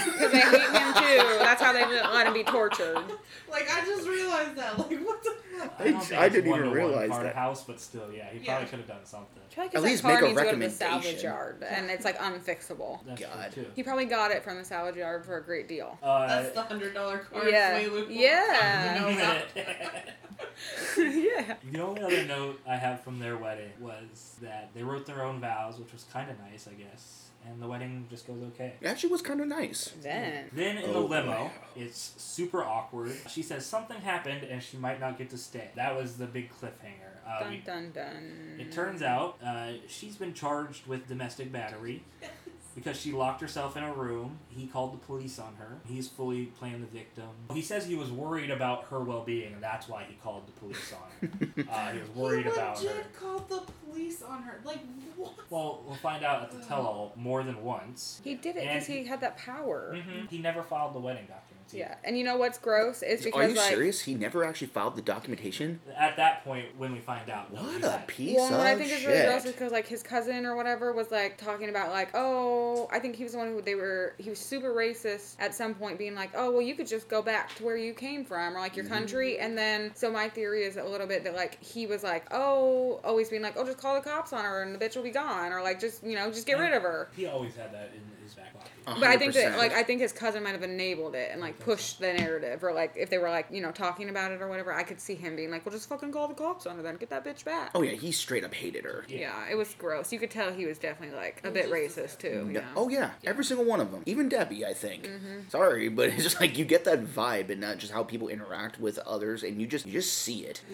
Speaker 2: because they hate him too. That's how they didn't let him be tortured.
Speaker 4: Like I just realized that. Like what the fuck?
Speaker 1: I, don't
Speaker 3: I-
Speaker 1: think
Speaker 3: I
Speaker 1: it's
Speaker 3: didn't
Speaker 1: one
Speaker 3: even
Speaker 1: to one
Speaker 3: realize
Speaker 1: part
Speaker 3: that.
Speaker 1: House, but still, yeah, he
Speaker 4: Yeah.
Speaker 1: probably could have done something.
Speaker 2: Probably
Speaker 3: At
Speaker 2: because
Speaker 3: least
Speaker 2: that car
Speaker 3: make a
Speaker 2: needs to go to the salvage
Speaker 3: recommendation.
Speaker 2: yard, and it's like unfixable.
Speaker 1: That's
Speaker 3: God.
Speaker 1: true, too.
Speaker 2: He probably got it from the salvage yard for a great deal.
Speaker 1: Uh,
Speaker 4: That's the hundred dollar car. It's
Speaker 2: yeah,
Speaker 4: way lukewarm.
Speaker 2: yeah, yeah.
Speaker 1: The only other note I have from their wedding was that they wrote their own vows, which was kind of nice, I guess. And the wedding just goes okay.
Speaker 3: It actually was kind of nice.
Speaker 2: Then
Speaker 1: Then in the
Speaker 3: Oh,
Speaker 1: limo,
Speaker 3: wow.
Speaker 1: it's super awkward. She says something happened and she might not get to stay. That was the big cliffhanger. Uh,
Speaker 2: dun
Speaker 1: we-
Speaker 2: dun dun.
Speaker 1: it turns out uh, she's been charged with domestic battery because she locked herself in a room. He called the police on her. He's fully playing the victim. He says he was worried about her well being, and that's why he called the police on her. Uh, he was
Speaker 4: He
Speaker 1: worried about
Speaker 4: legit
Speaker 1: her.
Speaker 4: called the police on her. Like what?
Speaker 1: Well, we'll find out at the tell all more than once.
Speaker 2: he did it because
Speaker 1: And-
Speaker 2: he had that power.
Speaker 3: Mm-hmm.
Speaker 1: hmm He never filed the wedding documents. either.
Speaker 2: Yeah, and you know what's gross is because
Speaker 3: Are you
Speaker 2: like
Speaker 3: serious? He never actually filed the documentation?
Speaker 1: At that point, when we find out, no,
Speaker 3: What
Speaker 1: he's
Speaker 3: a
Speaker 1: not.
Speaker 3: piece
Speaker 2: well,
Speaker 3: of
Speaker 2: what I think
Speaker 3: shit.
Speaker 2: is really gross is because like his cousin or whatever was like talking about like oh I think he was the one who they were he was super racist at some point being like oh well you could just go back to where you came from or like
Speaker 3: Mm-hmm.
Speaker 2: your country and then so my theory is a little bit that like he was like oh always being like oh just call the cops on her and the bitch will be gone or like just you know just get rid of her.
Speaker 1: He always had that in his back pocket.
Speaker 3: Uh,
Speaker 2: But I think that
Speaker 3: 100%.
Speaker 2: like I think his cousin might have enabled it and like pushed the narrative or like if they were like you know talking about it or whatever I could see him being like well just fucking call the cops on her then get that bitch back.
Speaker 3: oh, yeah, he straight up hated her.
Speaker 2: Yeah, it was gross. You could tell he was definitely like a
Speaker 4: It was
Speaker 2: bit racist
Speaker 4: just
Speaker 2: too.
Speaker 3: Yeah.
Speaker 2: You know?
Speaker 3: Oh yeah, every single one of them. Even Debbie, I think. Sorry, but it's just like you get that vibe, and not just how people interact with others, and you just you just see it.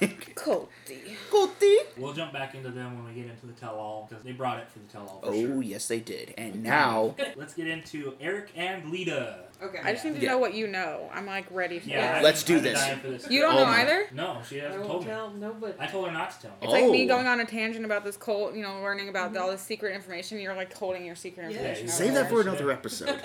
Speaker 3: Like,
Speaker 2: Colty.
Speaker 3: cool thing.
Speaker 1: We'll jump back into them when we get into the tell-all because they brought it for the tell-all. For
Speaker 3: Oh
Speaker 1: sure.
Speaker 3: yes, they did. And now,
Speaker 1: Let's get into Eric and Lita.
Speaker 4: Okay.
Speaker 2: I just need to
Speaker 3: Yeah.
Speaker 2: know what you know. I'm like ready for
Speaker 1: Yeah,
Speaker 2: that.
Speaker 1: I've
Speaker 3: Let's
Speaker 1: been-
Speaker 3: do
Speaker 1: I've been
Speaker 3: this.
Speaker 1: dying for this.
Speaker 2: You don't
Speaker 3: Oh
Speaker 2: know
Speaker 3: my-
Speaker 2: either.
Speaker 1: No, she
Speaker 4: I
Speaker 1: hasn't
Speaker 4: won't
Speaker 1: told me.
Speaker 4: tell nobody.
Speaker 1: I told her not to tell me.
Speaker 2: It's like me
Speaker 3: Oh.
Speaker 2: going on a tangent about this cult, you know, learning about all this secret information. You're like holding your secret
Speaker 4: Yeah.
Speaker 2: information.
Speaker 1: Yeah,
Speaker 2: out
Speaker 3: save
Speaker 2: there.
Speaker 3: that for another episode.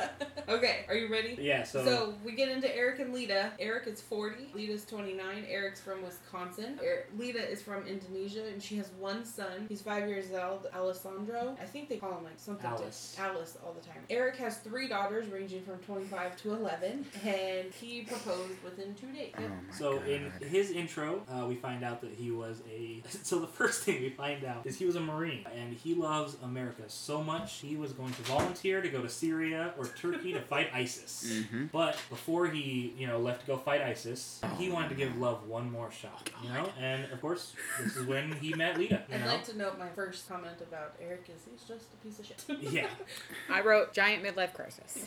Speaker 4: Okay, are you ready?
Speaker 1: Yeah. So,
Speaker 4: So we get into Eric and Lita. Eric is 40, Lita's 29. Eric's from Wisconsin. Er- Lita is from Indonesia, and she has one son. He's five years old, Alessandro. I think they call him like something
Speaker 1: Alice.
Speaker 4: Different. Alice all the time. Eric has three daughters, ranging from 25 to 11, and he proposed within two days.
Speaker 3: Oh my
Speaker 1: So
Speaker 3: God.
Speaker 1: in his intro, uh, we find out that he was a. So the first thing we find out is he was a Marine, and he loves America so much he was going to volunteer to go to Syria or Turkey to fight ISIS.
Speaker 3: Mhm.
Speaker 1: But before he, you know, left to go fight ISIS,
Speaker 3: Oh
Speaker 1: he wanted to give love one more shot, you know. And of course, this is when he met Lita. You
Speaker 4: I'd
Speaker 1: know.
Speaker 4: like to note my first comment about Eric is he's just a piece of shit.
Speaker 1: Yeah.
Speaker 2: I wrote giant midlife crisis.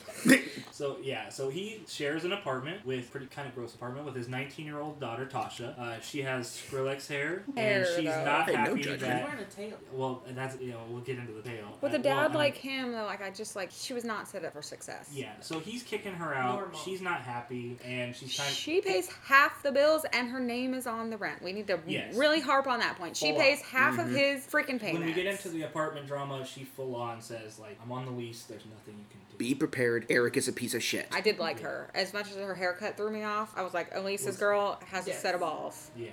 Speaker 1: So yeah. So he he shares an apartment with pretty kind of gross apartment with his 19 year old daughter Tasha. Uh, she has Skrillex hair,
Speaker 2: Hair,
Speaker 1: and she's
Speaker 2: though.
Speaker 1: not
Speaker 3: Hey, no
Speaker 1: happy
Speaker 3: judgment.
Speaker 1: that. Uh,
Speaker 4: wearing a tail.
Speaker 1: Well, and that's you know we'll get into the tale.
Speaker 2: With
Speaker 1: Uh,
Speaker 2: a dad
Speaker 1: well, I'm-
Speaker 2: like him, though, like I just like she was not set up for success.
Speaker 1: Yeah, so he's kicking her out.
Speaker 4: Normal.
Speaker 1: She's not happy, and she's kind of
Speaker 2: She pays half the bills and her name is on the rent. We need to
Speaker 1: Yes.
Speaker 2: really harp on that point. She
Speaker 1: Full
Speaker 2: pays
Speaker 1: on. Mm-hmm.
Speaker 2: half of
Speaker 3: Mhm.
Speaker 2: his freaking payments.
Speaker 1: When we get into the apartment drama, she full on says like, "I'm on the lease. There's nothing you can do."
Speaker 3: Be prepared. Eric is a piece of shit.
Speaker 2: I did like
Speaker 1: Yeah.
Speaker 2: her. As much as her haircut threw me off, I was like, Elisa's
Speaker 1: Was-
Speaker 2: girl has
Speaker 4: Yes.
Speaker 2: a set of balls.
Speaker 1: Yeah.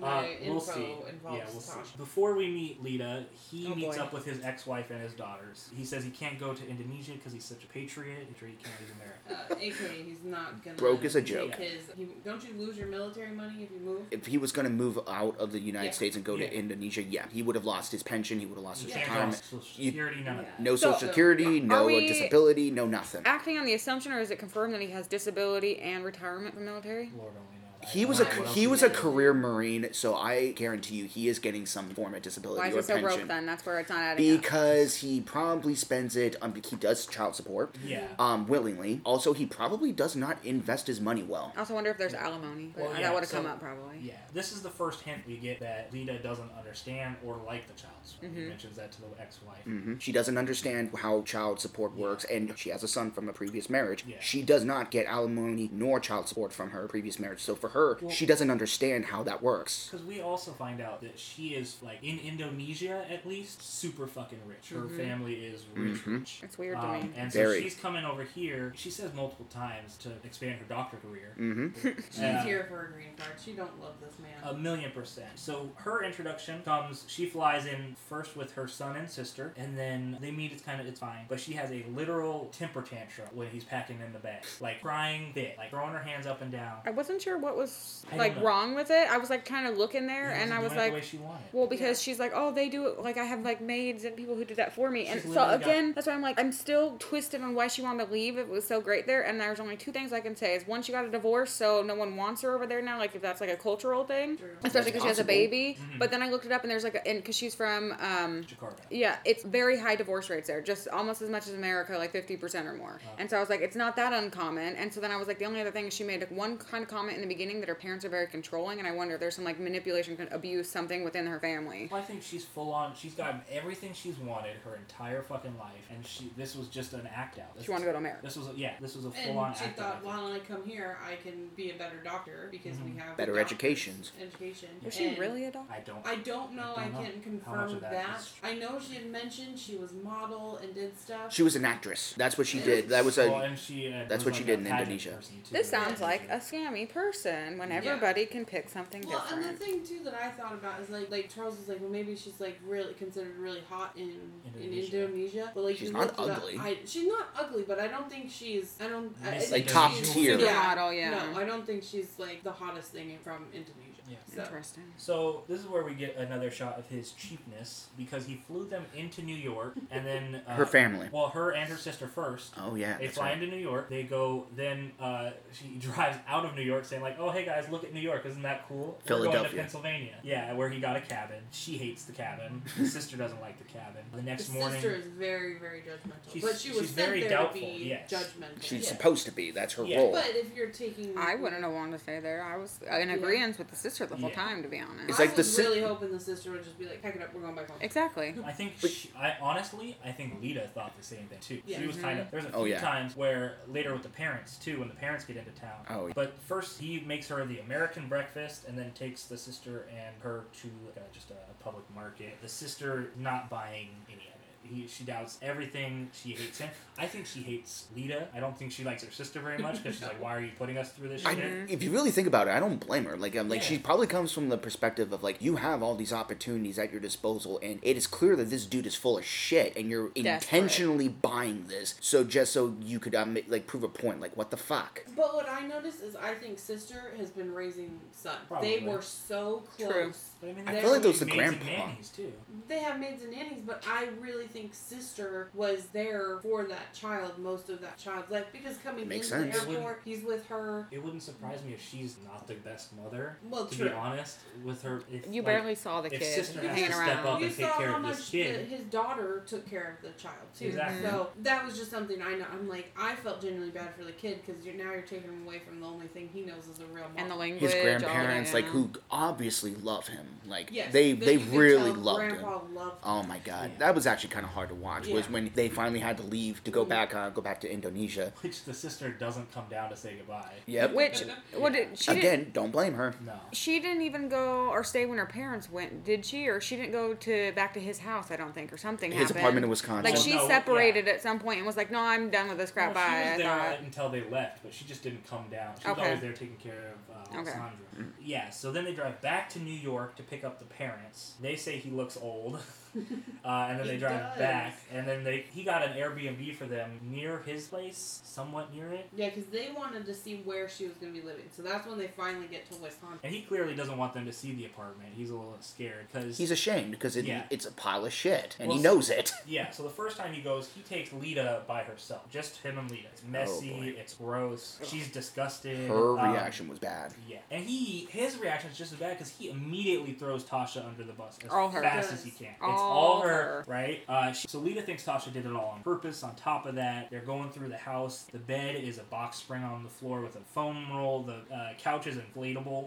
Speaker 4: Well,
Speaker 1: Uh,
Speaker 4: my info
Speaker 1: we'll see.
Speaker 4: involves
Speaker 1: Yeah, we'll see.
Speaker 4: Tasha.
Speaker 1: Before we meet Lita, he
Speaker 2: Oh,
Speaker 1: meets
Speaker 2: boy.
Speaker 1: up with his ex-wife and his daughters. He says he can't go to Indonesia because he's such a patriot. He can't leave America.
Speaker 4: Uh, AKA, he's not gonna.
Speaker 3: Broke as a joke.
Speaker 4: take His, he, don't you lose your military money if you move?
Speaker 3: If he was going to move out of the United
Speaker 4: Yeah.
Speaker 3: States and go
Speaker 1: Yeah.
Speaker 3: to Indonesia, yeah, he would have lost his pension. He would have lost
Speaker 1: You
Speaker 3: his
Speaker 4: Yeah.
Speaker 1: can't go
Speaker 3: retirement.
Speaker 1: Social
Speaker 3: You-
Speaker 1: Security, none of that.
Speaker 3: No
Speaker 2: So-
Speaker 3: social security, no
Speaker 2: we-
Speaker 3: disability, no nothing.
Speaker 2: Acting on the assumption, or is it confirmed that he has disability and retirement from the military?
Speaker 1: Lord only knows.
Speaker 3: He
Speaker 1: I
Speaker 3: was a
Speaker 1: don't know
Speaker 4: Why
Speaker 1: what else
Speaker 3: he
Speaker 1: he
Speaker 3: was a
Speaker 1: did.
Speaker 3: career marine, so I guarantee you he is getting some form of disability
Speaker 2: Why is
Speaker 3: or
Speaker 2: he so
Speaker 3: pension.
Speaker 2: broke then? That's where it's not adding up.
Speaker 3: because he probably spends it on he does child support
Speaker 1: Yeah.
Speaker 3: um willingly also he probably does not invest his money well
Speaker 2: I also wonder if there's alimony. but
Speaker 1: Well,
Speaker 2: that
Speaker 1: yeah,
Speaker 2: would have
Speaker 1: so-
Speaker 2: come up probably.
Speaker 1: Yeah, this is the first hint we get that Lita doesn't understand or like the child. support. He
Speaker 2: Mhm.
Speaker 1: mentions that to the ex-wife.
Speaker 3: hmm she doesn't understand how child support works and she has a son from a previous marriage
Speaker 1: Yeah.
Speaker 3: she does not get alimony nor child support from her previous marriage so for her
Speaker 1: Well-
Speaker 3: she doesn't understand how that works
Speaker 1: Because we also find out that she is like in Indonesia at least super fucking rich. Her
Speaker 2: Mhm.
Speaker 1: family is rich,
Speaker 3: Mhm.
Speaker 1: rich.
Speaker 2: It's weird to me.
Speaker 1: Um, and so
Speaker 3: Very.
Speaker 1: she's coming over here. She says multiple times to expand her doctor career.
Speaker 3: hmm
Speaker 4: She's
Speaker 1: Yeah.
Speaker 4: here for a green card. She don't love this man.
Speaker 1: A million percent. So her introduction comes. She flies in first with her son and sister, and then they meet. It's kind of it's fine, but she has a literal temper tantrum when he's packing in the bag, like crying bit, like throwing her hands up and down.
Speaker 2: I wasn't sure what was
Speaker 1: I don't
Speaker 2: like
Speaker 1: know.
Speaker 2: wrong with it. I was like trying to look in there,
Speaker 1: He
Speaker 2: and
Speaker 1: wasn't
Speaker 2: I was
Speaker 1: doing it
Speaker 2: like,
Speaker 1: the way she wanted.
Speaker 2: Well, because she's like, oh, they do it. Like I have like maids and people who do that for me. And
Speaker 1: She's
Speaker 2: so
Speaker 1: literally got-
Speaker 2: again, that's why I'm like, I'm still twisted on why she wanted to leave. It was so great there. And there's only two things I can say: is one, she got a divorce, so no one wants her over there now. Like if that's like a cultural thing,
Speaker 4: True.
Speaker 2: especially because she has a
Speaker 3: Possible.
Speaker 2: baby.
Speaker 1: Mhm.
Speaker 2: But then I looked it up, and there's like, a, and because she's from, um,
Speaker 1: Jakarta.
Speaker 2: yeah, it's very high divorce rates there, just almost as much as America, like 50% or more. And so I was like, it's not that uncommon. And so then I was like, the only other thing is she made like, one kind of comment in the beginning that her parents are very controlling, and I wonder if there's some like manipulation, con- abuse, something within her family.
Speaker 1: Well, I think she's full on. She's gotten everything she's wanted her entire fucking life, and she this was just an act out. This
Speaker 2: She wanted to go to America.
Speaker 1: This was a, yeah. This was a full on
Speaker 4: And she
Speaker 1: act
Speaker 4: thought,
Speaker 1: out. I think.
Speaker 4: while I come here, I can be a better doctor because
Speaker 1: Mm-hmm.
Speaker 4: we have
Speaker 3: Better
Speaker 4: doctors,
Speaker 3: educations.
Speaker 4: Education.
Speaker 2: Was she
Speaker 4: And
Speaker 2: really a doctor?
Speaker 1: I don't.
Speaker 4: I don't know. I
Speaker 1: Don't know
Speaker 4: can't
Speaker 1: how much
Speaker 4: confirm
Speaker 1: of that
Speaker 4: that.
Speaker 1: is-
Speaker 4: I know she had mentioned she was model and did stuff.
Speaker 3: she was an actress that's what she did that was
Speaker 1: Well,
Speaker 3: a
Speaker 1: and she, uh, was
Speaker 3: that's what
Speaker 1: like
Speaker 3: she
Speaker 1: a
Speaker 3: did in
Speaker 1: pageant
Speaker 3: Indonesia.
Speaker 1: person, too.
Speaker 2: This sounds
Speaker 1: Yeah.
Speaker 2: like a scammy person when
Speaker 1: Yeah.
Speaker 2: everybody can pick something
Speaker 4: Well, and the
Speaker 2: different.
Speaker 4: thing too that I thought about is like, like Charles was like, well, maybe she's like really considered really hot in
Speaker 1: Indonesia.
Speaker 4: in Indonesia, but like
Speaker 3: She's
Speaker 4: you
Speaker 3: not
Speaker 4: looked it up,
Speaker 3: ugly.
Speaker 4: I, she's not ugly, but I don't think she's. I don't. I, I
Speaker 1: Miss
Speaker 3: Like
Speaker 4: think
Speaker 3: top
Speaker 4: she's-
Speaker 3: tier.
Speaker 2: Supermodel, yeah.
Speaker 4: No, I don't think she's like the hottest thing from Indonesia.
Speaker 1: Yeah.
Speaker 4: So.
Speaker 2: Interesting.
Speaker 1: So this is where we get another shot of his cheapness because he flew them into New York and then uh,
Speaker 3: her family
Speaker 1: Well, her and her sister first.
Speaker 3: oh yeah
Speaker 1: They
Speaker 3: that's
Speaker 1: fly
Speaker 3: right.
Speaker 1: into New York. They go. Then uh, she drives out of New York, saying like, "Oh, hey guys, look at New York! Isn't that cool?" We're going to
Speaker 3: Philadelphia.
Speaker 1: Pennsylvania. Yeah, where he got a cabin. She hates the cabin. His sister doesn't like the cabin. The next
Speaker 4: His
Speaker 1: morning,
Speaker 4: sister is very, very judgmental.
Speaker 1: She's-
Speaker 4: but she was
Speaker 1: she's
Speaker 4: sent
Speaker 1: very
Speaker 4: there
Speaker 1: doubtful,
Speaker 4: to be
Speaker 1: yes.
Speaker 4: judgmental.
Speaker 3: she's
Speaker 1: Yeah.
Speaker 3: supposed to be that's her
Speaker 1: Yeah.
Speaker 3: role
Speaker 4: But if you're taking,
Speaker 2: I wouldn't have wanted to stay there. I was in agreeance with the sister the whole
Speaker 1: Yeah.
Speaker 2: time, to be
Speaker 3: It's
Speaker 2: honest.
Speaker 4: I
Speaker 3: like the
Speaker 4: was
Speaker 3: si-
Speaker 4: really hoping the sister would just be like, "Pack it up, we're going back home."
Speaker 2: Exactly.
Speaker 1: I think
Speaker 3: But-
Speaker 1: she, I honestly, I think Lita thought the same thing too.
Speaker 4: Yeah.
Speaker 1: She was kind of there's a few
Speaker 3: Oh, yeah.
Speaker 1: times where later with the parents too, when the parents get into town.
Speaker 3: Oh, yeah.
Speaker 1: But first he makes her the American breakfast and then takes the sister and her to uh, just a public market. The sister not buying any of it. He, she doubts everything. She hates him. I think she hates Lita. I don't think she likes her sister very much because she's like, "Why are you putting us through this
Speaker 3: I,
Speaker 1: shit?"
Speaker 3: if you really think about it, I don't blame her. Like, I'm like
Speaker 1: Yeah.
Speaker 3: she probably comes from the perspective of like you have all these opportunities at your disposal, and it is clear that this dude is full of shit, and you're
Speaker 2: Desperate.
Speaker 3: intentionally buying this so just so you could um, like prove a point. Like, what the fuck?
Speaker 4: But what I noticed is I think sister has been raising son.
Speaker 1: Probably.
Speaker 4: They were so
Speaker 2: True.
Speaker 4: close.
Speaker 1: But I mean,
Speaker 4: I
Speaker 1: there's
Speaker 4: feel like
Speaker 1: so
Speaker 3: those
Speaker 1: many
Speaker 3: are the
Speaker 1: maids and
Speaker 3: grandpa.
Speaker 1: nannies, too.
Speaker 4: They have maids and nannies, but I really think sister was there for that child most of that child's life because coming
Speaker 3: Makes
Speaker 4: into
Speaker 3: sense.
Speaker 4: the airport, he's with her.
Speaker 1: It wouldn't surprise me if she's not the best mother.
Speaker 4: Well,
Speaker 1: To
Speaker 4: true.
Speaker 1: be honest, with her, if,
Speaker 2: You
Speaker 1: like,
Speaker 2: barely saw the
Speaker 1: if
Speaker 2: kid
Speaker 1: sister has
Speaker 2: hanging
Speaker 1: to step
Speaker 2: around.
Speaker 1: up
Speaker 4: you
Speaker 1: and take
Speaker 4: saw
Speaker 1: care
Speaker 4: how
Speaker 1: of
Speaker 4: much
Speaker 1: this kid.
Speaker 4: The, his daughter took care of the child too.
Speaker 1: Exactly.
Speaker 4: So that was just something I know. I'm like, I felt genuinely bad for the kid because you're, now you're taking him away from the only thing he knows is a real mom.
Speaker 2: and the language.
Speaker 3: His
Speaker 2: all that,
Speaker 3: grandparents, like
Speaker 2: yeah.
Speaker 3: who obviously love him, like
Speaker 4: Yes,
Speaker 3: they
Speaker 4: that
Speaker 3: they
Speaker 4: you could
Speaker 3: really
Speaker 4: tell
Speaker 3: loved him.
Speaker 4: Grandpa loved
Speaker 3: Oh my god,
Speaker 1: Yeah.
Speaker 3: that was actually kind of hard to watch. Was
Speaker 4: Yeah.
Speaker 3: when they finally had to leave to go
Speaker 4: Mhm.
Speaker 3: back uh, go back to Indonesia.
Speaker 1: Which the sister doesn't come down to say goodbye.
Speaker 3: Yep.
Speaker 2: Which, what
Speaker 1: Yeah.
Speaker 2: did she? Didn't,
Speaker 3: again, don't blame her.
Speaker 1: No.
Speaker 2: she didn't even go or stay when her parents went, did she? Or she didn't go to back to his house, I don't think, or something
Speaker 3: His
Speaker 2: happened.
Speaker 3: apartment in Wisconsin.
Speaker 2: Like
Speaker 1: Well,
Speaker 2: she
Speaker 1: no,
Speaker 2: separated at some point and was like, "No, I'm done with this crap."
Speaker 1: Well, she
Speaker 2: bye.
Speaker 1: was
Speaker 2: I
Speaker 1: there
Speaker 2: thought.
Speaker 1: until they left, but she just didn't come down. She was
Speaker 2: Okay.
Speaker 1: always there taking care of uh,
Speaker 2: Okay.
Speaker 1: Sandra. Yeah, so then they drive back to New York to pick up the parents. They say he looks old, uh, and then
Speaker 4: He
Speaker 1: they drive
Speaker 4: does.
Speaker 1: back, and then they he got an Airbnb for them near his place, somewhat near it.
Speaker 4: Yeah, because they wanted to see where she was going to be living. So that's when they finally get to Wisconsin.
Speaker 1: And he clearly doesn't want them to see the apartment. He's a little scared because
Speaker 3: He's ashamed because it,
Speaker 1: Yeah.
Speaker 3: it's a pile of shit, and he
Speaker 1: Well,
Speaker 3: knows it.
Speaker 1: Yeah, so the first time he goes, he takes Lita by herself. Just him and Lita. It's messy,
Speaker 3: Oh, boy.
Speaker 1: it's gross, she's disgusted.
Speaker 3: Her
Speaker 1: um,
Speaker 3: reaction was bad.
Speaker 1: Yeah, and he his reaction is just as bad because he immediately throws Tasha under the bus as
Speaker 2: All her.
Speaker 1: fast
Speaker 4: Does.
Speaker 1: as he can. It's
Speaker 2: All
Speaker 1: all her,
Speaker 2: her.
Speaker 1: right? Uh, she, so Lita thinks Tasha did it all on purpose. On top of that, they're going through the house. The bed is a box spring on the floor with a foam roll. The uh, couch is
Speaker 2: Oh,
Speaker 1: inflatable.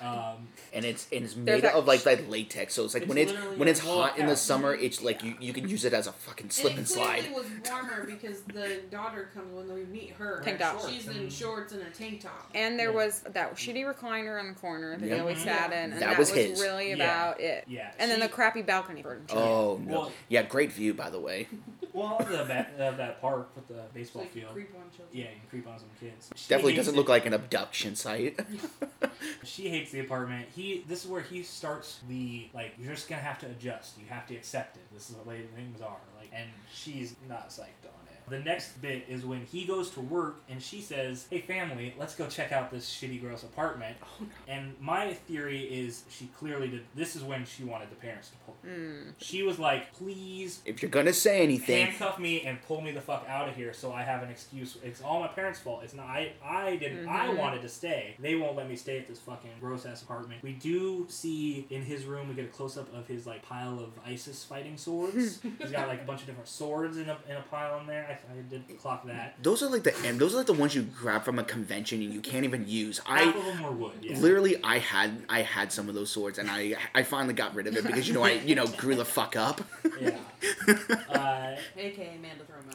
Speaker 1: Um,
Speaker 3: and it's and it's
Speaker 2: There's
Speaker 3: made
Speaker 2: that-
Speaker 3: of like that latex. So it's like
Speaker 1: It's
Speaker 3: when it's
Speaker 1: literally
Speaker 3: when
Speaker 1: a
Speaker 3: it's hot in
Speaker 1: blowout.
Speaker 3: the summer, it's like you, you can use it as a fucking slip
Speaker 4: and
Speaker 3: and
Speaker 4: it clearly
Speaker 3: slide.
Speaker 4: was warmer because the daughter comes when we meet her.
Speaker 2: Tank top.
Speaker 4: She's
Speaker 1: Shorts
Speaker 4: in
Speaker 1: and-
Speaker 4: shorts and a tank top.
Speaker 2: And there
Speaker 1: Yeah.
Speaker 2: was that shitty recliner in the corner that
Speaker 3: Yep.
Speaker 2: they always sat in, and
Speaker 3: That
Speaker 2: that,
Speaker 3: was
Speaker 2: was,
Speaker 3: his.
Speaker 2: really
Speaker 1: Yeah.
Speaker 2: about it.
Speaker 1: yeah.
Speaker 2: And then
Speaker 1: she-
Speaker 2: the crappy balcony furniture.
Speaker 3: Oh no!
Speaker 1: Well-
Speaker 3: yeah, great view by the way.
Speaker 1: well the ba- uh, that park with the
Speaker 4: It's
Speaker 1: baseball
Speaker 4: like
Speaker 1: field.
Speaker 4: creep on children.
Speaker 1: Yeah, you can creep on some kids. She
Speaker 3: Definitely
Speaker 1: hates
Speaker 3: doesn't
Speaker 1: it.
Speaker 3: look like an abduction site.
Speaker 1: She hates the apartment. He. This is where he starts the like. You're just gonna have to adjust. You have to accept it. This is what lady things are like. And she's not psyched on it. The next bit is when he goes to work and she says, "Hey family, let's go check out this shitty gross apartment." And my theory is she clearly did. This is when she wanted the parents to pull.
Speaker 2: Mm.
Speaker 1: She was like, "Please."
Speaker 3: If you're gonna say anything,
Speaker 1: Handcuff me and pull me the fuck out of here, so I have an excuse. It's all my parents' fault. It's not I. I didn't. I
Speaker 2: Mhm.
Speaker 1: wanted to stay. They won't let me stay at this fucking gross ass apartment. We do see in his room. We get a close up of his like pile of ISIS fighting swords. He's got like a bunch of different swords in a, in a pile in there. I, I did clock that.
Speaker 3: those are like the and those are like the ones you grab from a convention and you can't even use.
Speaker 1: Half
Speaker 3: I
Speaker 1: of them were wood. Yeah.
Speaker 3: literally I had I had some of those swords and I I finally got rid of it because you know I you know grew the fuck up.
Speaker 1: Yeah. Uh,
Speaker 4: AKA Amanda throw 'em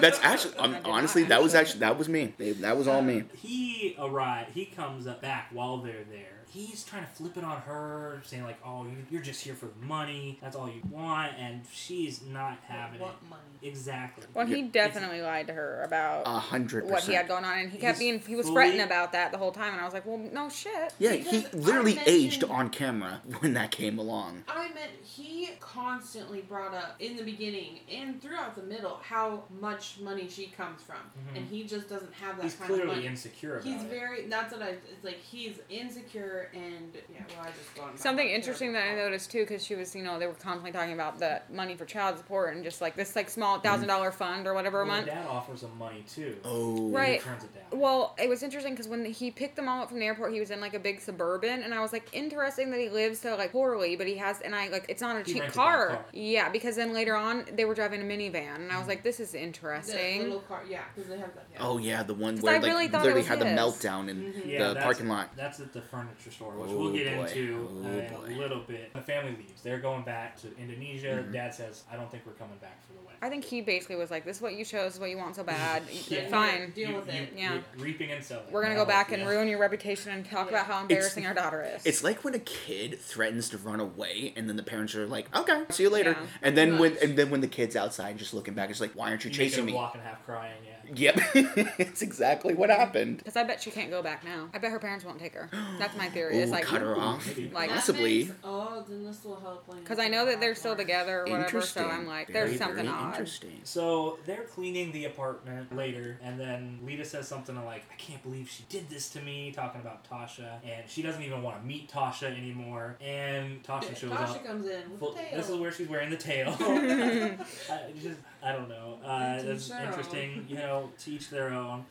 Speaker 3: That's actually um,
Speaker 2: I did
Speaker 3: honestly
Speaker 2: not
Speaker 3: that was
Speaker 2: actually-
Speaker 3: actually that was me. Babe. That was all me.
Speaker 1: He arrived. He comes up back while they're there. He's trying to flip it on her, saying like, "Oh, you- you're just here for the money. That's all you want," and she's not having
Speaker 4: What
Speaker 1: it.
Speaker 4: money?
Speaker 1: Exactly.
Speaker 2: Well, he
Speaker 3: Yeah.
Speaker 2: definitely lied to her about
Speaker 3: A hundred percent.
Speaker 2: what he had going on, and he kept
Speaker 1: He's
Speaker 2: being he was
Speaker 1: fully-
Speaker 2: fretting about that the whole time, and I was like, well, no shit.
Speaker 3: Yeah, he
Speaker 4: Because I
Speaker 3: literally
Speaker 4: mentioned-
Speaker 3: aged on camera when that came along.
Speaker 4: I meant he constantly brought up in the beginning and throughout the middle how much money she comes from,
Speaker 1: Mhm.
Speaker 4: and he just doesn't have that
Speaker 1: He's
Speaker 4: kind of money.
Speaker 1: clearly insecure about
Speaker 4: He's
Speaker 1: it.
Speaker 4: very. That's what I. It's like he's insecure and yeah. Well, I just gone.
Speaker 2: Something interesting that I noticed too, because she was, you know, they were constantly talking about the money for child support and just like this like small
Speaker 1: Mm-hmm.
Speaker 2: thousand dollar fund or whatever a
Speaker 1: Well,
Speaker 2: month.
Speaker 1: Dad offers him money too.
Speaker 3: Oh,
Speaker 1: and he
Speaker 2: Right.
Speaker 1: turns it down.
Speaker 2: Well, it was interesting because when he picked them all up from the airport, he was in like a big suburban, and I was like, interesting that he lives so like poorly, but he has, and I like, it's not a
Speaker 1: He
Speaker 2: cheap
Speaker 1: rented that
Speaker 2: car.
Speaker 1: car.
Speaker 2: Yeah, because then later on they were driving a minivan, and
Speaker 1: Mm-hmm.
Speaker 2: I was like, this is
Speaker 4: The
Speaker 2: interesting.
Speaker 4: little car, yeah, because they have that. Yeah.
Speaker 3: Oh yeah, the one
Speaker 2: 'Cause
Speaker 3: where
Speaker 2: I
Speaker 3: like
Speaker 2: really thought it
Speaker 3: literally
Speaker 2: was
Speaker 3: had the
Speaker 2: his.
Speaker 3: meltdown in
Speaker 4: Mhm.
Speaker 1: yeah,
Speaker 3: the
Speaker 1: that's-
Speaker 3: parking lot.
Speaker 1: That's at the furniture store, which
Speaker 3: Oh,
Speaker 1: we'll get
Speaker 3: boy.
Speaker 1: into
Speaker 3: Oh,
Speaker 1: uh, in a
Speaker 3: boy.
Speaker 1: little bit. The family leaves. They're going back to Indonesia.
Speaker 3: Mhm.
Speaker 1: Dad says, "I don't think we're coming back for the wedding."
Speaker 2: I think he basically was like, this is what you chose, this is what you want so bad.
Speaker 1: Yeah.
Speaker 2: Fine.
Speaker 4: Deal
Speaker 1: You-
Speaker 4: with
Speaker 1: you-
Speaker 4: it.
Speaker 2: Yeah.
Speaker 1: you're Reaping and selling.
Speaker 2: We're gonna
Speaker 1: Now
Speaker 2: go back
Speaker 1: it's-
Speaker 2: and
Speaker 1: yeah.
Speaker 2: ruin your reputation and talk
Speaker 4: Yeah.
Speaker 2: about how embarrassing our daughter is.
Speaker 3: It's like when a kid threatens to run away, and then the parents are like, "Okay, see you later."
Speaker 2: Yeah.
Speaker 3: And then
Speaker 4: Right.
Speaker 3: when and then when the kid's outside, just looking back, it's like, "Why aren't you
Speaker 1: You make it
Speaker 3: chasing
Speaker 1: a
Speaker 3: me?"
Speaker 1: block and half crying. Yeah.
Speaker 3: Yep, it's exactly what happened.
Speaker 2: Because I bet she can't go back now. I bet her parents won't take her. That's my theory.
Speaker 3: Ooh,
Speaker 2: It's like
Speaker 3: cut her off.
Speaker 1: maybe.
Speaker 2: Like-
Speaker 4: That
Speaker 3: Possibly.
Speaker 4: makes- oh, then this will help. Like,
Speaker 2: because I know that they're still together or whatever. So
Speaker 3: Interesting.
Speaker 2: I'm like,
Speaker 3: Very,
Speaker 2: there's something
Speaker 3: very
Speaker 2: odd.
Speaker 3: Interesting.
Speaker 1: So they're cleaning the apartment later, and then Lita says something like, I can't believe she did this to me, talking about Tasha, and she doesn't even want to meet Tasha anymore. And Tasha shows
Speaker 4: Tasha
Speaker 1: up.
Speaker 4: comes in with
Speaker 1: Full-
Speaker 4: a tail.
Speaker 1: this is where she's wearing the tail. I it's just, I don't know. Uh,
Speaker 4: To
Speaker 1: that's
Speaker 4: each their
Speaker 1: interesting. You know, to each their own.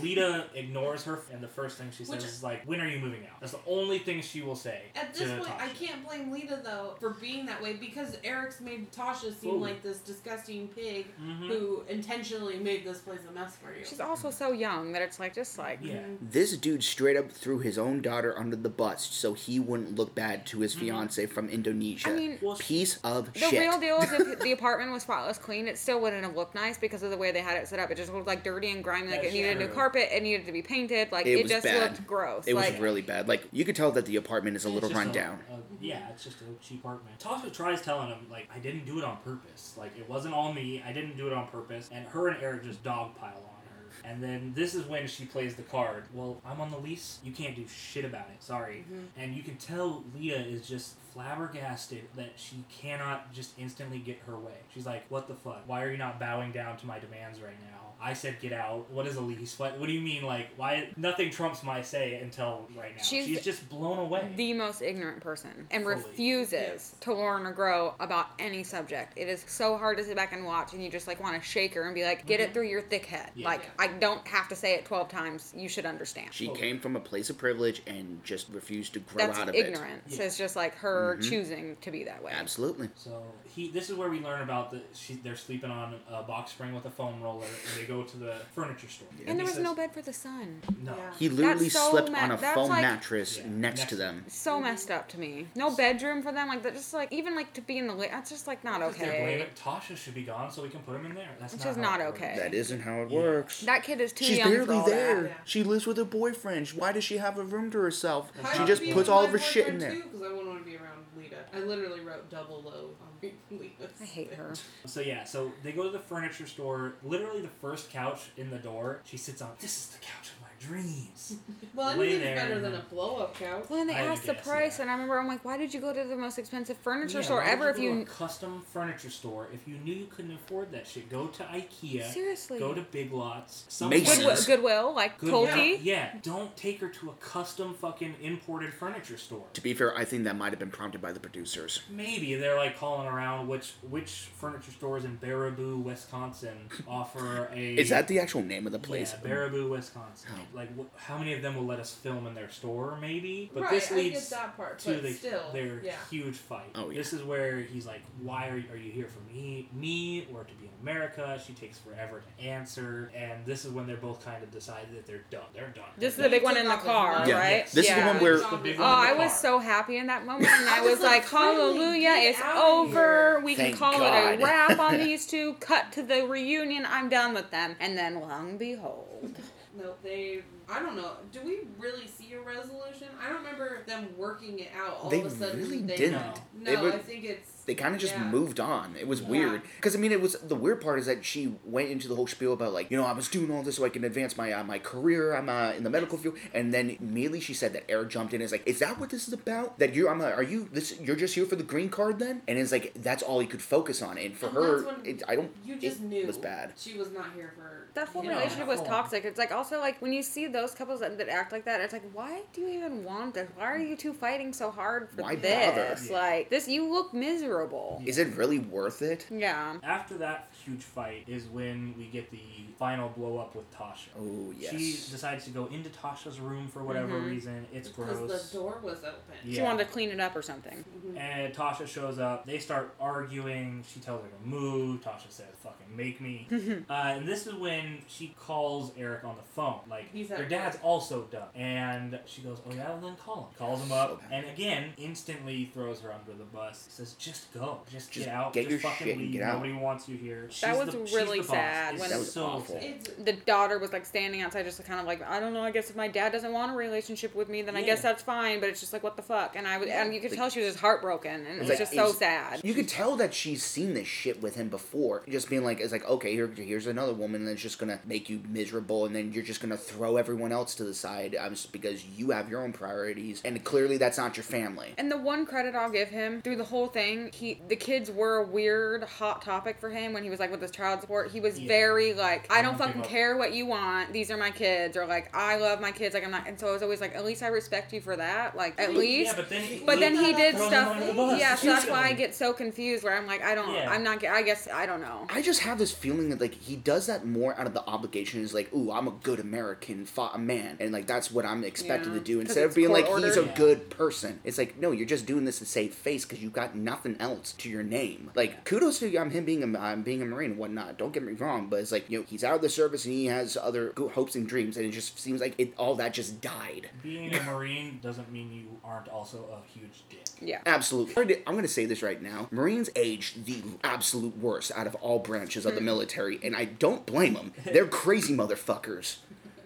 Speaker 1: Lita ignores her, and the first thing she says
Speaker 4: Which-
Speaker 1: is like, "When are you moving out?" That's the only thing she will say.
Speaker 4: At this
Speaker 1: to
Speaker 4: point, I
Speaker 1: Tasha.
Speaker 4: can't blame Lita though for being that way because Eric's made Tasha seem
Speaker 1: Ooh.
Speaker 4: like this disgusting pig
Speaker 1: Mhm.
Speaker 4: who intentionally made this place a mess for you.
Speaker 2: She's also so young that it's like just like
Speaker 1: Yeah.
Speaker 3: This dude straight up threw his own daughter under the bus so he wouldn't look bad to his
Speaker 1: Mhm.
Speaker 3: fiance from Indonesia.
Speaker 2: I mean,
Speaker 1: Well,
Speaker 3: Piece of
Speaker 2: The
Speaker 3: shit.
Speaker 2: real deal is if the apartment was spotless clean, it still wouldn't have looked nice because of the way they had it set up. It just looked like dirty and grimy. Like
Speaker 1: That's
Speaker 2: it needed a new
Speaker 1: true.
Speaker 2: carpet. It needed to be painted. Like
Speaker 3: It
Speaker 2: it,
Speaker 3: was
Speaker 2: just
Speaker 3: bad.
Speaker 2: looked gross.
Speaker 3: it was
Speaker 2: like
Speaker 3: really bad. Like you could tell that the apartment is a
Speaker 1: It's
Speaker 3: little
Speaker 1: just
Speaker 3: run down.
Speaker 1: a- yeah, it's just a cheap apartment. Tasha tries telling him, like, I didn't do it on purpose. Like, it wasn't all me. I didn't do it on purpose. And her and Eric just dogpile on her. And then this is when she plays the card. Well, I'm on the lease. You can't do shit about it. Sorry. And you can tell Leah is just flabbergasted that she cannot just instantly get her way. She's like, what the fuck? Why are you not bowing down to my demands right now? I said get out. What is a lease? What, what do you mean? Like, why? Nothing trumps my say until right now.
Speaker 2: She's-
Speaker 1: She's, just blown away.
Speaker 2: the most ignorant person and
Speaker 1: Fully.
Speaker 2: refuses
Speaker 4: Yes.
Speaker 2: to learn or grow about any subject. It is so hard to sit back and watch, and you just like want to shake her and be like, "Get it through your thick head."
Speaker 1: Yeah.
Speaker 2: Like
Speaker 4: Yeah.
Speaker 2: I don't have to say it twelve times. You should understand.
Speaker 3: She
Speaker 1: Oh.
Speaker 3: came from a place of privilege and just refused to grow
Speaker 2: That's
Speaker 3: out of it.
Speaker 2: ignorant.
Speaker 1: Yeah.
Speaker 2: So it's just like her
Speaker 3: Mhm.
Speaker 2: choosing to be that way.
Speaker 3: Absolutely.
Speaker 1: So he, this is where we learn about the. She, they're sleeping on a box spring with a foam roller, and they go to the furniture store.
Speaker 2: And there
Speaker 1: he
Speaker 2: was
Speaker 1: says-
Speaker 2: no bed for the sun.
Speaker 1: No.
Speaker 4: Yeah.
Speaker 3: He literally
Speaker 2: so
Speaker 3: slept
Speaker 2: ma-
Speaker 3: on a
Speaker 2: that's
Speaker 3: foam
Speaker 2: like-
Speaker 3: mattress
Speaker 1: Yeah,
Speaker 3: next
Speaker 1: next
Speaker 3: to
Speaker 1: to
Speaker 3: them.
Speaker 2: so messed up to me. No bedroom for them. Like that, just like even like to be in the late. That's just like not
Speaker 1: Because they're
Speaker 2: okay.
Speaker 1: blaming- Tasha should be gone, so we can put him in there. That's
Speaker 2: Which
Speaker 1: not
Speaker 2: is
Speaker 1: how
Speaker 2: not
Speaker 1: it works.
Speaker 2: okay.
Speaker 3: That isn't how it
Speaker 1: Yeah.
Speaker 3: works.
Speaker 2: That kid is too
Speaker 3: She's
Speaker 2: young for
Speaker 3: barely
Speaker 2: all
Speaker 3: there.
Speaker 2: that.
Speaker 4: Yeah.
Speaker 3: She lives with her boyfriend. Why does she have a room to herself?
Speaker 1: How
Speaker 3: she
Speaker 1: do
Speaker 3: just
Speaker 1: you
Speaker 3: puts
Speaker 1: feel
Speaker 3: all of her shit in there.
Speaker 4: Because I wouldn't want to be around Lita. I literally wrote double low on Lita.
Speaker 2: I hate her.
Speaker 1: So yeah, so they go to the furniture store. Literally, the first couch in the door. She sits on. This is the couch of my dreams.
Speaker 4: Well,
Speaker 1: Lay
Speaker 4: anything's
Speaker 1: there.
Speaker 4: better than a blow up couch.
Speaker 2: Well, and they
Speaker 1: I
Speaker 2: asked the
Speaker 1: guess,
Speaker 2: price,
Speaker 1: yeah.
Speaker 2: and I remember I'm like, why did you go to the most expensive furniture
Speaker 1: Yeah,
Speaker 2: store
Speaker 1: why would
Speaker 2: ever if
Speaker 1: go to
Speaker 2: you
Speaker 1: a custom furniture store if you knew you couldn't afford that shit? Go to IKEA.
Speaker 2: seriously
Speaker 1: Go to Big Lots.
Speaker 2: Goodwill,
Speaker 3: Masons.
Speaker 2: Goodwill, like
Speaker 1: Good
Speaker 2: Pulte?
Speaker 1: work. Yeah, don't take her to a custom fucking imported furniture store.
Speaker 3: To be fair, I think that might have been prompted by the producers.
Speaker 1: Maybe they're like calling around which which furniture stores in Baraboo, Wisconsin offer a
Speaker 3: Is that the actual name of the place?
Speaker 1: Yeah, Baraboo, Wisconsin.
Speaker 3: Oh.
Speaker 1: Like wh- how many of them will let us film in their store maybe? But
Speaker 4: right,
Speaker 1: this
Speaker 4: I
Speaker 1: leads
Speaker 4: get that part,
Speaker 1: to
Speaker 4: but
Speaker 1: the,
Speaker 4: still,
Speaker 1: their
Speaker 4: yeah.
Speaker 1: huge fight.
Speaker 3: Oh, yeah.
Speaker 1: This is where he's like, "Why are you, are you here for me, me, or to be in America?" She takes forever to answer, and this is when they're both kind of decided that they're done. They're done.
Speaker 2: This is
Speaker 1: They're done.
Speaker 2: the big one in the car,
Speaker 3: Yeah.
Speaker 2: right?
Speaker 3: This is the one where-
Speaker 1: The big
Speaker 2: Oh,
Speaker 1: one in the
Speaker 2: I was
Speaker 1: car.
Speaker 2: so happy in that moment, and I
Speaker 4: I was
Speaker 2: was like,
Speaker 4: like, finally,
Speaker 2: "Hallelujah,
Speaker 4: get
Speaker 2: it's
Speaker 4: out of
Speaker 2: over. We
Speaker 3: Thank
Speaker 2: can call it
Speaker 3: God.
Speaker 2: a wrap on these two. Cut to the reunion. I'm done with them." And then, lo and behold,
Speaker 4: No, they. I don't know. Do we really see a resolution? I don't remember them working it out all
Speaker 3: They
Speaker 4: of a sudden.
Speaker 3: really
Speaker 4: they,
Speaker 3: didn't.
Speaker 4: No,
Speaker 3: They
Speaker 4: I
Speaker 3: would-
Speaker 4: think it's.
Speaker 3: they kind of just
Speaker 4: yeah.
Speaker 3: moved on. It was
Speaker 4: Yeah.
Speaker 3: weird because I mean, it was the weird part is that she went into the whole spiel about like you know I was doing all this so I can advance my uh, my career. I'm uh, in the medical field, and then immediately she said that Eric jumped in and is like, is that what this is about? That you I'm uh, are you this you're just here for the green card then? And it's like that's all he could focus on. And for
Speaker 4: And
Speaker 3: her,
Speaker 4: that's when
Speaker 3: it, I don't.
Speaker 4: You just
Speaker 3: it
Speaker 4: knew
Speaker 3: was bad.
Speaker 4: She was not here for
Speaker 2: that whole
Speaker 4: him.
Speaker 2: relationship was
Speaker 1: Hold on.
Speaker 2: toxic. It's like also like when you see those couples that, that act like that, it's like, why do you even want this? Why are you two fighting so hard for
Speaker 3: Why bother?
Speaker 2: this?
Speaker 1: Yeah.
Speaker 2: Like this, you look miserable.
Speaker 3: Is it really worth it?
Speaker 2: Yeah.
Speaker 1: After that huge fight is when we get the final blow up with Tasha.
Speaker 3: Oh yes.
Speaker 1: She decides to go into Tasha's room for whatever
Speaker 2: Mhm.
Speaker 1: reason. It's
Speaker 4: Because
Speaker 1: gross.
Speaker 4: the door was open.
Speaker 1: Yeah.
Speaker 2: She wanted to clean it up or something.
Speaker 4: Mhm.
Speaker 1: And Tasha shows up. They start arguing. She tells her to move. Tasha says, "Fucking make me." uh, and this is when she calls Eric on the phone. Like
Speaker 4: He's at
Speaker 1: your dad's
Speaker 4: work.
Speaker 1: also done. And she goes, "Oh yeah, well, then call him." Calls him up, and again, instantly throws her under the bus. Says, "Just just go. Just,
Speaker 3: Just
Speaker 1: get out.
Speaker 3: get
Speaker 1: just
Speaker 3: your
Speaker 1: fucking
Speaker 3: shit and
Speaker 1: leave.
Speaker 3: get out.
Speaker 1: Nobody wants you here. She's
Speaker 2: was
Speaker 1: the, she's
Speaker 2: really
Speaker 1: the boss.
Speaker 2: sad
Speaker 1: It's
Speaker 2: when-
Speaker 3: That was
Speaker 1: so
Speaker 3: awful.
Speaker 1: sad.
Speaker 4: It's
Speaker 2: the daughter was like standing outside, just kind of like, I don't know. I guess if my dad doesn't want a relationship with me, then I guess
Speaker 1: Yeah.
Speaker 2: that's fine. But it's just like, what the fuck? And I was, and you could
Speaker 3: Like-
Speaker 2: tell she was just heartbroken, and it was
Speaker 3: like,
Speaker 2: just so
Speaker 3: it's-
Speaker 2: sad.
Speaker 3: You could tell that she's seen this shit with him before. Just being like, it's like, okay, here, here's another woman that's just gonna make you miserable, and then you're just gonna throw everyone else to the side um, s- because you have your own priorities, and clearly that's not your family.
Speaker 2: And the one credit I'll give him through the whole thing, he the kids were a weird hot topic for him when he was like with his child support. He was
Speaker 1: Yeah.
Speaker 2: very like, I
Speaker 1: I don't
Speaker 2: don't
Speaker 1: give
Speaker 2: fucking
Speaker 1: up."
Speaker 2: care what you want. These are my kids, or like, I love my kids. Like I'm not. And so I was always like, at least I respect you for that. Like at least.
Speaker 1: Yeah, but then,
Speaker 2: But then he
Speaker 1: throws
Speaker 2: did
Speaker 1: him
Speaker 2: stuff.
Speaker 1: under the bus.
Speaker 2: Yeah, so that's why I
Speaker 1: Huge.
Speaker 2: get so confused. Where I'm like, I don't,
Speaker 1: Yeah.
Speaker 2: I'm not. I guess I don't know.
Speaker 3: I just have this feeling that like he does that more out of the obligation. Is like, ooh, I'm a good American fa- man, and like that's what I'm expected
Speaker 2: Yeah.
Speaker 3: to do.
Speaker 2: 'Cause
Speaker 3: Instead
Speaker 2: it's
Speaker 3: of being like
Speaker 2: court
Speaker 3: he's a
Speaker 1: ordered. Yeah.
Speaker 3: good person, it's like no, you're just doing this to save face because you got nothing else to your name. Like
Speaker 1: Yeah.
Speaker 3: kudos to you on him being a um, being a marine and whatnot. Don't get me wrong, but it's like you know he's out of the service and he has other go- hopes and dreams, and it just seems like it all that just died.
Speaker 1: Being a Marine doesn't mean you aren't also a huge dick.
Speaker 2: Yeah.
Speaker 3: Absolutely. Already- I'm going to say this right now. Marines age the absolute worst out of all branches of the military, and I don't blame them. They're crazy motherfuckers.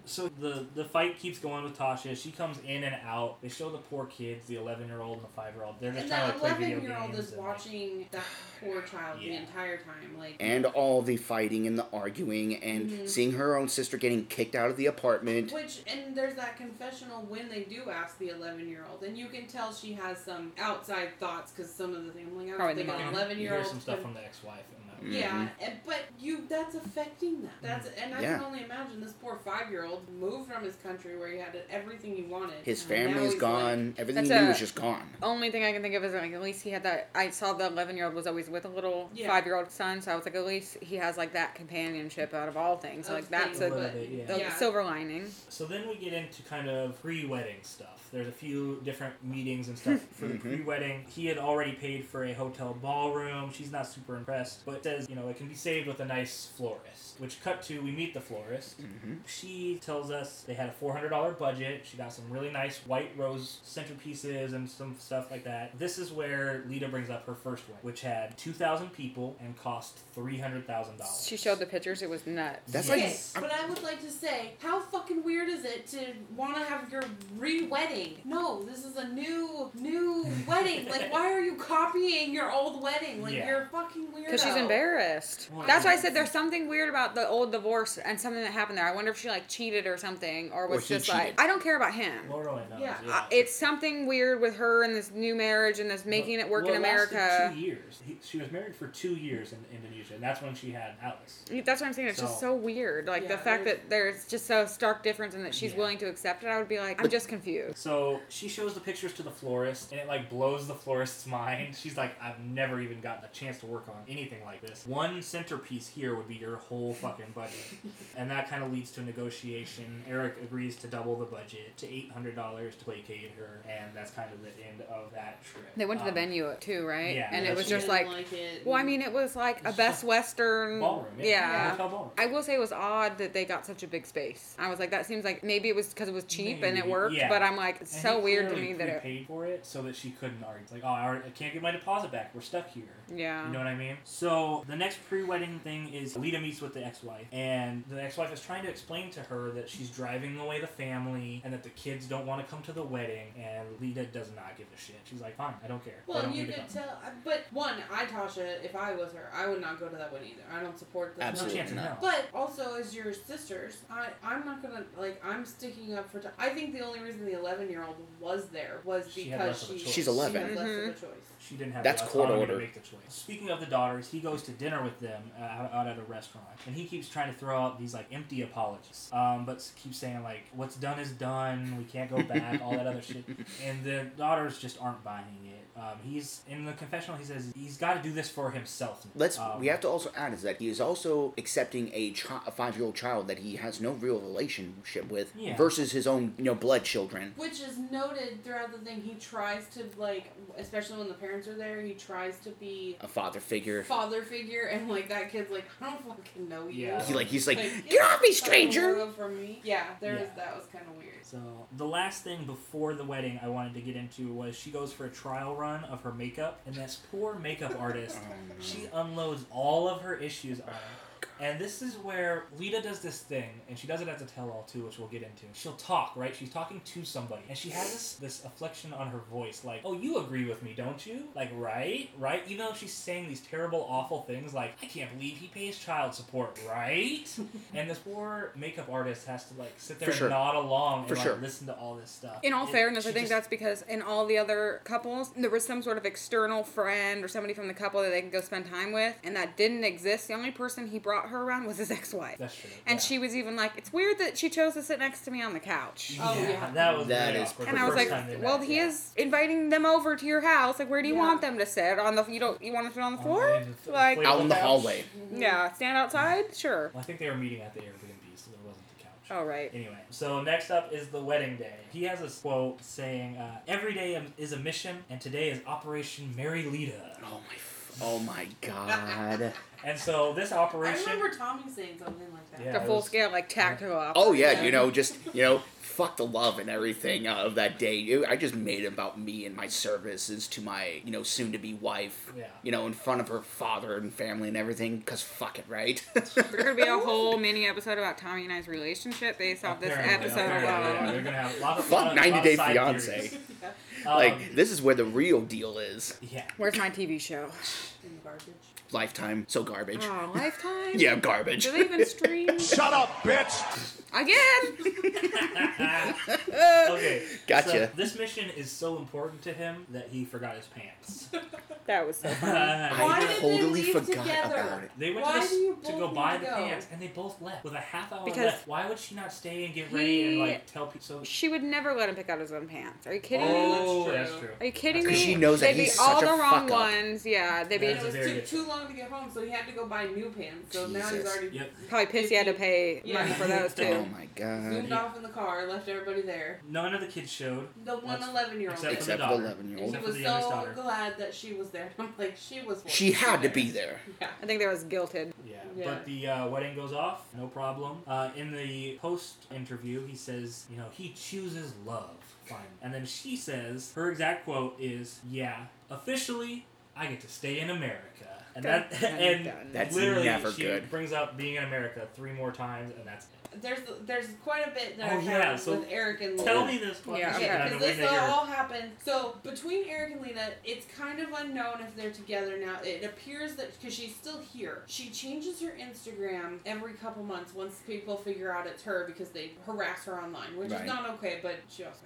Speaker 1: So the the fight keeps going with Tasha. She comes in and out. They show the poor kids, the 11 year old and the 5 year old. They're just
Speaker 4: and
Speaker 1: trying
Speaker 4: that
Speaker 1: to like, play video
Speaker 4: 11
Speaker 1: games.
Speaker 4: year old is
Speaker 1: and, like,
Speaker 4: watching that poor child the
Speaker 1: Yeah.
Speaker 4: entire time. Like,
Speaker 3: and all the fighting and the arguing and
Speaker 4: Mhm.
Speaker 3: seeing her own sister getting kicked out of the apartment.
Speaker 4: Which and there's that confessional when they do ask the 11 year old, and you can tell she has some outside thoughts because some of the things I'm like I
Speaker 2: Probably
Speaker 4: don't think
Speaker 2: the
Speaker 4: an
Speaker 2: mom.
Speaker 4: 11
Speaker 1: You
Speaker 4: year
Speaker 1: hear
Speaker 4: old.
Speaker 1: some stuff from the ex wife. and that.
Speaker 3: Mm.
Speaker 4: Yeah, and, but you that's affecting them. That's
Speaker 1: Mm-hmm.
Speaker 4: and I
Speaker 3: Yeah.
Speaker 4: can only imagine this poor five year old moved from his country where he had everything he wanted.
Speaker 3: His
Speaker 4: and now
Speaker 3: family's
Speaker 4: he's
Speaker 3: gone. Everything he
Speaker 2: That's
Speaker 3: knew
Speaker 2: a-
Speaker 3: was just gone.
Speaker 2: Only thing I can think of is like at least he had that. I saw the eleven year old was always with a little
Speaker 4: Yeah.
Speaker 2: five year old son, so I was like at least he has like that companionship out of all things. So,
Speaker 4: Of
Speaker 2: like that's
Speaker 1: things.
Speaker 2: a,
Speaker 1: Little
Speaker 2: the
Speaker 4: but-
Speaker 1: bit, yeah.
Speaker 4: yeah.
Speaker 2: silver lining.
Speaker 1: So then we get into kind of pre wedding stuff. There's a few different meetings and stuff for the
Speaker 3: Mhm.
Speaker 1: pre wedding. He had already paid for a hotel ballroom. She's not super impressed, but says, you know, it can be saved with a nice florist. Which cut to, we meet the florist.
Speaker 3: hmm
Speaker 1: She tells us they had a $400 budget. She got some really nice white rose centerpieces and some stuff like that. This is where Lita brings up her first one, which had 2,000 people and cost $300,000.
Speaker 2: She showed the pictures. It was nuts.
Speaker 3: That's
Speaker 4: Okay,
Speaker 1: Yes.
Speaker 3: like.
Speaker 4: but I would like to say, how fucking weird is it to want to have your re-wedding? No, this is a new, new wedding. Like, why are you copying your old wedding? Like,
Speaker 1: Yeah.
Speaker 4: you're a fucking weirdo.
Speaker 2: Because she's embarrassed.
Speaker 1: Well,
Speaker 2: That's why I
Speaker 1: yeah.
Speaker 2: said there's something weird about the old divorce and something that happened there. I wonder if she like cheated or something, or was
Speaker 3: he
Speaker 2: just like
Speaker 3: cheated.
Speaker 2: I don't care about him.
Speaker 1: Lord only knows.
Speaker 4: Yeah,
Speaker 2: I- it's something weird with her and this new marriage and this making it work
Speaker 1: Well,
Speaker 2: in
Speaker 1: lasted
Speaker 2: America.
Speaker 1: Two years. He, she was married for two years in Indonesia, and that's when she had Alice.
Speaker 2: That's what I'm saying. It's just
Speaker 1: So-
Speaker 2: so weird. Like the
Speaker 4: Yeah,
Speaker 2: fact
Speaker 4: there's-
Speaker 2: that there's just so stark difference and that she's
Speaker 1: Yeah.
Speaker 2: willing to accept it. I would be like, I'm
Speaker 3: But-
Speaker 2: just confused.
Speaker 1: So she shows the pictures to the florist, and it like blows the florist's mind. She's like, "I've never even gotten a chance to work on anything like this. One centerpiece here would be your whole fucking budget." and that kind of leads to a negotiation. Eric agrees to double the budget to eight hundred dollars to placate her, and that's kind of the end of that trip.
Speaker 2: They went to the
Speaker 1: Um,
Speaker 2: venue too, right?
Speaker 1: yeah,
Speaker 2: and
Speaker 1: yeah,
Speaker 2: it was
Speaker 1: she
Speaker 2: just
Speaker 4: didn't
Speaker 2: like,
Speaker 4: it.
Speaker 2: well, I mean, it was like a
Speaker 1: It's
Speaker 2: Best
Speaker 1: just
Speaker 2: Western.
Speaker 1: Ballroom.
Speaker 2: yeah.
Speaker 1: yeah. hotel ballroom.
Speaker 2: I will say it was odd that they got such a big space. I was like, that seems like maybe it was because it was cheap and it
Speaker 1: Maybe,
Speaker 2: worked,
Speaker 1: yeah.
Speaker 2: but I'm like, it's
Speaker 1: And
Speaker 2: so
Speaker 1: he
Speaker 2: weird to
Speaker 1: clearly
Speaker 2: me that it.
Speaker 1: prepaid for it so that she couldn't argue. It's like, oh, I, already, I can't get my deposit back. We're stuck here.
Speaker 2: Yeah.
Speaker 1: You know what I mean? So the next pre-wedding thing is Lita meets with the ex-wife, and the ex-wife is trying to explain to her that she's driving away the family and that the kids don't want to come to the wedding. And Lita does not give a shit. She's like, fine, I don't care. They
Speaker 4: Well,
Speaker 1: don't
Speaker 4: you
Speaker 1: need to
Speaker 4: could
Speaker 1: come.
Speaker 4: tell, uh, but one, I Tasha, if I was her, I would not go to that one either. I don't support that.
Speaker 1: No
Speaker 3: Absolutely
Speaker 1: chance in
Speaker 3: not.
Speaker 1: hell.
Speaker 4: But also, as your sisters, I, I'm not gonna like. I'm sticking up for. T- I think the only reason the 11 year old was there was
Speaker 1: She had
Speaker 4: because
Speaker 1: less of a
Speaker 4: she
Speaker 1: choice.
Speaker 3: She's 11.
Speaker 4: She had less of a
Speaker 2: Mm-hmm.
Speaker 4: choice.
Speaker 1: She didn't have
Speaker 3: That's
Speaker 1: the
Speaker 3: court
Speaker 1: autonomy
Speaker 3: order.
Speaker 1: to make the choice. Speaking of the daughters, he goes to dinner with them uh, out out at a restaurant, and he keeps trying to throw out these like empty apologies, um, but s- keeps saying like, "What's done is done. We can't go back." all that other shit, and the daughters just aren't buying it. Um, he's in the confessional. He says he's got to do this for himself. now.
Speaker 3: Let's.
Speaker 1: Um,
Speaker 3: we have to also add is that he is also accepting a, chi- a five-year-old child that he has no real relationship with,
Speaker 1: Yeah.
Speaker 3: versus his own, you know, blood children.
Speaker 4: Which is noted throughout the thing. He tries to like, especially when the parents are there, he tries to be
Speaker 3: A father figure.
Speaker 4: father figure, and like that kid's like, I don't fucking know you.
Speaker 1: Yeah.
Speaker 3: He like he's like,
Speaker 4: Like,
Speaker 3: get off me,
Speaker 4: "Get the fuck
Speaker 3: stranger.
Speaker 4: away From me. Yeah, there was
Speaker 1: Yeah.
Speaker 4: that was kind of weird.
Speaker 1: So the last thing before the wedding I wanted to get into was she goes for a trial run of her makeup, and this poor makeup artist,
Speaker 3: Oh, no.
Speaker 1: she unloads all of her issues on her. And this is where Lita does this thing, and she does it as a tell-all too, which we'll get into. She'll talk, right? She's talking to somebody, and she has this this affliction on her voice, like, "Oh, you agree with me, don't you? Like, right, right?" Even though she's saying these terrible, awful things, like, "I can't believe he pays child support, right?" and this poor makeup artist has to like sit there
Speaker 3: For sure.
Speaker 1: and nod along
Speaker 3: For
Speaker 1: and
Speaker 3: sure.
Speaker 1: like, listen to all this stuff.
Speaker 2: In all
Speaker 1: It-
Speaker 2: fairness, I
Speaker 1: she
Speaker 2: think
Speaker 1: just-
Speaker 2: that's because in all the other couples, there was some sort of external friend or somebody from the couple that they could go spend time with, and that didn't exist. The only person he brought her around was his ex wife.
Speaker 1: that's true.
Speaker 2: And
Speaker 1: yeah.
Speaker 2: she was even like, It's weird that she chose to sit next to me on the couch.
Speaker 4: Oh, yeah.
Speaker 1: that was
Speaker 3: That
Speaker 1: really
Speaker 3: is
Speaker 1: awkward.
Speaker 2: And
Speaker 1: the
Speaker 2: I was
Speaker 1: first
Speaker 2: like,
Speaker 1: time they
Speaker 2: "Well,
Speaker 1: met,
Speaker 2: he
Speaker 1: yeah.
Speaker 2: is inviting them over to your house. Like, where do you
Speaker 4: Yeah.
Speaker 2: want them to sit? On the you don't you want them to sit on the
Speaker 1: On
Speaker 2: floor?
Speaker 1: the-
Speaker 2: like,
Speaker 1: the
Speaker 3: Out in the
Speaker 1: couch?
Speaker 3: hallway.
Speaker 2: Mm-hmm. yeah, stand outside. Sure.
Speaker 1: Well, I think they were meeting at the Airbnb, so there wasn't the couch.
Speaker 2: All right.
Speaker 1: Anyway, so next up is the wedding day. He has this quote saying, uh, "Every day am- is a mission, and today is Operation Mary Lita."
Speaker 3: Oh my, f- oh my god.
Speaker 1: And so this
Speaker 4: I
Speaker 1: operation,
Speaker 4: remember Tommy saying something like that.
Speaker 1: Yeah.
Speaker 2: The
Speaker 1: it
Speaker 2: full
Speaker 1: was-
Speaker 2: scale like tactical. op-
Speaker 3: Oh yeah, you know, just you know, fuck the love and everything uh, of that day. It- I just made it about me and my services to my you know soon to be wife.
Speaker 1: Yeah.
Speaker 3: You know, in front of her father and family and everything, cause fuck it, right?
Speaker 2: There's gonna be a whole mini episode about Tommy and I's relationship based off this
Speaker 1: apparently-
Speaker 2: episode
Speaker 1: apparently, yeah,
Speaker 2: alone.
Speaker 1: they're gonna have a lot of
Speaker 3: Fuck
Speaker 1: lot of-
Speaker 3: 90
Speaker 1: lot of
Speaker 3: Day
Speaker 1: side
Speaker 3: Fiancé.
Speaker 1: theories.
Speaker 4: Yeah,
Speaker 1: Um,
Speaker 3: like this is where the real deal is.
Speaker 1: yeah.
Speaker 2: Where's my TV show?
Speaker 4: in the garbage.
Speaker 3: Lifetime, so garbage.
Speaker 2: Oh, Lifetime.
Speaker 3: Yeah, garbage.
Speaker 2: Do they even stream
Speaker 5: Shut up, bitch!
Speaker 2: again?
Speaker 1: okay.
Speaker 3: Gotcha.
Speaker 1: So this mission is so important to him that he forgot his pants.
Speaker 2: That was so funny.
Speaker 4: Why
Speaker 3: I
Speaker 4: did they
Speaker 3: totally
Speaker 4: leave
Speaker 3: forgot
Speaker 4: together?
Speaker 3: about it.
Speaker 1: They went
Speaker 4: Why
Speaker 1: to, this,
Speaker 4: do you
Speaker 1: to
Speaker 4: both
Speaker 1: go
Speaker 4: need
Speaker 1: buy
Speaker 4: to
Speaker 1: the
Speaker 4: go?
Speaker 1: pants, and they both left with a half hour
Speaker 2: Because-
Speaker 1: left. Why would she not stay and get ready and
Speaker 2: He-
Speaker 1: like tell people? So
Speaker 2: She would never let him pick out his own pants. Are you kidding me?
Speaker 1: oh,
Speaker 4: That's
Speaker 1: that's
Speaker 4: true.
Speaker 1: true.
Speaker 2: Are you kidding me?
Speaker 3: Because she knows that
Speaker 2: they'd be
Speaker 3: he's
Speaker 2: all
Speaker 3: such a
Speaker 2: the wrong
Speaker 3: fuck-up.
Speaker 2: ones. Yeah, they'd be
Speaker 1: Yeah,
Speaker 4: And
Speaker 1: That's
Speaker 4: it was
Speaker 1: a very
Speaker 4: too,
Speaker 1: good
Speaker 4: too long to get home, so he had to go buy new pants. So now he's
Speaker 3: Jesus.
Speaker 4: already
Speaker 1: Yep.
Speaker 2: probably pissed you had to pay
Speaker 4: Yeah.
Speaker 2: money for those
Speaker 3: Oh
Speaker 2: too.
Speaker 3: my god.
Speaker 4: zoomed off in the car, left everybody there.
Speaker 1: None of the kids showed.
Speaker 4: The one
Speaker 1: That's-
Speaker 4: 11 year old.
Speaker 1: Except for
Speaker 3: Except
Speaker 1: the
Speaker 3: for the
Speaker 1: daughter.
Speaker 3: 11 year
Speaker 4: And
Speaker 3: old.
Speaker 4: he
Speaker 1: Except for
Speaker 4: was
Speaker 1: the youngest
Speaker 4: so
Speaker 1: daughter.
Speaker 4: glad that she was there. I'm like, she was. born.
Speaker 3: She had to be there.
Speaker 4: Yeah.
Speaker 2: I think that was guilted.
Speaker 1: Yeah.
Speaker 4: Yeah.
Speaker 1: But the uh, wedding goes off, no problem. Uh, in the post interview, he says, you know, he chooses love. Fine. And then she says, her exact quote is, yeah, officially, I get to stay in America. And that,
Speaker 2: Dun,
Speaker 1: and
Speaker 2: dun, dun.
Speaker 3: That's
Speaker 1: literally,
Speaker 3: never
Speaker 1: she
Speaker 3: good.
Speaker 1: brings up being in America three more times, and that's it.
Speaker 4: There's there's quite a bit
Speaker 1: Oh,
Speaker 4: that I found
Speaker 1: yeah, so
Speaker 4: with Eric and Lena.
Speaker 1: Tell me this fucking
Speaker 2: Yeah,
Speaker 1: shit. and
Speaker 2: okay.
Speaker 4: Yeah,
Speaker 1: the
Speaker 4: because
Speaker 1: way
Speaker 4: this
Speaker 1: that you're-
Speaker 4: all happened. So between Eric and Lena, it's kind of unknown if they're together now. It appears that because she's still here, she changes her Instagram every couple months once people figure out it's her because they harass her online, which
Speaker 3: Right.
Speaker 4: is not okay. But she also.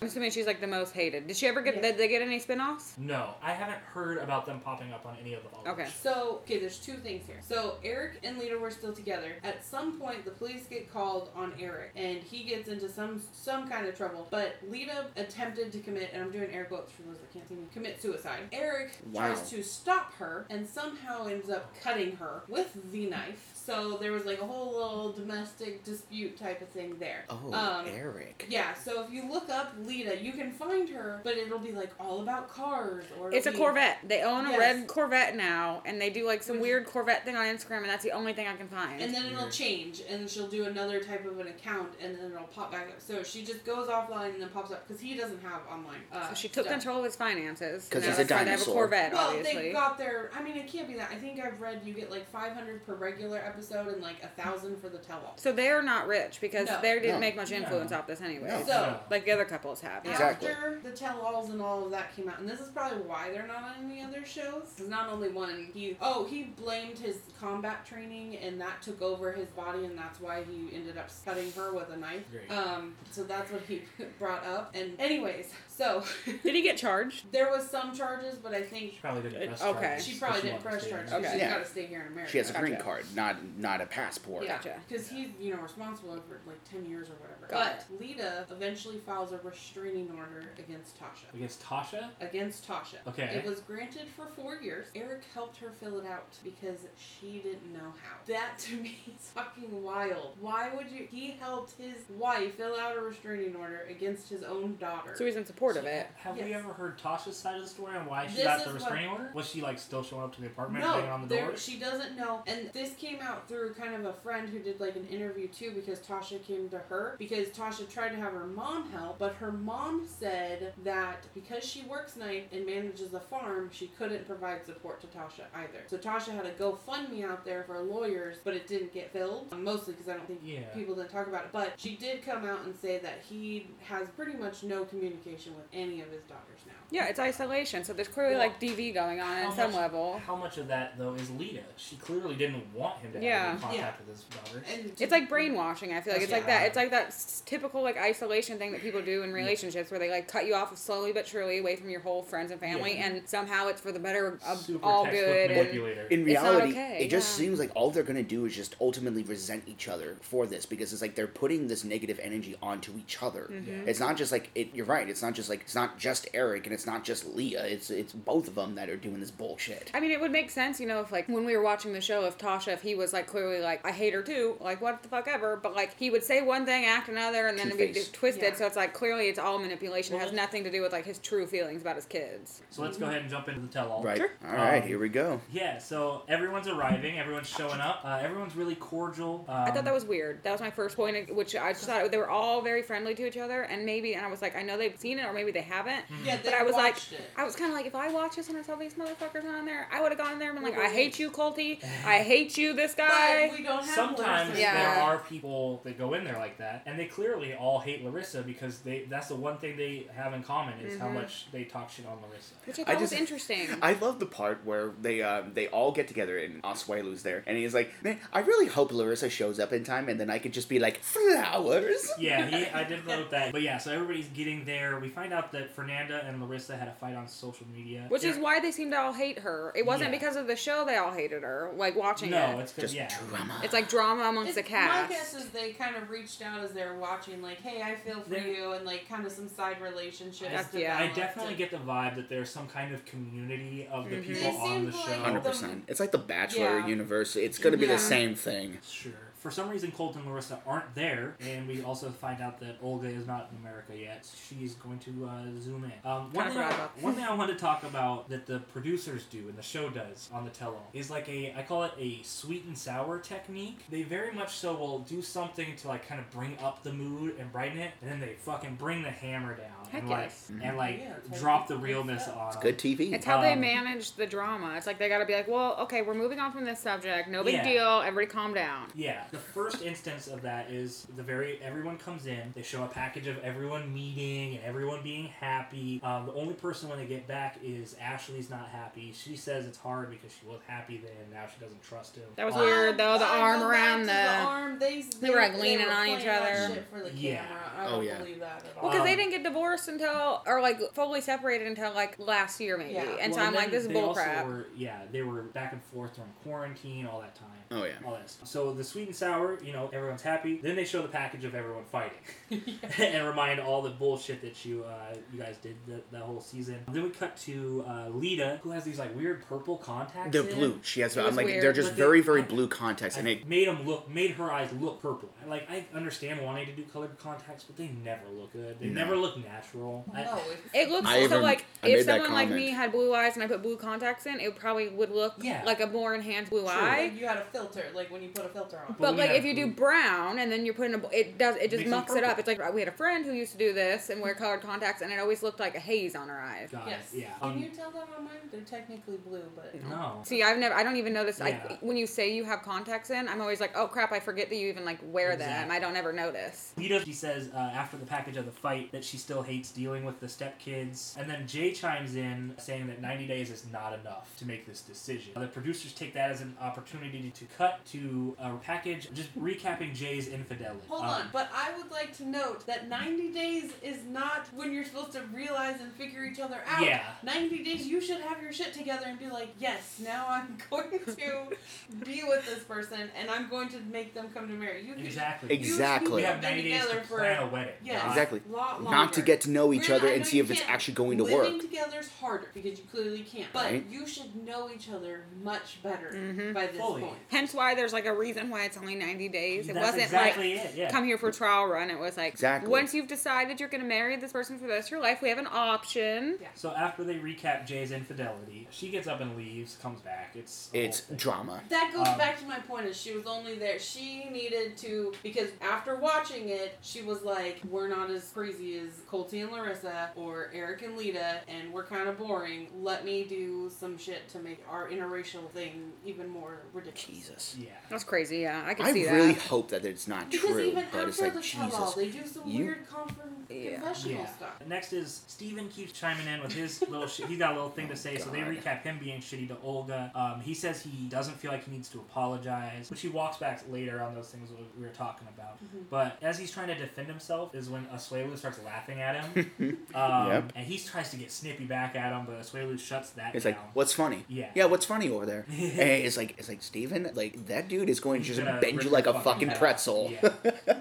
Speaker 2: I'm assuming she's like the most hated. Did she ever get?
Speaker 4: Yeah.
Speaker 2: Did they get any spin-offs?
Speaker 1: No, I haven't heard about them popping up on any of the followers.
Speaker 2: Okay.
Speaker 4: So, okay, there's two things here. So, Eric and Lita were still together. At some point, the police get called on Eric, and he gets into some some kind of trouble. But Lita attempted to commit, and I'm doing air quotes for those that can't see me, commit suicide. Eric
Speaker 3: Wow.
Speaker 4: tries to stop her, and somehow ends up cutting her with the knife. So there was like a whole little domestic dispute type of thing there.
Speaker 3: Oh,
Speaker 4: Um,
Speaker 3: Eric.
Speaker 4: Yeah, so if you look up Lita, you can find her, but it'll be like all about cars or
Speaker 2: It's a
Speaker 4: be-
Speaker 2: Corvette. They own a
Speaker 4: Yes.
Speaker 2: red Corvette now, and they do like some
Speaker 4: Which-
Speaker 2: weird Corvette thing on Instagram, and that's the only thing I can find.
Speaker 4: And then it'll
Speaker 1: Weird.
Speaker 4: change, and she'll do another type of an account, and then it'll pop back up. So she just goes offline and then pops up because he doesn't have online. Uh,
Speaker 2: so she took
Speaker 4: stuff.
Speaker 2: control of his finances.
Speaker 3: 'Cause
Speaker 2: and
Speaker 3: he's a
Speaker 2: that's why They have a
Speaker 3: dinosaur.
Speaker 2: Corvette,
Speaker 4: Well,
Speaker 2: obviously.
Speaker 4: they got their. I mean, it can't be that. I think I've read you get like 500 per regular episode and like a thousand for the tell-all.
Speaker 2: so they are not rich because
Speaker 4: No.
Speaker 2: they didn't
Speaker 3: No.
Speaker 2: make much
Speaker 1: No.
Speaker 2: influence off this anyway.
Speaker 3: No.
Speaker 4: So-
Speaker 2: Like the other couples have. Yeah.
Speaker 3: Exactly.
Speaker 4: After the tell-alls and all of that came out, and this is probably why they're not on any other shows. 'cause not only one, he oh he blamed his combat training, and that took over his body, and that's why he ended up cutting her with a knife.
Speaker 1: Great.
Speaker 4: Um, so that's what he brought up. And anyways, so
Speaker 2: Did he get charged?
Speaker 4: there was some charges, but I think
Speaker 1: She probably didn't
Speaker 2: It-
Speaker 1: press
Speaker 2: okay.
Speaker 1: charges,
Speaker 4: she
Speaker 1: but
Speaker 4: probably
Speaker 1: wanted
Speaker 4: didn't
Speaker 1: to
Speaker 4: press
Speaker 1: stay in
Speaker 4: charges.
Speaker 1: America.
Speaker 4: because
Speaker 2: Okay.
Speaker 4: She's
Speaker 3: Yeah.
Speaker 4: got to stay here in America.
Speaker 3: She has a
Speaker 2: Gotcha.
Speaker 3: green card, not not a passport.
Speaker 4: Yeah,
Speaker 2: Gotcha.
Speaker 4: because he's you know responsible for like ten years or whatever.
Speaker 2: Got
Speaker 4: but Lita eventually files a restraining order against Tasha.
Speaker 1: Against Tasha?
Speaker 4: against Tasha.
Speaker 1: Okay.
Speaker 4: It was granted for four years. Eric helped her fill it out because she didn't know how. That to me is fucking wild. Why would you? He helped his wife fill out a restraining order against his own daughter.
Speaker 2: So he's in support of it.
Speaker 1: Have we
Speaker 4: Yes.
Speaker 1: ever heard Tasha's side of the story on why she
Speaker 4: This
Speaker 1: got
Speaker 4: is
Speaker 1: the
Speaker 4: what-
Speaker 1: restraining order? Was she like still showing up to the apartment and banging
Speaker 4: No,
Speaker 1: on the door?
Speaker 4: there, she doesn't know. And this came out through kind of a friend who did like an interview too because Tasha came to her because Tasha tried to have her mom help, but her mom said that because she works night and manages a farm, she couldn't provide support to Tasha either. So Tasha had a GoFundMe out there for lawyers, but it didn't get filled. um, Mostly because I don't think
Speaker 1: Yeah.
Speaker 4: people didn't talk about it. But she did come out and say that he has pretty much no communication with any of his daughters now.
Speaker 2: Yeah, it's isolation. So there's clearly
Speaker 1: Well,
Speaker 2: like DV going on
Speaker 1: How
Speaker 2: at some
Speaker 1: much-
Speaker 2: level.
Speaker 1: How much of that though is Lita? She clearly didn't want him to
Speaker 2: Yeah.
Speaker 1: have any contact
Speaker 4: Yeah.
Speaker 1: with his daughter.
Speaker 4: And
Speaker 2: It's like brainwashing. I feel like it's like that.
Speaker 1: Yeah.
Speaker 2: It's like that s- typical like isolation thing that people do in relationships, where they like cut you off slowly but surely away from your whole friends and family,
Speaker 1: Yeah.
Speaker 2: and somehow it's for the better of
Speaker 1: Super
Speaker 2: uh, all
Speaker 1: textbook
Speaker 2: good. And,
Speaker 1: manipulator.
Speaker 3: In
Speaker 2: It's not
Speaker 3: reality,
Speaker 2: okay,
Speaker 3: it just
Speaker 2: yeah.
Speaker 3: seems like all they're gonna do is just ultimately resent each other for this because it's like they're putting this negative energy onto each other.
Speaker 2: Mm-hmm.
Speaker 1: Yeah.
Speaker 3: It's not just like it. You're right. It's not just like it's not just Eric and it's not just Leah. It's it's both of them that are doing this bullshit.
Speaker 2: I mean, it would make sense, you know, if like when we were watching the show, if Tasha, if he was like clearly like I hate her too, like what the fuck ever, but like he would say one thing, act another, and then it'd be
Speaker 3: Two-faced.
Speaker 2: just twisted.
Speaker 4: Yeah.
Speaker 2: So it's like clearly it's all manipulation. it
Speaker 1: Well,
Speaker 2: has nothing to do with like his true feelings about his kids.
Speaker 1: so let's go ahead and jump into the tell all.
Speaker 3: Right.
Speaker 2: Sure.
Speaker 3: All right.
Speaker 1: Um,
Speaker 3: here we go.
Speaker 1: Yeah, so everyone's arriving, everyone's showing up, uh, everyone's really cordial. Um,
Speaker 2: I thought that was weird. That was my first point, which I just thought they were all very friendly to each other, and maybe, and I was like, I know they've seen it, or maybe they haven't.
Speaker 4: yeah,
Speaker 2: But
Speaker 4: they
Speaker 2: I was like,
Speaker 4: watched it.
Speaker 2: I was kind of like, if I watch this and I saw these motherfuckers on there, I would have gone in there and been like, I hate you, Colty. I hate you, this guy.
Speaker 4: But we don't have
Speaker 1: Sometimes
Speaker 4: Larissa.
Speaker 2: Yeah.
Speaker 1: there are people that go in there like that, and they clearly all hate Larissa because they—that's the one thing they have in common is how
Speaker 2: Mhm.
Speaker 1: much they talk shit on Larissa.
Speaker 2: Which I thought
Speaker 3: I
Speaker 2: was
Speaker 3: just-
Speaker 2: interesting.
Speaker 3: I love the part where they um, they all get together and Osweilu's there, and he's like, "Man, I really hope Larissa shows up in time, and then I could just be like flowers."
Speaker 1: yeah, he, I did note that. But yeah, so everybody's getting there. We find out that Fernanda and Larissa had a fight on social media,
Speaker 2: Which is
Speaker 1: Yeah.
Speaker 2: why they seem to all hate her. It wasn't
Speaker 1: Yeah.
Speaker 2: because of the show they all hated her, like watching
Speaker 1: no,
Speaker 2: it.
Speaker 1: it's 'cause-
Speaker 3: Just
Speaker 1: yeah.
Speaker 3: drama.
Speaker 2: It's like drama amongst the
Speaker 4: It's-
Speaker 2: cast.
Speaker 4: My guess is they kind of reached out as they were watching, like, "Hey, I feel for
Speaker 1: They're-
Speaker 4: you," and like kind of some side relationships.
Speaker 2: That's-
Speaker 4: developed.
Speaker 2: yeah.
Speaker 1: I definitely get the vibe that there's some kind of community of the
Speaker 2: Mhm.
Speaker 1: people
Speaker 4: They
Speaker 1: on
Speaker 4: seem
Speaker 1: the
Speaker 4: like
Speaker 1: show.
Speaker 3: hundred percent. It's like the Bachelor
Speaker 4: Yeah.
Speaker 3: universe. It's gonna be
Speaker 4: Yeah.
Speaker 3: the same thing.
Speaker 1: Sure. For some reason, Colt and Larissa aren't there, and we also find out that Olga is not in America yet. She's going to uh, zoom in. Um, one,
Speaker 2: Kinda
Speaker 1: thing I,
Speaker 2: forgot about-
Speaker 1: one thing I want to talk about that the producers do and the show does on the tell-all is like a I call it a sweet and sour technique. They very much so will do something to like kind of bring up the mood and brighten it, and then they fucking bring the hammer down
Speaker 2: Heck
Speaker 1: and like
Speaker 2: yes.
Speaker 1: and like
Speaker 4: Yeah, it's like-
Speaker 1: drop the realness on.
Speaker 3: Mm-hmm. It's
Speaker 1: 'em.
Speaker 3: good TV.
Speaker 2: It's how they
Speaker 1: Um,
Speaker 2: manage the drama. It's like they gotta be like, well, okay, we're moving on from this subject. No big
Speaker 1: Yeah.
Speaker 2: deal. Everybody calm down.
Speaker 1: Yeah, the first instance of that is the very everyone comes in. They show a package of everyone meeting and everyone being happy. Um, the only person when they get back is Ashley's not happy. She says it's hard because she was happy then. and Now she doesn't trust him.
Speaker 2: That was
Speaker 1: Um,
Speaker 2: weird. though, the
Speaker 4: I
Speaker 2: arm
Speaker 4: go back
Speaker 2: around
Speaker 4: to
Speaker 2: the-
Speaker 4: arm. They, they
Speaker 2: were, like,
Speaker 4: they
Speaker 2: leaning
Speaker 4: were
Speaker 2: on each
Speaker 4: playing that
Speaker 2: other.
Speaker 4: Shit for the
Speaker 1: Yeah.
Speaker 4: camera. I
Speaker 3: Oh,
Speaker 4: don't
Speaker 3: yeah.
Speaker 4: believe that at all.
Speaker 2: Well, because they
Speaker 1: Um,
Speaker 2: didn't get divorced until, or like fully separated until like last year, maybe.
Speaker 4: Yeah.
Speaker 2: And so
Speaker 1: well,
Speaker 2: I'm like,
Speaker 1: then
Speaker 2: this is
Speaker 1: they
Speaker 2: bull
Speaker 1: also
Speaker 2: crap.
Speaker 1: Were, yeah, they were back and forth during quarantine, all that time.
Speaker 3: oh yeah.
Speaker 1: all that stuff. So the sweet and sour, you know, everyone's happy. Then they show the package of everyone fighting, and remind all the bullshit that you uh, you guys did the, that whole season. Then we cut to uh, Lita, who has these like weird purple contacts.
Speaker 3: They're
Speaker 1: in.
Speaker 3: blue. She has.
Speaker 2: It was
Speaker 3: I'm like
Speaker 2: weird.
Speaker 3: they're just
Speaker 1: But they-
Speaker 3: very very
Speaker 1: I-
Speaker 3: blue contacts,
Speaker 1: I
Speaker 3: and it
Speaker 1: made them look, made her eyes look purple. I, like I understand wanting to do colored contacts, but they never look good. They
Speaker 3: No.
Speaker 1: never look natural. I-
Speaker 4: No, it's-
Speaker 2: It looks
Speaker 3: I
Speaker 2: so
Speaker 3: even-
Speaker 2: like
Speaker 3: I
Speaker 2: if
Speaker 3: made that
Speaker 2: someone like me
Speaker 3: comment.
Speaker 2: had blue eyes and I put blue contacts in, it probably would look
Speaker 1: Yeah.
Speaker 2: like a more enhanced blue eye.
Speaker 4: like, you had a filter, like when you put a filter on.
Speaker 1: But
Speaker 2: But
Speaker 1: we
Speaker 2: like
Speaker 1: have
Speaker 2: if you do
Speaker 1: blue.
Speaker 2: brown and then you're putting a, bl- it does it just
Speaker 1: Makes them
Speaker 2: mucks it up.
Speaker 1: purple.
Speaker 2: It's like we had a friend who used to do this and wear colored contacts and it always looked like a haze on her eyes.
Speaker 1: God,
Speaker 4: yes.
Speaker 1: yeah.
Speaker 4: Can
Speaker 1: Um,
Speaker 4: you tell them on mine? They're technically blue, but
Speaker 1: no.
Speaker 2: See, I've never I don't even notice.
Speaker 1: Yeah.
Speaker 2: I when you say you have contacts in, I'm always like, oh crap, I forget that you even like wear them.
Speaker 1: Exactly.
Speaker 2: I don't ever notice.
Speaker 1: Lita, she says uh, after the package of the fight that she still hates dealing with the stepkids. And then Jay chimes in saying that 90 days is not enough to make this decision. The producers take that as an opportunity to cut to a package, just recapping Jay's infidelity.
Speaker 4: Hold
Speaker 1: Um,
Speaker 4: on, but I would like to note that 90 days is not when you're supposed to realize and figure each other out.
Speaker 1: Yeah.
Speaker 4: 90 days, you should have your shit together and be like, yes, now I'm going to be with this person and I'm going to make them come to marriage. You could-
Speaker 1: Exactly.
Speaker 4: you two
Speaker 3: Exactly.
Speaker 1: We
Speaker 4: have
Speaker 1: have
Speaker 4: been
Speaker 1: 90 days to
Speaker 4: together for
Speaker 1: plan a wedding.
Speaker 4: yes,
Speaker 1: God.
Speaker 3: Exactly.
Speaker 4: lot
Speaker 3: not to
Speaker 4: longer.
Speaker 3: get to know each
Speaker 4: Granted,
Speaker 3: other
Speaker 4: I
Speaker 3: and
Speaker 4: know
Speaker 3: see
Speaker 4: you
Speaker 3: if it's
Speaker 4: can't.
Speaker 3: actually going to
Speaker 4: Living
Speaker 3: work.
Speaker 4: together is harder because you clearly can't. But
Speaker 3: Right.
Speaker 4: you should know each other much better
Speaker 2: Mhm.
Speaker 4: by this
Speaker 1: Fully.
Speaker 4: point.
Speaker 2: Hence why there's like a reason why it's only 90 days. It
Speaker 1: That's
Speaker 2: wasn't
Speaker 1: exactly
Speaker 2: like
Speaker 1: it, yeah.
Speaker 2: come here for trial run. It was like
Speaker 3: Exactly.
Speaker 2: once you've decided you're going to marry this person for the rest of your life, we have an option.
Speaker 4: Yeah.
Speaker 1: So after they recap Jay's infidelity, she gets up and leaves, comes back. It's a whole
Speaker 3: It's
Speaker 1: thing.
Speaker 3: drama.
Speaker 4: That goes
Speaker 1: Um,
Speaker 4: back to my point is she was only there. She needed to because after watching it, she was like, "We're not as crazy as Colty and Larissa or Eric and Lita, and we're kind of boring. Let me do some shit to make our interracial thing even more ridiculous."
Speaker 3: Jesus.
Speaker 1: yeah.
Speaker 2: That's crazy. Yeah, I can
Speaker 3: I
Speaker 2: see
Speaker 3: really
Speaker 2: that.
Speaker 3: hope that it's not
Speaker 4: Because
Speaker 3: true,
Speaker 4: even
Speaker 3: but it's
Speaker 4: after
Speaker 3: like
Speaker 4: the
Speaker 3: Jesus.
Speaker 4: Chaval, they do some
Speaker 3: you-
Speaker 4: weird confron-
Speaker 2: Yeah.
Speaker 4: confessional
Speaker 1: Yeah.
Speaker 4: stuff.
Speaker 1: Next is Steven keeps chiming in with his little. Sh- he's got a little thing to say, so they
Speaker 3: God.
Speaker 1: recap him being shitty to Olga. Um, he says he doesn't feel like he needs to apologize, which he walks back later on those things we were talking about. But as he's trying to defend himself, is when Asuelu starts laughing at him, um,
Speaker 3: Yep.
Speaker 1: and he tries to get snippy back at him, but Asuelu shuts that
Speaker 3: It's
Speaker 1: down.
Speaker 3: like, what's funny?
Speaker 1: Yeah.
Speaker 3: Yeah, what's funny over there? and it's like, it's like Steven, like that dude is going to
Speaker 1: He's
Speaker 3: just
Speaker 1: gonna
Speaker 3: bend
Speaker 1: rip
Speaker 3: you
Speaker 1: your
Speaker 3: like a
Speaker 1: fucking
Speaker 3: fucking
Speaker 1: head off.
Speaker 3: pretzel.
Speaker 1: Yeah.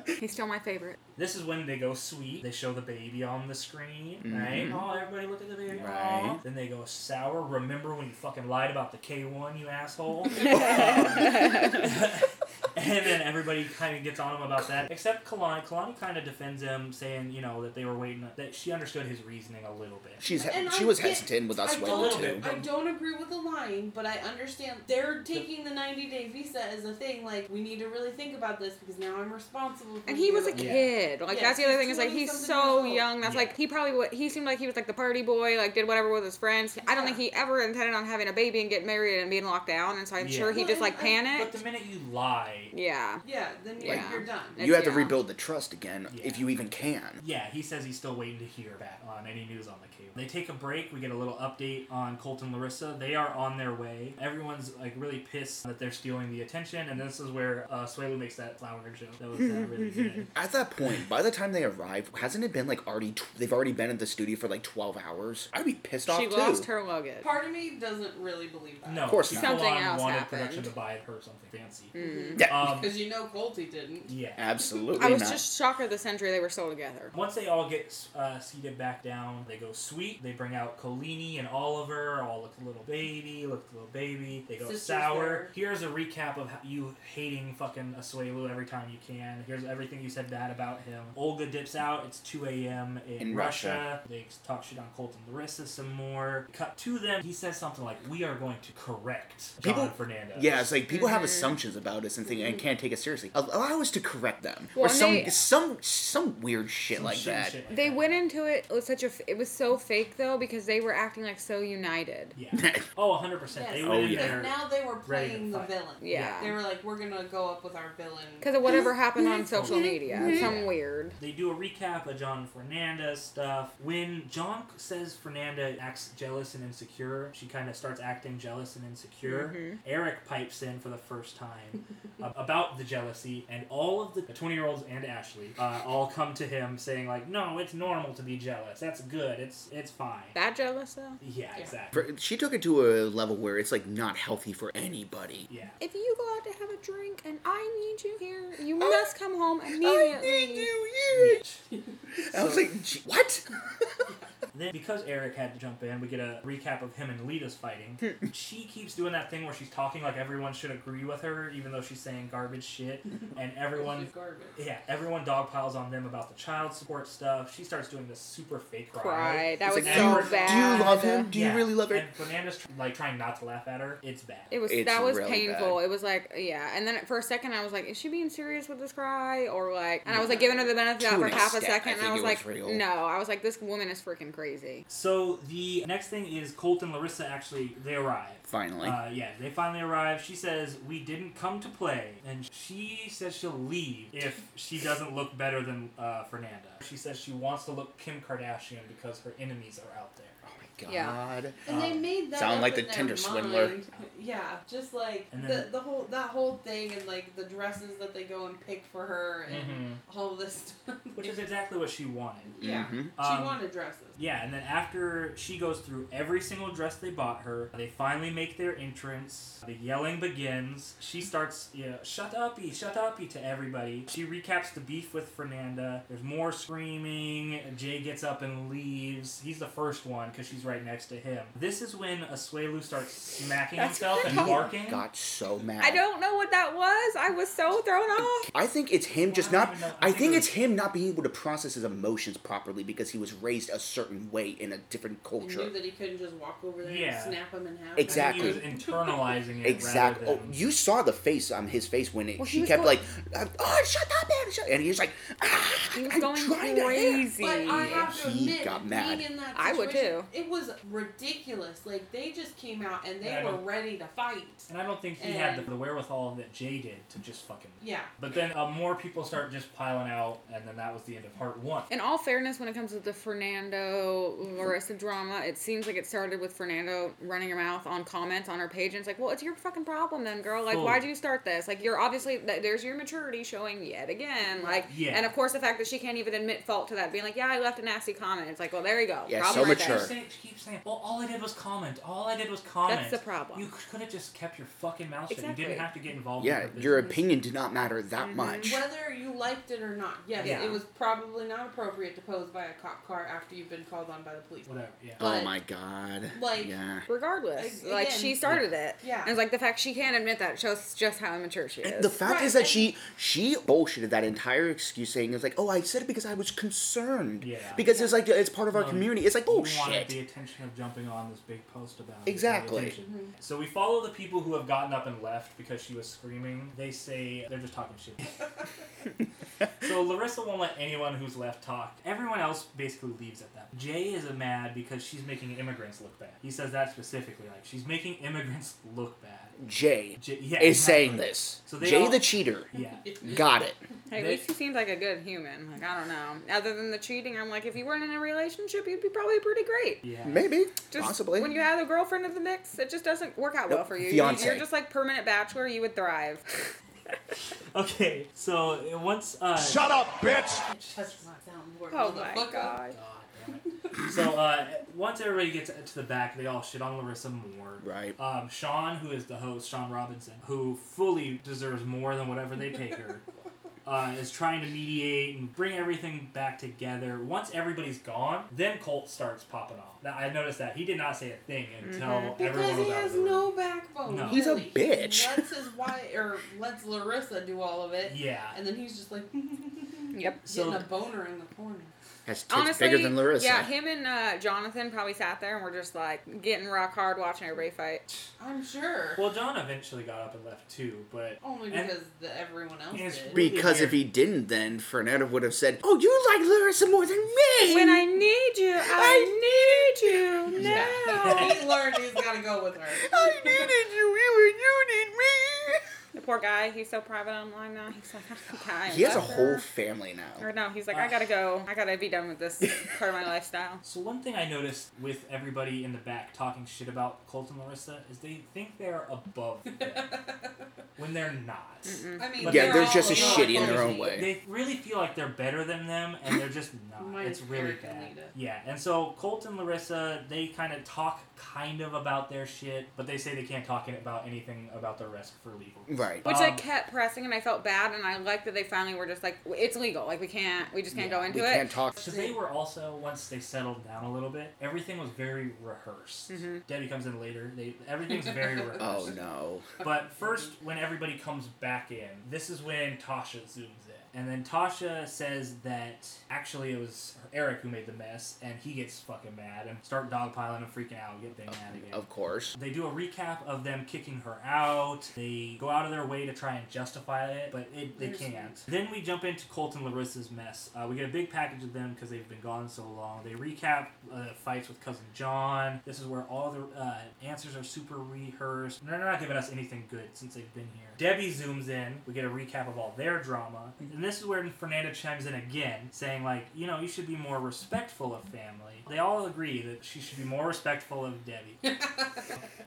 Speaker 2: He's still my favorite.
Speaker 1: This is when they go sweet. They show the baby on the screen, right?
Speaker 3: Mhm.
Speaker 1: Oh, everybody look at the baby.
Speaker 3: Right.
Speaker 1: Aw. Then they go sour. Remember when you fucking lied about the K one, you asshole?
Speaker 3: Oh,
Speaker 1: and then everybody kind of gets on him about that, except Kalani. Kalani kind of defends him, saying you know that they were waiting, that she understood his reasoning a little bit.
Speaker 3: She's
Speaker 4: And
Speaker 3: she
Speaker 4: I
Speaker 3: was
Speaker 4: get-
Speaker 3: hesitant with us
Speaker 4: I
Speaker 3: waiting
Speaker 1: don't-
Speaker 3: too.
Speaker 4: I don't agree with the lying, but I understand they're taking the 90 day visa as a thing. Like, we need to really think about this because now I'm responsible. For
Speaker 2: And he was a
Speaker 4: you.
Speaker 1: Yeah.
Speaker 2: kid. Like
Speaker 4: Yeah,
Speaker 2: that's the other
Speaker 4: he's
Speaker 2: thing is like he's
Speaker 4: 20-something
Speaker 2: so
Speaker 4: years old.
Speaker 2: young. That's
Speaker 1: Yeah.
Speaker 2: like he probably wa- he seemed like he was like the party boy. Like did whatever with his friends. I don't
Speaker 4: Yeah.
Speaker 2: think he ever intended on having a baby and getting married and being locked down. And so I'm
Speaker 1: Yeah.
Speaker 2: sure he
Speaker 4: Well,
Speaker 2: just
Speaker 4: and
Speaker 2: like
Speaker 4: I- but
Speaker 1: But
Speaker 2: panicked.
Speaker 1: the minute you lie,
Speaker 2: Yeah.
Speaker 4: Yeah, then you're,
Speaker 2: Yeah.
Speaker 4: you're done.
Speaker 2: Yeah.
Speaker 3: you have to
Speaker 2: yeah.
Speaker 3: rebuild the trust again,
Speaker 1: Yeah.
Speaker 3: if you even can.
Speaker 1: Yeah, he says he's still waiting to hear back on any news on the cable. They take a break. We get a little update on Colt and Larissa. They are on their way. Everyone's like really pissed that they're stealing the attention, and this is where uh, Suelu makes that flower joke. That was uh, really good.
Speaker 3: At that point, by the time they arrive, hasn't it been like already? Tw- they've already been at the studio for like twelve hours. I'd be pissed off
Speaker 2: She
Speaker 3: too.
Speaker 2: lost her luggage.
Speaker 4: Part of me doesn't really believe that.
Speaker 1: No,
Speaker 3: Of course not.
Speaker 1: Kalani
Speaker 2: Something else
Speaker 1: wanted
Speaker 2: happened.
Speaker 1: production to buy her something fancy.
Speaker 2: Mm.
Speaker 3: Yeah,
Speaker 1: Um,
Speaker 4: Because you know Colty didn't.
Speaker 1: yeah.
Speaker 3: absolutely
Speaker 2: I was
Speaker 3: not.
Speaker 2: just shocked at the century they were still together.
Speaker 1: Once they all get uh, seated back down, they go sweet. They bring out Colini and Oliver. All look a little baby, look a little baby. They go
Speaker 4: Sisters
Speaker 1: sour.
Speaker 4: there.
Speaker 1: Here's a recap of how you hating fucking Asuelu every time you can. Here's everything you said bad about him. Olga dips out. It's 2 a.m. in,
Speaker 3: In Russia.
Speaker 1: They talk shit on Colton Larissa some more. Cut to them. He says something like, "We are going to correct John
Speaker 3: People-
Speaker 1: Fernandez."
Speaker 3: yeah, it's like people
Speaker 2: Mm-hmm.
Speaker 3: have assumptions about us and think and can't take us seriously. Al- Allow us to correct them,
Speaker 2: Well,
Speaker 3: or
Speaker 2: and
Speaker 3: some
Speaker 2: they-
Speaker 3: some some weird shit
Speaker 1: Some
Speaker 3: like
Speaker 1: shitty
Speaker 3: that.
Speaker 1: shit like
Speaker 2: They
Speaker 1: that.
Speaker 2: went into it with such a. f- It was so fake though because they were acting like so united.
Speaker 1: Yeah. Oh, 100. percent They
Speaker 4: Yes.
Speaker 1: went
Speaker 3: Oh,
Speaker 1: in
Speaker 3: yeah.
Speaker 1: there.
Speaker 4: Now they were
Speaker 1: Ready to
Speaker 4: playing the
Speaker 1: fight.
Speaker 4: villain.
Speaker 2: Yeah.
Speaker 4: They were like, we're going to go up with our villain.
Speaker 2: Because of whatever happened
Speaker 3: Mm-hmm.
Speaker 2: on social media,
Speaker 1: Yeah.
Speaker 2: some weird.
Speaker 1: They do a recap of John Fernandez stuff. When John says Fernanda acts jealous and insecure, she kind of starts acting jealous and insecure. Eric pipes in for the first time a- about the jealousy, and all of the 20 year olds and Ashley uh, all come to him saying, like, no, it's normal to be jealous. That's good. It's, it's fine.
Speaker 2: That jealous though.
Speaker 1: Yeah,
Speaker 4: Yeah.
Speaker 1: exactly.
Speaker 3: For- She took it to a level where it's like not healthy for anybody.
Speaker 1: Yeah.
Speaker 2: If you go out to have a drink and I need you here, you must come home immediately.
Speaker 3: Oh, you. I was like, "Gee, what?
Speaker 1: Then, because Eric had to jump in, we get a recap of him and Lita's fighting.
Speaker 3: Hmm.
Speaker 1: she keeps doing that thing where she's talking like everyone should agree with her, even though she's saying garbage shit, and everyone.
Speaker 4: She's garbage.
Speaker 1: Yeah, everyone dogpiles on them about the child support stuff. She starts doing this super fake cry.
Speaker 2: Cry. That
Speaker 3: It's
Speaker 2: was
Speaker 1: like,
Speaker 2: so
Speaker 1: do you
Speaker 2: bad.
Speaker 3: love him? Do you really love her?
Speaker 1: And Fernanda's tr- like trying not to laugh at her. It's bad.
Speaker 2: It was
Speaker 3: It's
Speaker 2: that was
Speaker 3: really
Speaker 2: painful.
Speaker 3: bad.
Speaker 2: It was like yeah, and then for a second I was like, is she being serious with this cry or like? And I was like giving her the benefit
Speaker 3: To
Speaker 2: of for
Speaker 3: an
Speaker 2: half a
Speaker 3: extent, I
Speaker 2: second, and
Speaker 3: think
Speaker 2: I was like,
Speaker 3: it was real.
Speaker 2: no, I was like, this woman is freaking crazy.
Speaker 1: so the next thing is Colt and Larissa actually they arrive.
Speaker 3: Finally.
Speaker 1: Uh, yeah, they finally arrive. She says, We didn't come to play. And she says she'll leave if she doesn't look better than uh, Fernanda. She says she wants to look Kim Kardashian because her enemies are out there.
Speaker 3: oh my god.
Speaker 2: Yeah.
Speaker 4: And they
Speaker 1: Um,
Speaker 4: made that
Speaker 3: sound
Speaker 4: up
Speaker 3: like
Speaker 4: in
Speaker 3: the
Speaker 4: their
Speaker 3: Tinder swindler.
Speaker 4: mind. Yeah, just like
Speaker 1: And
Speaker 4: the,
Speaker 1: then-
Speaker 4: the whole that whole thing and like the dresses that they go and pick for her and
Speaker 1: Mhm.
Speaker 4: all this stuff.
Speaker 1: Which is exactly what she wanted.
Speaker 4: yeah,
Speaker 3: Mhm.
Speaker 1: Um,
Speaker 4: she wanted dresses.
Speaker 1: Yeah, and then after she goes through every single dress they bought her, they finally make their entrance. The yelling begins. She starts, you know, shut up, you, shut up, you to everybody. She recaps the beef with Fernanda. There's more screaming. Jay gets up and leaves. He's the first one because she's right next to him. This is when Asuelu starts smacking
Speaker 2: That's
Speaker 1: himself. mouth and barking.
Speaker 3: got so mad.
Speaker 2: I don't know what that was. I was so thrown off.
Speaker 3: I think it's him just
Speaker 1: Well, I
Speaker 3: not.
Speaker 1: don't even know.
Speaker 3: I
Speaker 1: I
Speaker 3: think
Speaker 1: think
Speaker 3: it's him not being able to process his emotions properly because he was raised a certain way in a different
Speaker 4: And knew
Speaker 3: culture.
Speaker 4: that he couldn't just walk over there
Speaker 1: Yeah.
Speaker 4: and snap him in half.
Speaker 1: I think
Speaker 3: Exactly.
Speaker 1: He was internalizing it.
Speaker 3: Exactly.
Speaker 1: Rather
Speaker 3: Oh,
Speaker 1: than,
Speaker 3: you saw the face on his face when it,
Speaker 2: Well, he
Speaker 3: she
Speaker 2: was
Speaker 3: kept
Speaker 2: going-
Speaker 3: like, "Oh, shut up, man!" Shut, and he was like, ah,
Speaker 2: He was
Speaker 3: I'm trying
Speaker 2: going
Speaker 3: to handle-"
Speaker 2: crazy.
Speaker 4: But I
Speaker 3: Yeah,
Speaker 4: have to
Speaker 3: he
Speaker 4: admit,
Speaker 3: got mad.
Speaker 4: being in that
Speaker 2: I would
Speaker 4: situation, It was ridiculous. Like they just came out and they
Speaker 1: Yeah, I
Speaker 4: were
Speaker 1: don't-
Speaker 4: ready to fight.
Speaker 1: and I don't think he had the,
Speaker 4: And-
Speaker 1: the wherewithal that Jay did to just fucking.
Speaker 4: Yeah.
Speaker 1: But then uh, more people start just piling out, and then that was the end of part one.
Speaker 2: In all fairness, when it comes to the Fernando Larissa drama, it seems like it started with Fernando running her mouth on comments on her page, and it's like, well, it's your fucking problem then, girl. Like,
Speaker 1: Fully.
Speaker 2: why'd you start this? Like, you're obviously th- there's your maturity showing yet again. Like,
Speaker 1: Yeah.
Speaker 2: and of course the fact that she can't even admit fault to that, being like, yeah, I left a nasty comment. It's like, well, there you go.
Speaker 3: Yeah,
Speaker 2: Problem
Speaker 3: so
Speaker 2: right
Speaker 3: mature.
Speaker 1: Keep
Speaker 2: there.
Speaker 1: saying, she keeps saying, well, all I did was comment. All I did was comment.
Speaker 2: That's the problem.
Speaker 1: You could have just kept your fucking mouth shut. You
Speaker 2: Exactly.
Speaker 1: didn't have to get involved.
Speaker 3: Yeah,
Speaker 1: in
Speaker 3: your
Speaker 1: business.
Speaker 3: opinion did not matter that
Speaker 2: Mhm.
Speaker 3: much.
Speaker 4: Whether you liked it or not, yes,
Speaker 2: Yeah.
Speaker 4: it was probably not appropriate to pose by a cop car after you've been called on by the police.
Speaker 1: Whatever. Yeah.
Speaker 3: oh
Speaker 4: but-
Speaker 3: my god.
Speaker 4: like-
Speaker 3: yeah.
Speaker 2: Regardless,
Speaker 4: Ag-
Speaker 2: like
Speaker 4: again.
Speaker 2: she started it.
Speaker 4: Yeah.
Speaker 2: and it's like the fact she can't admit that shows just how immature she is.
Speaker 3: The fact
Speaker 4: Right,
Speaker 3: is that
Speaker 4: and-
Speaker 3: she she bullshitted that entire excuse saying it was like, oh, I said it because I was concerned.
Speaker 1: Yeah.
Speaker 3: Because it's like it's part of our
Speaker 1: No,
Speaker 3: community. It's like
Speaker 1: You wanted
Speaker 3: bullshit.
Speaker 1: the attention of jumping on this big post about it.
Speaker 3: Exactly.
Speaker 1: The attention. So we follow the people who have gotten up and left because she was screaming. They say they're just talking shit. so Larissa won't let anyone who's left talk. Everyone else basically leaves at that. Jay is mad because she's making immigrants look bad. He says that specifically, like she's making immigrants look bad.
Speaker 3: Jay
Speaker 1: Jay, yeah, exactly.
Speaker 3: is saying this.
Speaker 1: So they
Speaker 3: Jay
Speaker 1: all-
Speaker 3: the cheater.
Speaker 1: Yeah.
Speaker 3: Got it.
Speaker 2: Hey, at
Speaker 1: They-
Speaker 2: least he seems like a good human. Like I don't know. Other than the cheating, I'm like, if you weren't in a relationship, you'd be probably pretty great.
Speaker 1: Yeah.
Speaker 3: Maybe.
Speaker 2: Just
Speaker 3: possibly.
Speaker 2: When you have a girlfriend in the mix, it just doesn't work out well
Speaker 3: Nope,
Speaker 2: for you. You-
Speaker 3: fiance.
Speaker 2: You're just like permanent bachelor. You would thrive.
Speaker 1: Okay. So uh, once uh,
Speaker 5: Shut up, bitch!
Speaker 4: It just does not sound more
Speaker 2: oh
Speaker 4: motherfucker.
Speaker 2: my god.
Speaker 1: God damn it. so uh, once everybody gets to the back, they all shit on Larissa more.
Speaker 3: Right.
Speaker 1: Um, Sean, who is the host, Sean Robinson, who fully deserves more than whatever they take her, uh, is trying to mediate and bring everything back together. Once everybody's gone, then Colt starts popping off. Now, I noticed that he did not say a thing until everyone
Speaker 4: Mm-hmm. Because
Speaker 1: was
Speaker 4: he
Speaker 1: out of
Speaker 4: has
Speaker 1: the room.
Speaker 4: no backbone.
Speaker 1: No.
Speaker 3: He's a
Speaker 4: really.
Speaker 3: bitch.
Speaker 4: He lets his wife or lets Larissa do all of it.
Speaker 1: Yeah.
Speaker 4: And then he's just like getting
Speaker 2: Yep.
Speaker 1: So-
Speaker 4: a boner in the corner.
Speaker 3: Has tits
Speaker 2: Honestly,
Speaker 3: bigger than Larissa.
Speaker 2: yeah, him and uh, Jonathan probably sat there and were just like getting rock hard watching everybody fight.
Speaker 4: I'm sure.
Speaker 1: Well, John eventually got up and left too, but
Speaker 4: Only
Speaker 1: and-
Speaker 4: because the, everyone else
Speaker 1: It's
Speaker 4: did.
Speaker 1: really
Speaker 3: because
Speaker 1: weird.
Speaker 3: if he didn't, then Fernando would have said, "Oh, you like Larissa more than me."
Speaker 2: When I need you, I need you
Speaker 4: Yeah.
Speaker 2: now.
Speaker 4: he learned he's gotta go with her.
Speaker 3: I needed you, you you need me.
Speaker 2: The poor guy, he's so private online now. He's like, I'm dying.
Speaker 3: He has a
Speaker 2: Left
Speaker 3: whole
Speaker 2: her.
Speaker 3: family now.
Speaker 2: Or no, he's
Speaker 3: Ah.
Speaker 2: like, I gotta go. I gotta be done with this part of my lifestyle.
Speaker 1: So one thing I noticed with everybody in the back talking shit about Colt and Larissa is they think they're above them when they're not.
Speaker 4: I mean,
Speaker 1: Yeah,
Speaker 3: Yeah, they're
Speaker 4: all
Speaker 3: just as
Speaker 1: alone.
Speaker 3: shitty in their
Speaker 4: alone.
Speaker 3: own way.
Speaker 1: They really feel like they're better than them, and they're just not.
Speaker 4: Mine
Speaker 1: it's
Speaker 4: is
Speaker 1: really
Speaker 4: Eric and
Speaker 1: bad.
Speaker 4: Lita.
Speaker 1: Yeah, and so Colt and Larissa, they kind of talk kind of about their shit, but they say they can't talk in- about anything about the risk for legal.
Speaker 3: Right.
Speaker 2: Which I
Speaker 1: Um,
Speaker 2: kept pressing, and I felt bad, and I liked that they finally were just like, it's legal. Like we can't, we just can't
Speaker 1: Yeah,
Speaker 2: go
Speaker 3: We
Speaker 2: into it.
Speaker 3: can't talk.
Speaker 1: Because they were also once they settled down a little bit, everything was very rehearsed. Debbie comes in later. They everything's very rehearsed.
Speaker 3: Mm-hmm. Oh no.
Speaker 1: But first, when everybody comes back in, this is when Tasha zooms in. And then Tasha says that actually it was Eric who made the mess, and he gets fucking mad and start dogpiling and freaking out, get big mad again.
Speaker 3: Of course.
Speaker 1: They do a recap of them kicking her out. They go out of their way to try and justify it, but it, they
Speaker 4: There's-
Speaker 1: can't. Then we jump into Colt and Larissa's mess. Uh, we get a big package of them because they've been gone so long. They recap uh, fights with cousin John. This is where all the uh, answers are super rehearsed. And They're not giving us anything good since they've been here. Debbie zooms in. We get a recap of all their drama, and this is where Fernanda chimes in again, saying like, you know, you should be more respectful of family. They all agree that she should be more respectful of Debbie.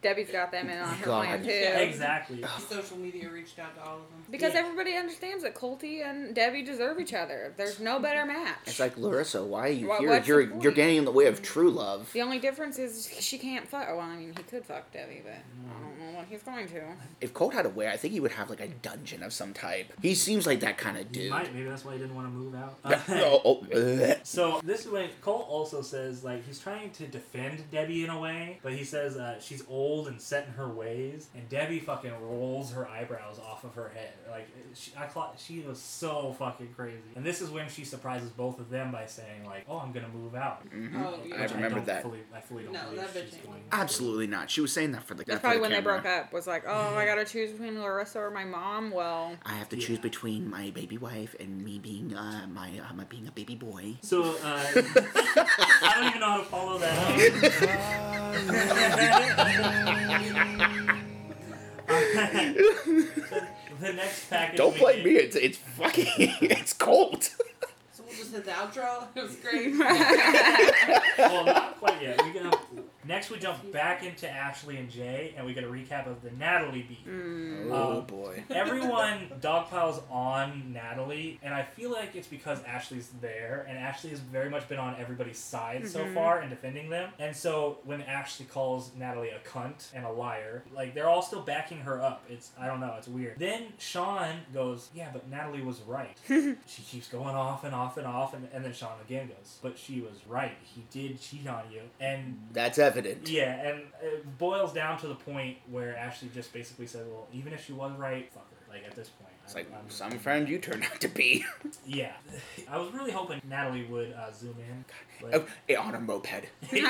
Speaker 2: Debbie's got them in on her
Speaker 3: God.
Speaker 2: plan too.
Speaker 4: Yeah.
Speaker 1: Exactly.
Speaker 4: Social media reached out to all of them.
Speaker 2: Because
Speaker 1: Yeah.
Speaker 2: everybody understands that Colty and Debbie deserve each other. There's no better match.
Speaker 3: Mm-hmm. It's like Larissa, why are you
Speaker 2: Wha-
Speaker 3: here?
Speaker 2: what's the
Speaker 3: You're
Speaker 2: point?
Speaker 3: you're getting in the way of true love.
Speaker 2: the only difference is she can't fuck. Well, I mean, he could fuck Debbie, but I don't know what he's going to.
Speaker 3: If Colt had a way, I think he would have like a dungeon of some type. He seems like that kind of
Speaker 1: He
Speaker 3: dude.
Speaker 1: might. Maybe that's why he didn't want to move out.
Speaker 3: oh, oh, bleh.
Speaker 1: So this is when Cole also says like he's trying to defend Debbie in a way, but he says uh, she's old and set in her ways, and Debbie fucking rolls her eyebrows off of her head. Like she, I clock, she was so fucking crazy. And this is when she surprises both of them by saying like, "Oh, I'm gonna move out."
Speaker 3: Mhm.
Speaker 4: Oh,
Speaker 3: I
Speaker 4: yeah.
Speaker 1: Which
Speaker 3: remember
Speaker 1: don't
Speaker 3: that.
Speaker 1: Fully, I fully don't
Speaker 4: No,
Speaker 1: believe
Speaker 4: that bitch
Speaker 1: she's
Speaker 4: ain't
Speaker 1: going.
Speaker 4: leaving.
Speaker 1: to.
Speaker 3: Absolutely not. She was saying that for the.
Speaker 2: That's
Speaker 3: for
Speaker 2: probably
Speaker 3: the
Speaker 2: when they
Speaker 3: camera.
Speaker 2: broke up. Was like, oh,
Speaker 3: Mm-hmm.
Speaker 2: I gotta choose between Larissa or my mom. Well,
Speaker 3: I have to
Speaker 1: Yeah.
Speaker 3: choose between my baby wife and me being uh, my uh, my being a baby boy.
Speaker 1: So uh, I don't even know how to follow that. up. the next package.
Speaker 3: Don't
Speaker 1: we
Speaker 3: blame
Speaker 1: get-
Speaker 3: me. It's it's fucking it's cold.
Speaker 4: So we'll just hit the outro. It was great.
Speaker 1: well, not quite yet. We gonna next we jump back into Ashley and Jay, and we get a recap of the Natalie beat.
Speaker 2: Mm.
Speaker 1: Oh,
Speaker 3: boy.
Speaker 1: Everyone dogpiles on Natalie, and I feel like it's because Ashley's there, and Ashley has very much been on everybody's side so
Speaker 2: Mhm.
Speaker 1: far in defending them. And so when Ashley calls Natalie a cunt and a liar, like they're all still backing her up. It's I don't know, it's weird. Then Sean goes, Yeah, but Natalie was right. she keeps going off and off and off, and, and then Sean again goes, But she was right. He did cheat on you. And
Speaker 3: That's evident.
Speaker 1: yeah, and it boils down to the point where Ashley just basically says, "Well, even if she was right, fuck her." Like at this point,
Speaker 3: It's like some friend you turn out to be
Speaker 1: Yeah, I was really hoping Natalie would uh, zoom in. But,
Speaker 3: Oh, eh, on a moped.
Speaker 1: yeah,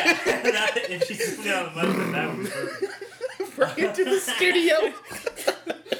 Speaker 1: that- if she zoomed in on the left, that would be perfect.
Speaker 3: right into the studio.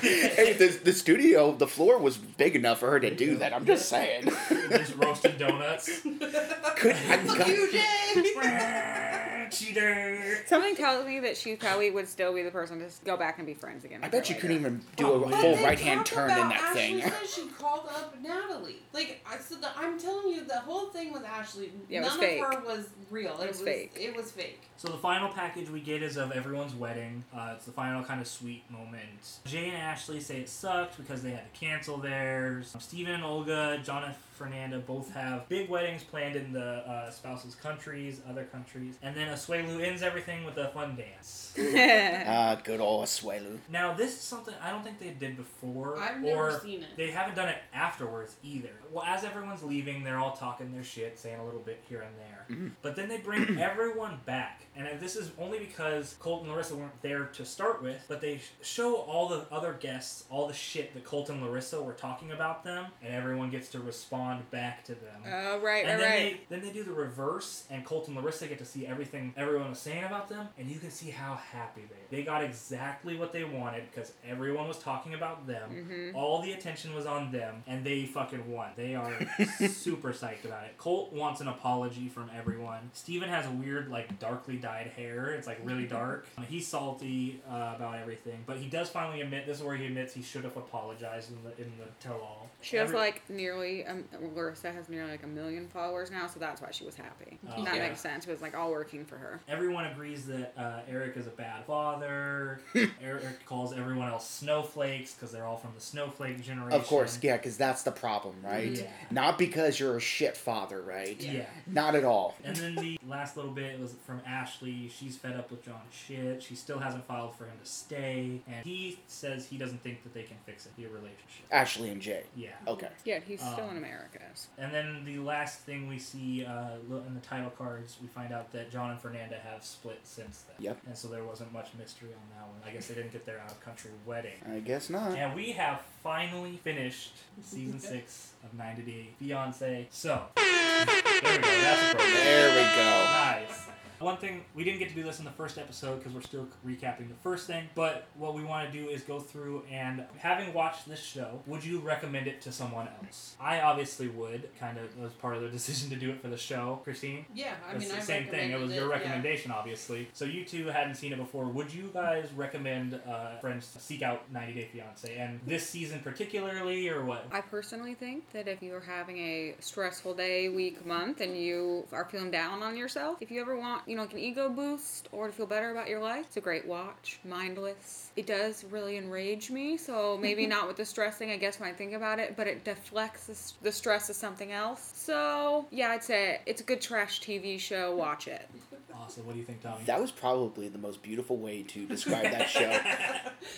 Speaker 3: hey, the, the studio, the floor was big enough for her to do that. I'm just saying.
Speaker 1: Just roasting donuts.
Speaker 3: Could I
Speaker 4: Fuck you, Jay!
Speaker 1: Cheater.
Speaker 2: Something tells me that she probably would still be the person to s- go back and be friends again.
Speaker 3: I
Speaker 2: with her
Speaker 3: bet you
Speaker 2: later.
Speaker 3: couldn't even do a
Speaker 1: But
Speaker 4: But
Speaker 3: full
Speaker 4: they
Speaker 3: right hand
Speaker 4: talk
Speaker 3: turn in
Speaker 4: about
Speaker 3: that
Speaker 4: Ashley
Speaker 3: thing.
Speaker 4: says she called up Natalie. Like, I so the, I'm telling you, the whole thing with Ashley,
Speaker 2: Yeah, it was
Speaker 4: none
Speaker 2: fake.
Speaker 4: of her was real. It,
Speaker 2: was fake.
Speaker 4: It was fake.
Speaker 1: So the final package we get is of everyone's wedding. Uh, it's the final kind of sweet moment. Jay and Ashley say it sucked because they had to cancel theirs. Steven and Olga, John and Fernanda both have big weddings planned in the uh, spouses' countries, other countries. And then Asuelu ends everything with a fun dance.
Speaker 3: Ah, good old Asuelu.
Speaker 1: Now, this is something I don't think they did before.
Speaker 4: I've
Speaker 1: or
Speaker 4: never seen it.
Speaker 1: They haven't done it afterwards either. Well, as everyone's leaving, they're all talking their shit, saying a little bit here and there. But then they bring everyone back. And this is only because Colt and Larissa weren't there to start with, but they sh- show all the other guests all the shit that Colt and Larissa were talking about them, and everyone gets to respond back to them.
Speaker 2: Oh right, right,
Speaker 1: and then
Speaker 2: right.
Speaker 1: they then they do the reverse, and Colt and Larissa get to see everything everyone was saying about them, and you can see how happy they. They got exactly what they wanted because everyone was talking about them.
Speaker 2: Mhm.
Speaker 1: All the attention was on them, and they fucking won. They are super psyched about it. Colt wants an apology from everyone. Steven has a weird, like, darkly dyed hair. It's, like, really dark. He's salty uh, about everything, but he does finally admit this is where he admits he should have apologized in the, in the tell all.
Speaker 2: She has like nearly, um, Larissa has nearly like a million followers now, so that's why she was happy.
Speaker 1: Oh,
Speaker 2: that
Speaker 1: yeah.
Speaker 2: makes sense. It was like all working for her.
Speaker 1: Everyone agrees that uh, Eric is a bad father. Eric calls everyone else snowflakes because they're all from the snowflake generation.
Speaker 3: Of course, yeah, because that's the problem, right?
Speaker 1: Yeah.
Speaker 3: Not because you're a shit father, right?
Speaker 1: Yeah.
Speaker 3: Not at all.
Speaker 1: And then the last little bit was from Ashley. She's fed up with John's shit. She still hasn't filed for him to stay. And he says he doesn't think that they can fix it, your relationship.
Speaker 3: Ashley and Jay.
Speaker 1: Yeah.
Speaker 3: Okay.
Speaker 2: Yeah, he's still
Speaker 1: Um,
Speaker 2: in America. so-
Speaker 1: And then the last thing we see uh, lo- in the title cards, we find out that John and Fernanda have split since then.
Speaker 3: Yep.
Speaker 1: And so there wasn't much mystery on that one. I guess they didn't get their out of country wedding.
Speaker 3: I guess not.
Speaker 1: And we have finally finished season six of 90 Day Fiance. So, there we go. That's appropriate.
Speaker 3: There we go.
Speaker 1: Nice. One thing, we didn't get to do this in the first episode because we're still recapping the first thing, but what we want to do is go through and, having watched this show, would you recommend it to someone else? I obviously would, kind of, it was part of the decision to do it for the show. Christine?
Speaker 4: Yeah, I
Speaker 1: It's
Speaker 4: mean,
Speaker 1: the
Speaker 4: I
Speaker 1: same thing. It was your
Speaker 4: recommended it,
Speaker 1: recommendation, obviously. So you two hadn't seen it before. Would you guys recommend uh, friends to seek out 90 Day Fiance and this season particularly, or what?
Speaker 2: I personally think that if you're having a stressful day, week, month, and you are feeling down on yourself, if you ever want, you know, like an ego boost or to feel better about your life, it's a great watch. Mindless. It does really enrage me, so maybe not with the stress thing, I guess, when I think about it, but it deflects the s- the stress to something else. So, yeah, I'd say it's a good trash TV show. Watch it.
Speaker 1: Awesome. What do you think, Tommy?
Speaker 3: That was probably the most beautiful way to describe that show.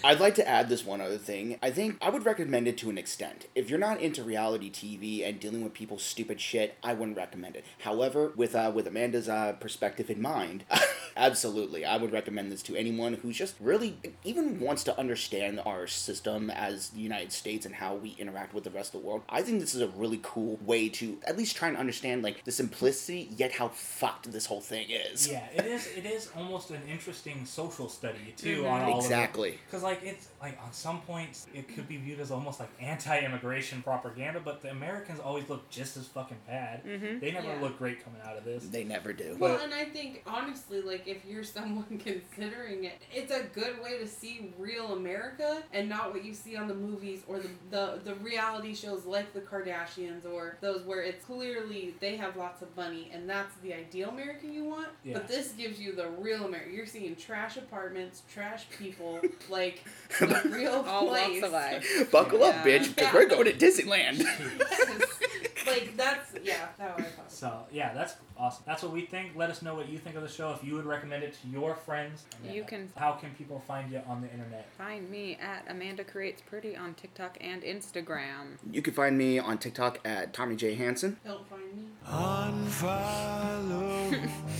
Speaker 3: I'd like to add this one other thing. I think I would recommend it to an extent. If you're not into reality TV and dealing with people's stupid shit, I wouldn't recommend it. However, with uh, with Amanda's uh, perspective in mind, absolutely, I would recommend this to anyone who's just really even wants to understand our system as the United States and how we interact with the rest of the world. I think this is a really cool way to at least try and understand like the simplicity yet how fucked this whole thing is.
Speaker 1: yeah, it is. It is almost an interesting social study too
Speaker 4: Mm-hmm.
Speaker 1: on all of it.
Speaker 3: Exactly.
Speaker 1: Because like it's like on some points it could be viewed as almost like anti-immigration propaganda, but the Americans always look just as fucking bad.
Speaker 2: Mm-hmm.
Speaker 1: They never
Speaker 4: Yeah.
Speaker 1: look great coming out of this.
Speaker 3: They never do.
Speaker 4: Well, and I think honestly, like if you're someone considering it, it's a good way to see real America and not what you see on the movies or the the, the reality shows like the Kardashians or those where it's clearly they have lots of money and that's the ideal America you want.
Speaker 1: Yeah.
Speaker 4: But this gives you the real America. You're seeing trash apartments, trash people, like the
Speaker 3: Buckle
Speaker 4: real
Speaker 2: All walks
Speaker 4: place.
Speaker 2: of life.
Speaker 3: up,
Speaker 2: Yeah.
Speaker 3: bitch, because we're going to Disneyland.
Speaker 4: like that's yeah, that way I thought.
Speaker 1: So yeah, that's awesome. That's what we think. Let us know what you think of the show. If you would recommend it to your friends, Amanda,
Speaker 2: You can-
Speaker 1: How can people find you on the internet?
Speaker 2: Find me at Amanda Creates Pretty on TikTok and Instagram.
Speaker 3: You can find me on TikTok at Tommy J Hansen.
Speaker 4: Don't find me.
Speaker 5: Unfollow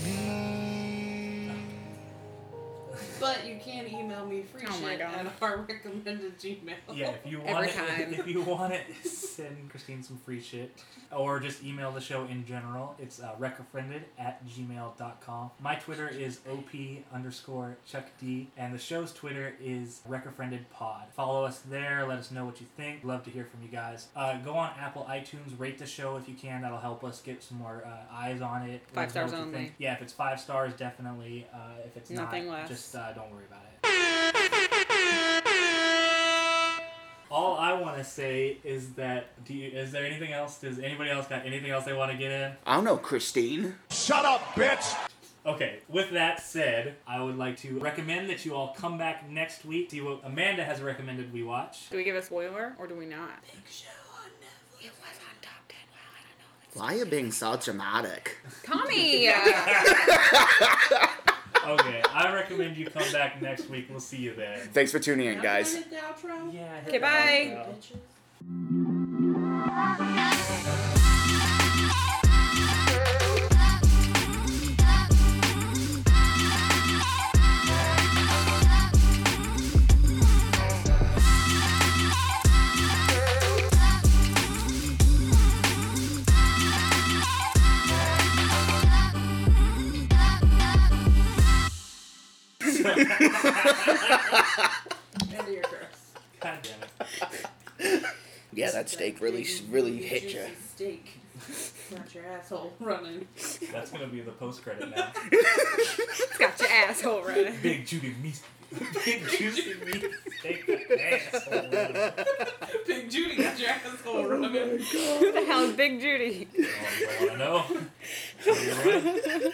Speaker 5: me.
Speaker 4: But you can email me free
Speaker 2: Oh my
Speaker 4: shit
Speaker 2: God.
Speaker 4: at our recommended Gmail.
Speaker 1: Yeah, if you
Speaker 2: Every
Speaker 1: want
Speaker 2: time.
Speaker 1: it, if you want it, send Christine some free shit, or just email the show in general. It's uh, recofriended at gmail.com. My Twitter is op underscore chuck d, and the show's Twitter is recofriended pod. Follow us there. Let us know what you think. Love to hear from you guys. Uh, go on Apple iTunes, rate the show if you can. That'll help us get some more uh, eyes on it. Let
Speaker 2: Five
Speaker 1: us know
Speaker 2: stars
Speaker 1: what you
Speaker 2: only.
Speaker 1: think. Yeah, if it's five stars, definitely. Uh, if it's
Speaker 2: Nothing
Speaker 1: not,
Speaker 2: less.
Speaker 1: Just uh, don't worry about it. All I want to say is that do you, is there anything else? Does anybody else got anything else they want to get in?
Speaker 3: I don't know, Christine.
Speaker 5: Shut up, bitch!
Speaker 1: Okay. With that said, I would like to recommend that you all come back next week. See what Amanda has recommended we watch.
Speaker 2: Do we give a spoiler or do we not?
Speaker 4: Big show on Netflix.
Speaker 2: It was on top ten. Wow,
Speaker 3: Why are you being so dramatic?
Speaker 2: Tommy. uh,
Speaker 1: Okay. I recommend you come back next week. We'll see you then.
Speaker 3: Thanks for tuning in,
Speaker 4: Now
Speaker 3: guys.
Speaker 4: we wanted the outro?
Speaker 1: Yeah. hit
Speaker 2: Okay,
Speaker 1: the
Speaker 2: bye.
Speaker 1: outro.
Speaker 4: Bitches. And you're gross.
Speaker 1: God damn it.
Speaker 3: Yeah, that steak really, really hit you.
Speaker 4: Juicy Steak. Not your asshole running.
Speaker 1: That's gonna be the post credit now.
Speaker 2: it's got your asshole running.
Speaker 1: Big Judy meat. Big juicy meat. Take the asshole.
Speaker 4: Big Judy got your asshole running.
Speaker 2: Who the hell is Big Judy?
Speaker 1: Oh, you don't wanna know. So you're right.